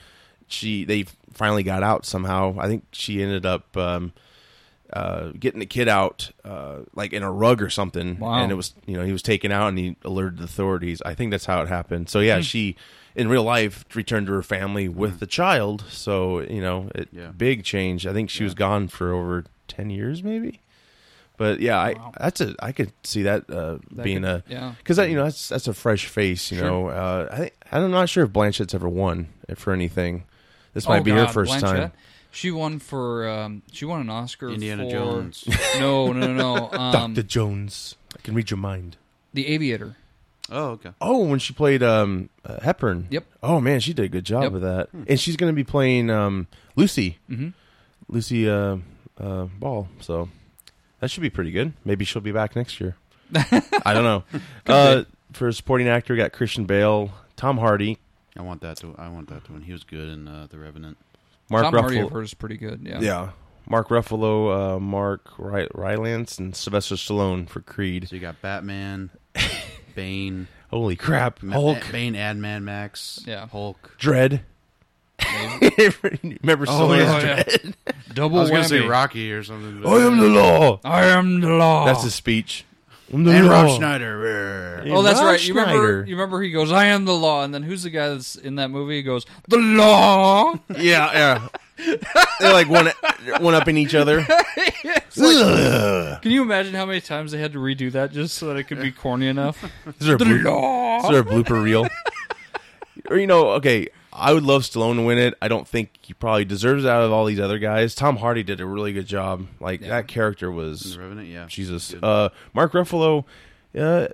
S1: she they finally got out somehow. I think she ended up. Um, uh, getting the kid out, uh, like in a rug or something,
S3: Wow. Hmm.
S1: and it was you know he was taken out and he alerted the authorities. I think that's how it happened. So yeah, she in real life returned to her family with the child. So you know, it,
S4: Yeah.
S1: big change. I think she was gone for over ten years, maybe. But yeah,
S3: Wow.
S1: I that's a I could see that, uh,
S3: That
S1: being
S3: could-
S1: a
S3: yeah.
S1: because that you know that's that's a fresh face. You
S3: Sure.
S1: know, uh, I think I'm not sure if Blanchett's ever won for anything. This
S3: Oh,
S1: might be her
S3: God,
S1: first
S3: Blanchett.
S1: time.
S3: She won for um, she won an Oscar.
S4: Indiana
S3: for-
S4: Jones.
S3: No, no, no,
S1: (laughs)
S3: no. Um,
S1: Doctor Jones, I can read your mind.
S3: the Aviator.
S4: Oh, okay.
S1: Oh, when she played um, uh, Hepburn.
S3: Yep.
S1: Oh man, she did a good job
S3: Yep. Hmm.
S1: with that. And she's going to be playing um, Lucy,
S3: Mm-hmm.
S1: Lucy uh, uh, Ball. So that should be pretty good. Maybe she'll be back next
S3: (laughs)
S1: year. I don't know. Uh, for supporting actor, we got Christian Bale, Tom Hardy,
S4: I want that to. I want that to win. He was good in uh, The Revenant.
S1: Mark
S3: Tom Hardy
S1: Ruffalo.
S3: of hers is pretty good. Yeah.
S1: yeah. Mark Ruffalo, uh, Mark Ry- Rylance, and Sylvester Stallone for Creed.
S4: So you got Batman,
S1: (laughs)
S4: Bane,
S1: Holy crap!
S4: Ma-
S1: Hulk,
S4: Bane, and Mad Max.
S3: Yeah.
S4: Hulk.
S1: Dread. (laughs) Remember
S3: Oh,
S1: Sylvester?
S3: yeah. (laughs) Double
S4: I was gonna
S3: whammy.
S4: say Rocky or something. but-
S1: I am the law.
S3: I am the law.
S1: That's his speech. I'm the
S4: and
S1: law.
S4: Rob Schneider.
S1: Yeah.
S3: Oh, that's
S1: Rob
S3: right. You remember?
S1: Schneider.
S3: You remember? He goes, "I am the law," and then who's the guy that's in that movie? He goes, "The law."
S1: Yeah, (laughs) yeah. They're like one one up in each other. Ugh.
S3: Can you imagine how many times they had to redo that just so that it could be
S1: (laughs)
S3: corny enough?
S1: Is there a
S3: the
S1: blue-
S3: law.
S1: Is there a blooper reel? (laughs) or you know, okay, I would love Stallone to win it. I don't think he probably deserves it out of all these other guys. Tom Hardy did a really good job. Like
S3: Yeah.
S1: that character
S4: The
S1: was
S4: Revenant. Yeah.
S1: Jesus.
S4: Good.
S1: Uh, Mark Ruffalo. Uh,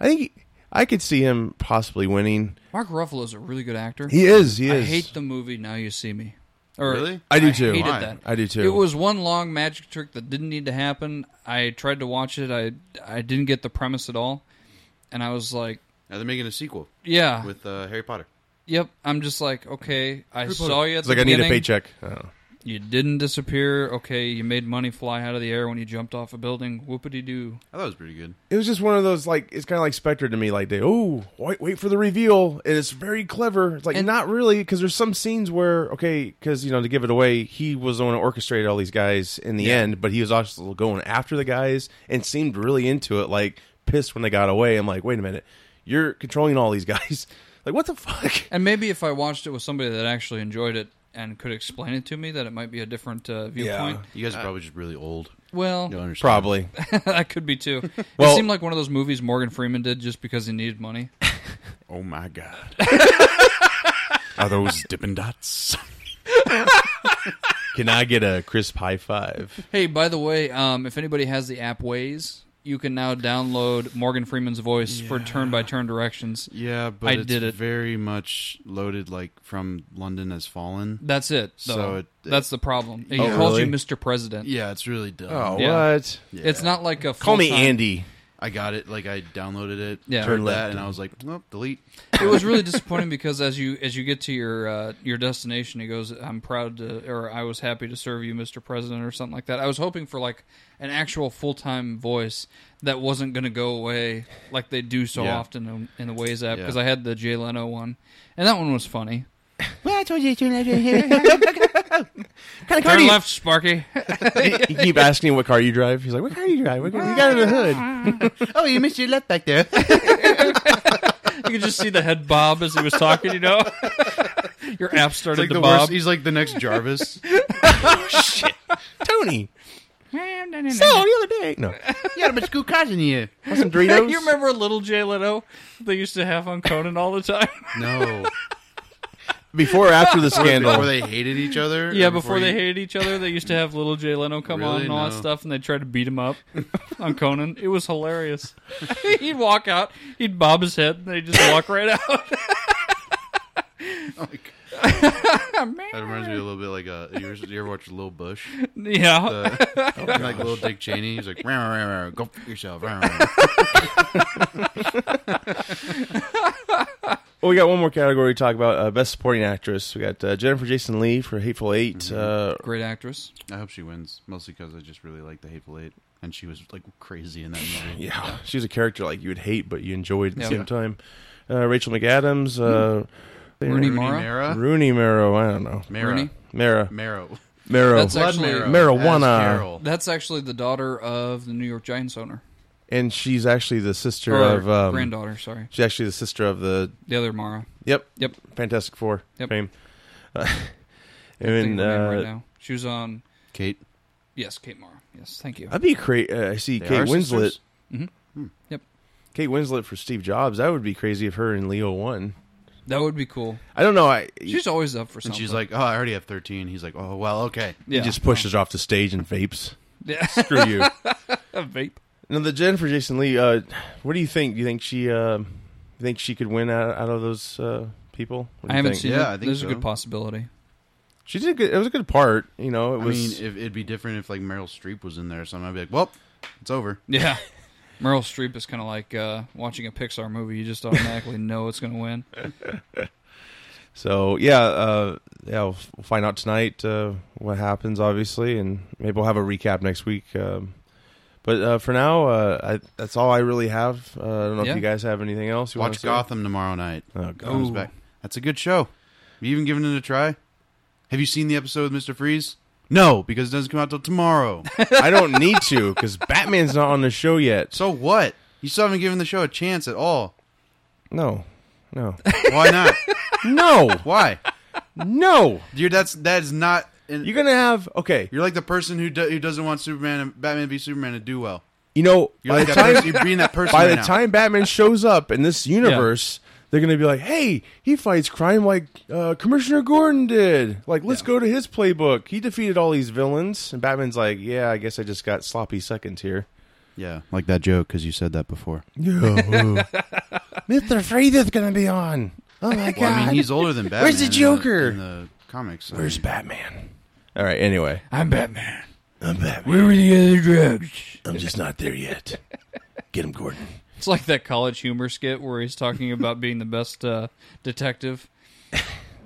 S1: I think he- I could see him possibly winning.
S3: Mark Ruffalo's a really good actor.
S1: He is. He
S3: I
S1: is.
S3: hate the movie Now You See Me. Or,
S4: Really?
S1: I do too.
S3: hated
S4: Why?
S3: that.
S1: I do too.
S3: It was one long magic trick that didn't need to happen. I tried to watch it. I I didn't get the premise at all, and I was like,
S4: Now they're making a sequel
S3: "Yeah,
S4: with uh, Harry Potter.
S3: yep." I'm just like, "Okay, I saw you at
S1: It's
S3: the
S1: like I need
S3: beginning.
S1: a paycheck. Oh.
S3: You didn't disappear. Okay, you made money fly out of the air when you jumped off a building. Whoopity doo.
S4: I thought it was pretty good.
S1: it was just one of those like it's kind of like Spectre to me. Like they oh wait wait for the reveal. And it's very clever. It's like
S3: And-
S1: not really because there's some scenes where okay because you know to give it away he was the one who orchestrated all these guys in the end, but he was also going after the guys and seemed really into it. Like pissed when they got away. I'm like wait a minute, you're controlling all these (laughs) guys. Like what the fuck?
S3: And maybe if I watched it with somebody that actually enjoyed it and could explain it to me, that it might be a different uh, viewpoint.
S4: You guys are probably just really old.
S3: Well, (laughs)
S4: You don't understand.
S1: Probably.
S3: that could be
S1: (laughs)
S3: too. it
S1: Well-
S3: seemed like one of those movies Morgan Freeman did just because he needed money.
S4: Oh my god. (laughs) Are those Dippin' Dots?
S1: Can I get a crisp high (laughs) five?
S3: Hey, by the way, um, if anybody has the app Waze, you can now download Morgan Freeman's voice for turn by turn directions.
S4: Yeah, but
S3: I
S4: it's
S3: did it.
S4: very much loaded like from London Has Fallen.
S3: That's it. Though.
S4: So it-
S3: that's the problem. He
S1: Oh,
S3: calls
S1: really?
S3: you Mr. President.
S4: Yeah, it's really dumb.
S3: Yeah.
S1: Oh, what?
S4: Yeah.
S3: It's not like a
S1: Call me
S3: full-time- (laughs)
S1: Andy.
S4: I got it. Like I downloaded it.
S3: Yeah.
S4: Yeah,
S3: Turn
S4: heard
S1: left
S4: that, and
S1: and-
S4: I was like, nope, delete.
S3: It was really disappointing because as you as you get to your uh, your destination, he goes, "I'm proud to," or "I was happy to serve you, Mr. President," or something like that. I was hoping for like an actual full time voice that wasn't going to go away like they do so
S4: Yeah.
S3: often in, in the Waze app.
S4: Yeah.
S3: Because I had the Jay Leno one, and that one was funny.
S1: Kind
S3: Turn left, Sparky.
S1: You you keep asking what car you drive. He's like, "What car you drive? What car? You got in the
S3: (laughs)
S1: hood."
S4: oh, you missed your left back there.
S3: you could just see the head bob as he was talking. You know, (laughs) your app started
S4: like
S3: to
S4: the
S3: bob.
S4: worst. e- He's like the next
S3: (laughs)
S4: Jarvis.
S1: Tony,
S3: So,
S1: Oh, the other
S3: (laughs)
S1: day. No,
S4: you got a bunch of good cars in here.
S1: want some Doritos?
S3: you remember little Jay Leno they used to have on Conan all the time?
S4: No,
S1: before or
S3: (laughs)
S1: after the
S4: before
S1: scandal?
S4: they hated each other. or
S3: Yeah, before, they
S4: you-
S3: hated each other, they used to have little Jay Leno come on
S4: Really?
S3: and all that
S4: No.
S3: stuff, and they tried to beat him up on Conan. It was hilarious. (laughs) he'd walk out, he'd bob his head, and they'd just walk right out. (laughs)
S4: Oh my God. that reminds me a little bit like uh, you, ever, you ever watch Lil
S3: (laughs)
S4: Bush?
S3: yeah,
S4: Uh, (laughs) like Lil Dick Cheney. He's like, "Rah, rah, rah, go f- yourself. rah, rah, rah."
S1: Well, we got one more category to talk about: uh, best supporting actress. We got uh, Jennifer Jason Lee for *Hateful 8
S3: Mm-hmm.
S1: Uh,
S3: great actress.
S4: I hope she wins, mostly because I just really like The Hateful Eight, and she was like crazy in that movie.
S1: yeah, she's a character like you would hate, but you enjoyed at the
S3: Yeah. Mm-hmm.
S1: same time. Uh, Rachel McAdams, uh,
S3: Rooney
S4: Rooney
S3: Mara?
S4: Mara.
S1: Rooney Mara. I don't know.
S4: Mara.
S3: Rooney?
S1: Mara.
S4: Marrow.
S1: Mara.
S3: That's
S4: Blood
S3: Actually-
S4: marrow.
S1: Marijuana.
S4: As Carol.
S3: That's actually the daughter of the New York Giants owner.
S1: and she's actually the sister
S3: Or
S1: of um,
S3: granddaughter, sorry.
S1: She's actually the sister of the
S3: The other Mara.
S1: yep
S3: Yep.
S1: Fantastic Four
S3: Yep.
S1: fame. (laughs) Uh,
S3: I
S1: and
S3: think
S1: uh,
S3: of her name right now. She was on
S4: Kate.
S3: yes, Kate Mara. Yes, thank you.
S1: I'd be crazy. Uh, I see
S4: They are
S1: Kate Winslet.
S4: sisters?
S3: Mm-hmm.
S4: Hmm.
S1: Kate Winslet for Steve Jobs. That would be crazy if her and Leo won.
S3: That would be cool.
S1: I don't know. I
S3: She's always up for
S4: And
S3: something.
S4: she's like, "Oh, I already have 13." He's like, "Oh, well, okay."
S1: he
S3: yeah.
S1: just pushes her off the stage and
S3: (laughs)
S1: vapes.
S3: yeah.
S1: Screw you.
S3: A vape.
S1: Now the Jennifer Jason Lee. Uh, what do you think? Do you think she? Uh, you think she could win out, out of those uh, people? What do
S3: I
S1: you
S3: haven't
S1: think?
S3: seen
S4: Yeah,
S3: it.
S4: I think
S3: There's
S4: so.
S3: a good possibility.
S1: She did. A good, it was a good part. You know, it
S4: I
S1: was.
S4: mean, if, it'd be different if like Meryl Streep was in there or something. I'd be like, "Well, it's over."
S3: (laughs) Yeah. Meryl Streep is kind of like uh, watching a Pixar movie. You just (laughs) automatically know it's going to win.
S1: So yeah, uh, yeah, we'll, we'll find out tonight uh, what happens, obviously, and maybe we'll have a recap next week. Um, but uh, for now, uh, I, that's all I really have. Uh, I don't know
S3: Yeah.
S1: if you guys have anything else. You wanna
S4: Watch
S1: say?
S4: Gotham tomorrow night.
S1: Oh, God.
S4: Comes
S3: Ooh.
S4: back. That's a good show. Have you even given it a try? Have you seen the episode with Mister Freeze? No, because it doesn't come out till tomorrow.
S1: I don't need to because Batman's not on the show yet.
S4: so what? You still haven't given the show a chance at all.
S1: No, no,
S4: Why not?
S1: no,
S4: Why?
S1: no.
S4: Dude, that's that is not. An,
S1: You're gonna have okay.
S4: You're like the person who do, who doesn't want Superman and Batman v Superman to do well.
S1: You know,
S4: You're
S1: by
S4: like
S1: the
S4: that
S1: time
S4: person, you're being that person.
S1: by
S4: right
S1: the
S4: now.
S1: time Batman shows up in this universe, they're gonna be like, "Hey, he fights crime like uh, Commissioner Gordon did. Like, let's go to his playbook. He defeated all these villains." And Batman's like, "Yeah, I guess I just got sloppy seconds here."
S4: yeah, like that joke because you said that before.
S1: Yeah, (laughs) Mister Freeze is gonna be on. Oh my
S4: Well, I mean, he's older than Batman.
S1: Where's the
S4: in
S1: Joker?
S4: in the comics? I
S1: Where's
S4: mean,
S1: Batman? All right. Anyway,
S3: I'm Batman.
S2: I'm Batman.
S3: Where were the other drugs?
S2: I'm just not there yet. Get him, Gordon.
S3: It's like that college humor skit where he's talking about being the best uh, detective. You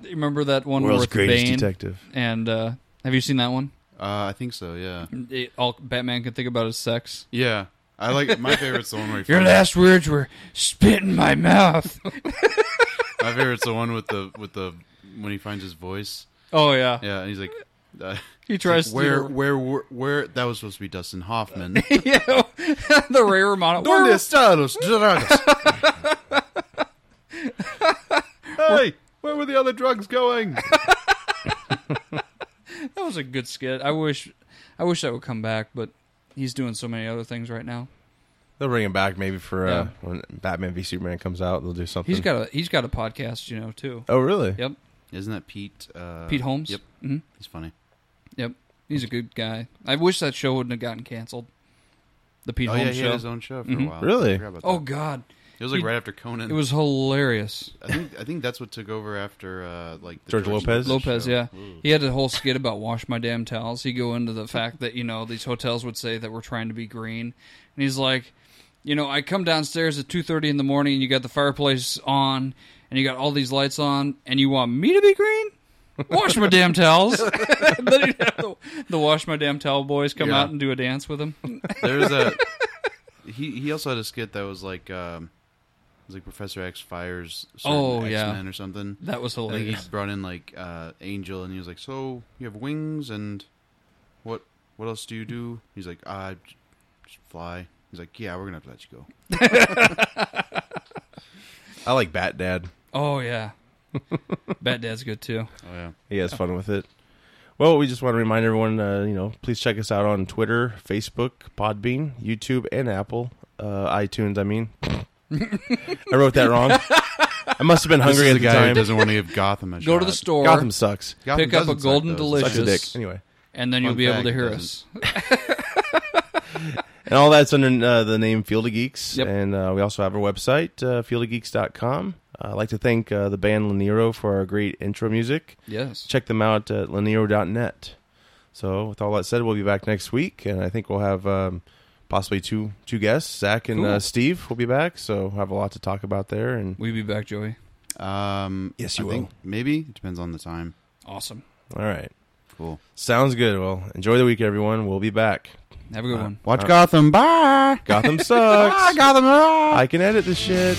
S3: Remember that one
S1: world's
S3: with
S1: greatest
S3: Bane?
S1: detective.
S3: And uh, have you seen that one?
S4: Uh, I think so. Yeah,
S3: It- all Batman can think about is sex.
S4: yeah. I like my favorite's the one where he
S3: Your
S4: finds-
S3: last words were "spit in my mouth."
S4: My favorite's the one with the with the when he finds his voice.
S3: (laughs) oh yeah.
S4: Yeah, and he's like, uh,
S3: he tries
S4: where,
S3: to
S4: where, where, where? That was supposed to be Dustin Hoffman.
S1: (laughs)
S3: yeah, (laughs) the rare amount. Of, where,
S4: hey, where were the other drugs going?
S3: that was a good skit. I wish, I wish that would come back, but he's doing so many other things right now.
S1: They'll bring him back maybe for uh,
S3: Yeah.
S1: when Batman v Superman comes out. They'll do something.
S3: He's got a he's got a podcast, you know, too.
S1: Oh really?
S3: Yep,
S4: Isn't that Pete? Uh,
S3: Pete Holmes.
S4: Yep,
S3: hmm
S4: he's funny.
S3: yep. He's a good guy. I wish that show wouldn't have gotten canceled. The Pete
S4: oh
S3: Holmes
S4: yeah, he
S3: show.
S4: had his own show for
S3: Mhm.
S4: a while.
S1: Really?
S4: I forgot about
S3: oh
S4: that.
S3: God,
S4: it was like
S3: he-
S4: right after Conan.
S3: it was hilarious.
S4: I think I think that's what took over after uh, like the
S1: George Lopez?
S3: Lopez,
S4: show.
S3: yeah.
S4: Ooh.
S3: He had a whole skit about wash my damn towels. He go into the fact that, you know, these hotels would say that we're trying to be green. And he's like, you know, I come downstairs at 2:30 in the morning and you got the fireplace on and you got all these lights on and you want me to be green? Wash my
S4: (laughs)
S3: damn towels. (laughs) And then he'd have the, the wash my damn towel boys come
S4: Yeah.
S3: out and do a dance with him.
S4: There was
S3: (laughs)
S4: a he he also had a skit that was like um it was like Professor X fires certain
S3: Oh,
S4: X-Men
S3: yeah.
S4: or something.
S3: That was
S4: I think
S3: hilarious.
S4: he brought in like uh Angel and he was like, "So, you have wings and what what else do you do?" He's like, "Ah, "I j- just fly." He's like, "Yeah, we're going to have to let you go."
S1: I like Bat Dad.
S3: Oh yeah. Bat Dad's
S4: (laughs)
S3: good too.
S4: Oh yeah.
S1: He has fun with it. Well, we just want to remind everyone, uh, you know, please check us out on Twitter, Facebook, Podbean, YouTube, and Apple uh, iTunes. I mean, (laughs) I wrote that wrong. I must have been
S4: This
S1: hungry
S4: is
S1: at
S4: the
S1: the
S4: guy who
S1: time.
S4: doesn't want to give Gotham a shot.
S3: Go to the store.
S1: Gotham sucks.
S4: Gotham
S3: pick up a
S4: doesn't suck,
S3: Golden
S4: though. It
S3: Delicious.
S4: sucks.
S1: Sucks a dick.
S3: Just-
S1: Anyway,
S3: And then you'll
S4: Fun
S3: be able
S4: fact,
S3: to hear
S4: doesn't-
S3: us.
S1: and all that's under uh, the name Field of Geeks,
S3: Yep.
S1: and uh, we also have our website, uh, fieldofgeeks.com. Uh, I'd like to thank uh, the band Lanero for our great intro music.
S3: Yes.
S1: check them out at lanero.net. So, with all that said, we'll be back next week, and I think we'll have um, possibly two two guests. Zach and uh,
S3: Cool.
S1: Steve will be back, so we'll have a lot to talk about there. And
S3: We be back, Joey.
S4: Um
S1: Yes,
S4: I
S1: you
S4: think maybe it depends on the time.
S3: Awesome.
S1: all right,
S4: Cool.
S1: sounds good. Well, enjoy the week, everyone. We'll be back.
S3: Have a good one.
S4: Watch Gotham. Bye. Ah,
S1: Gotham sucks.
S4: Gotham.
S1: I can edit this shit.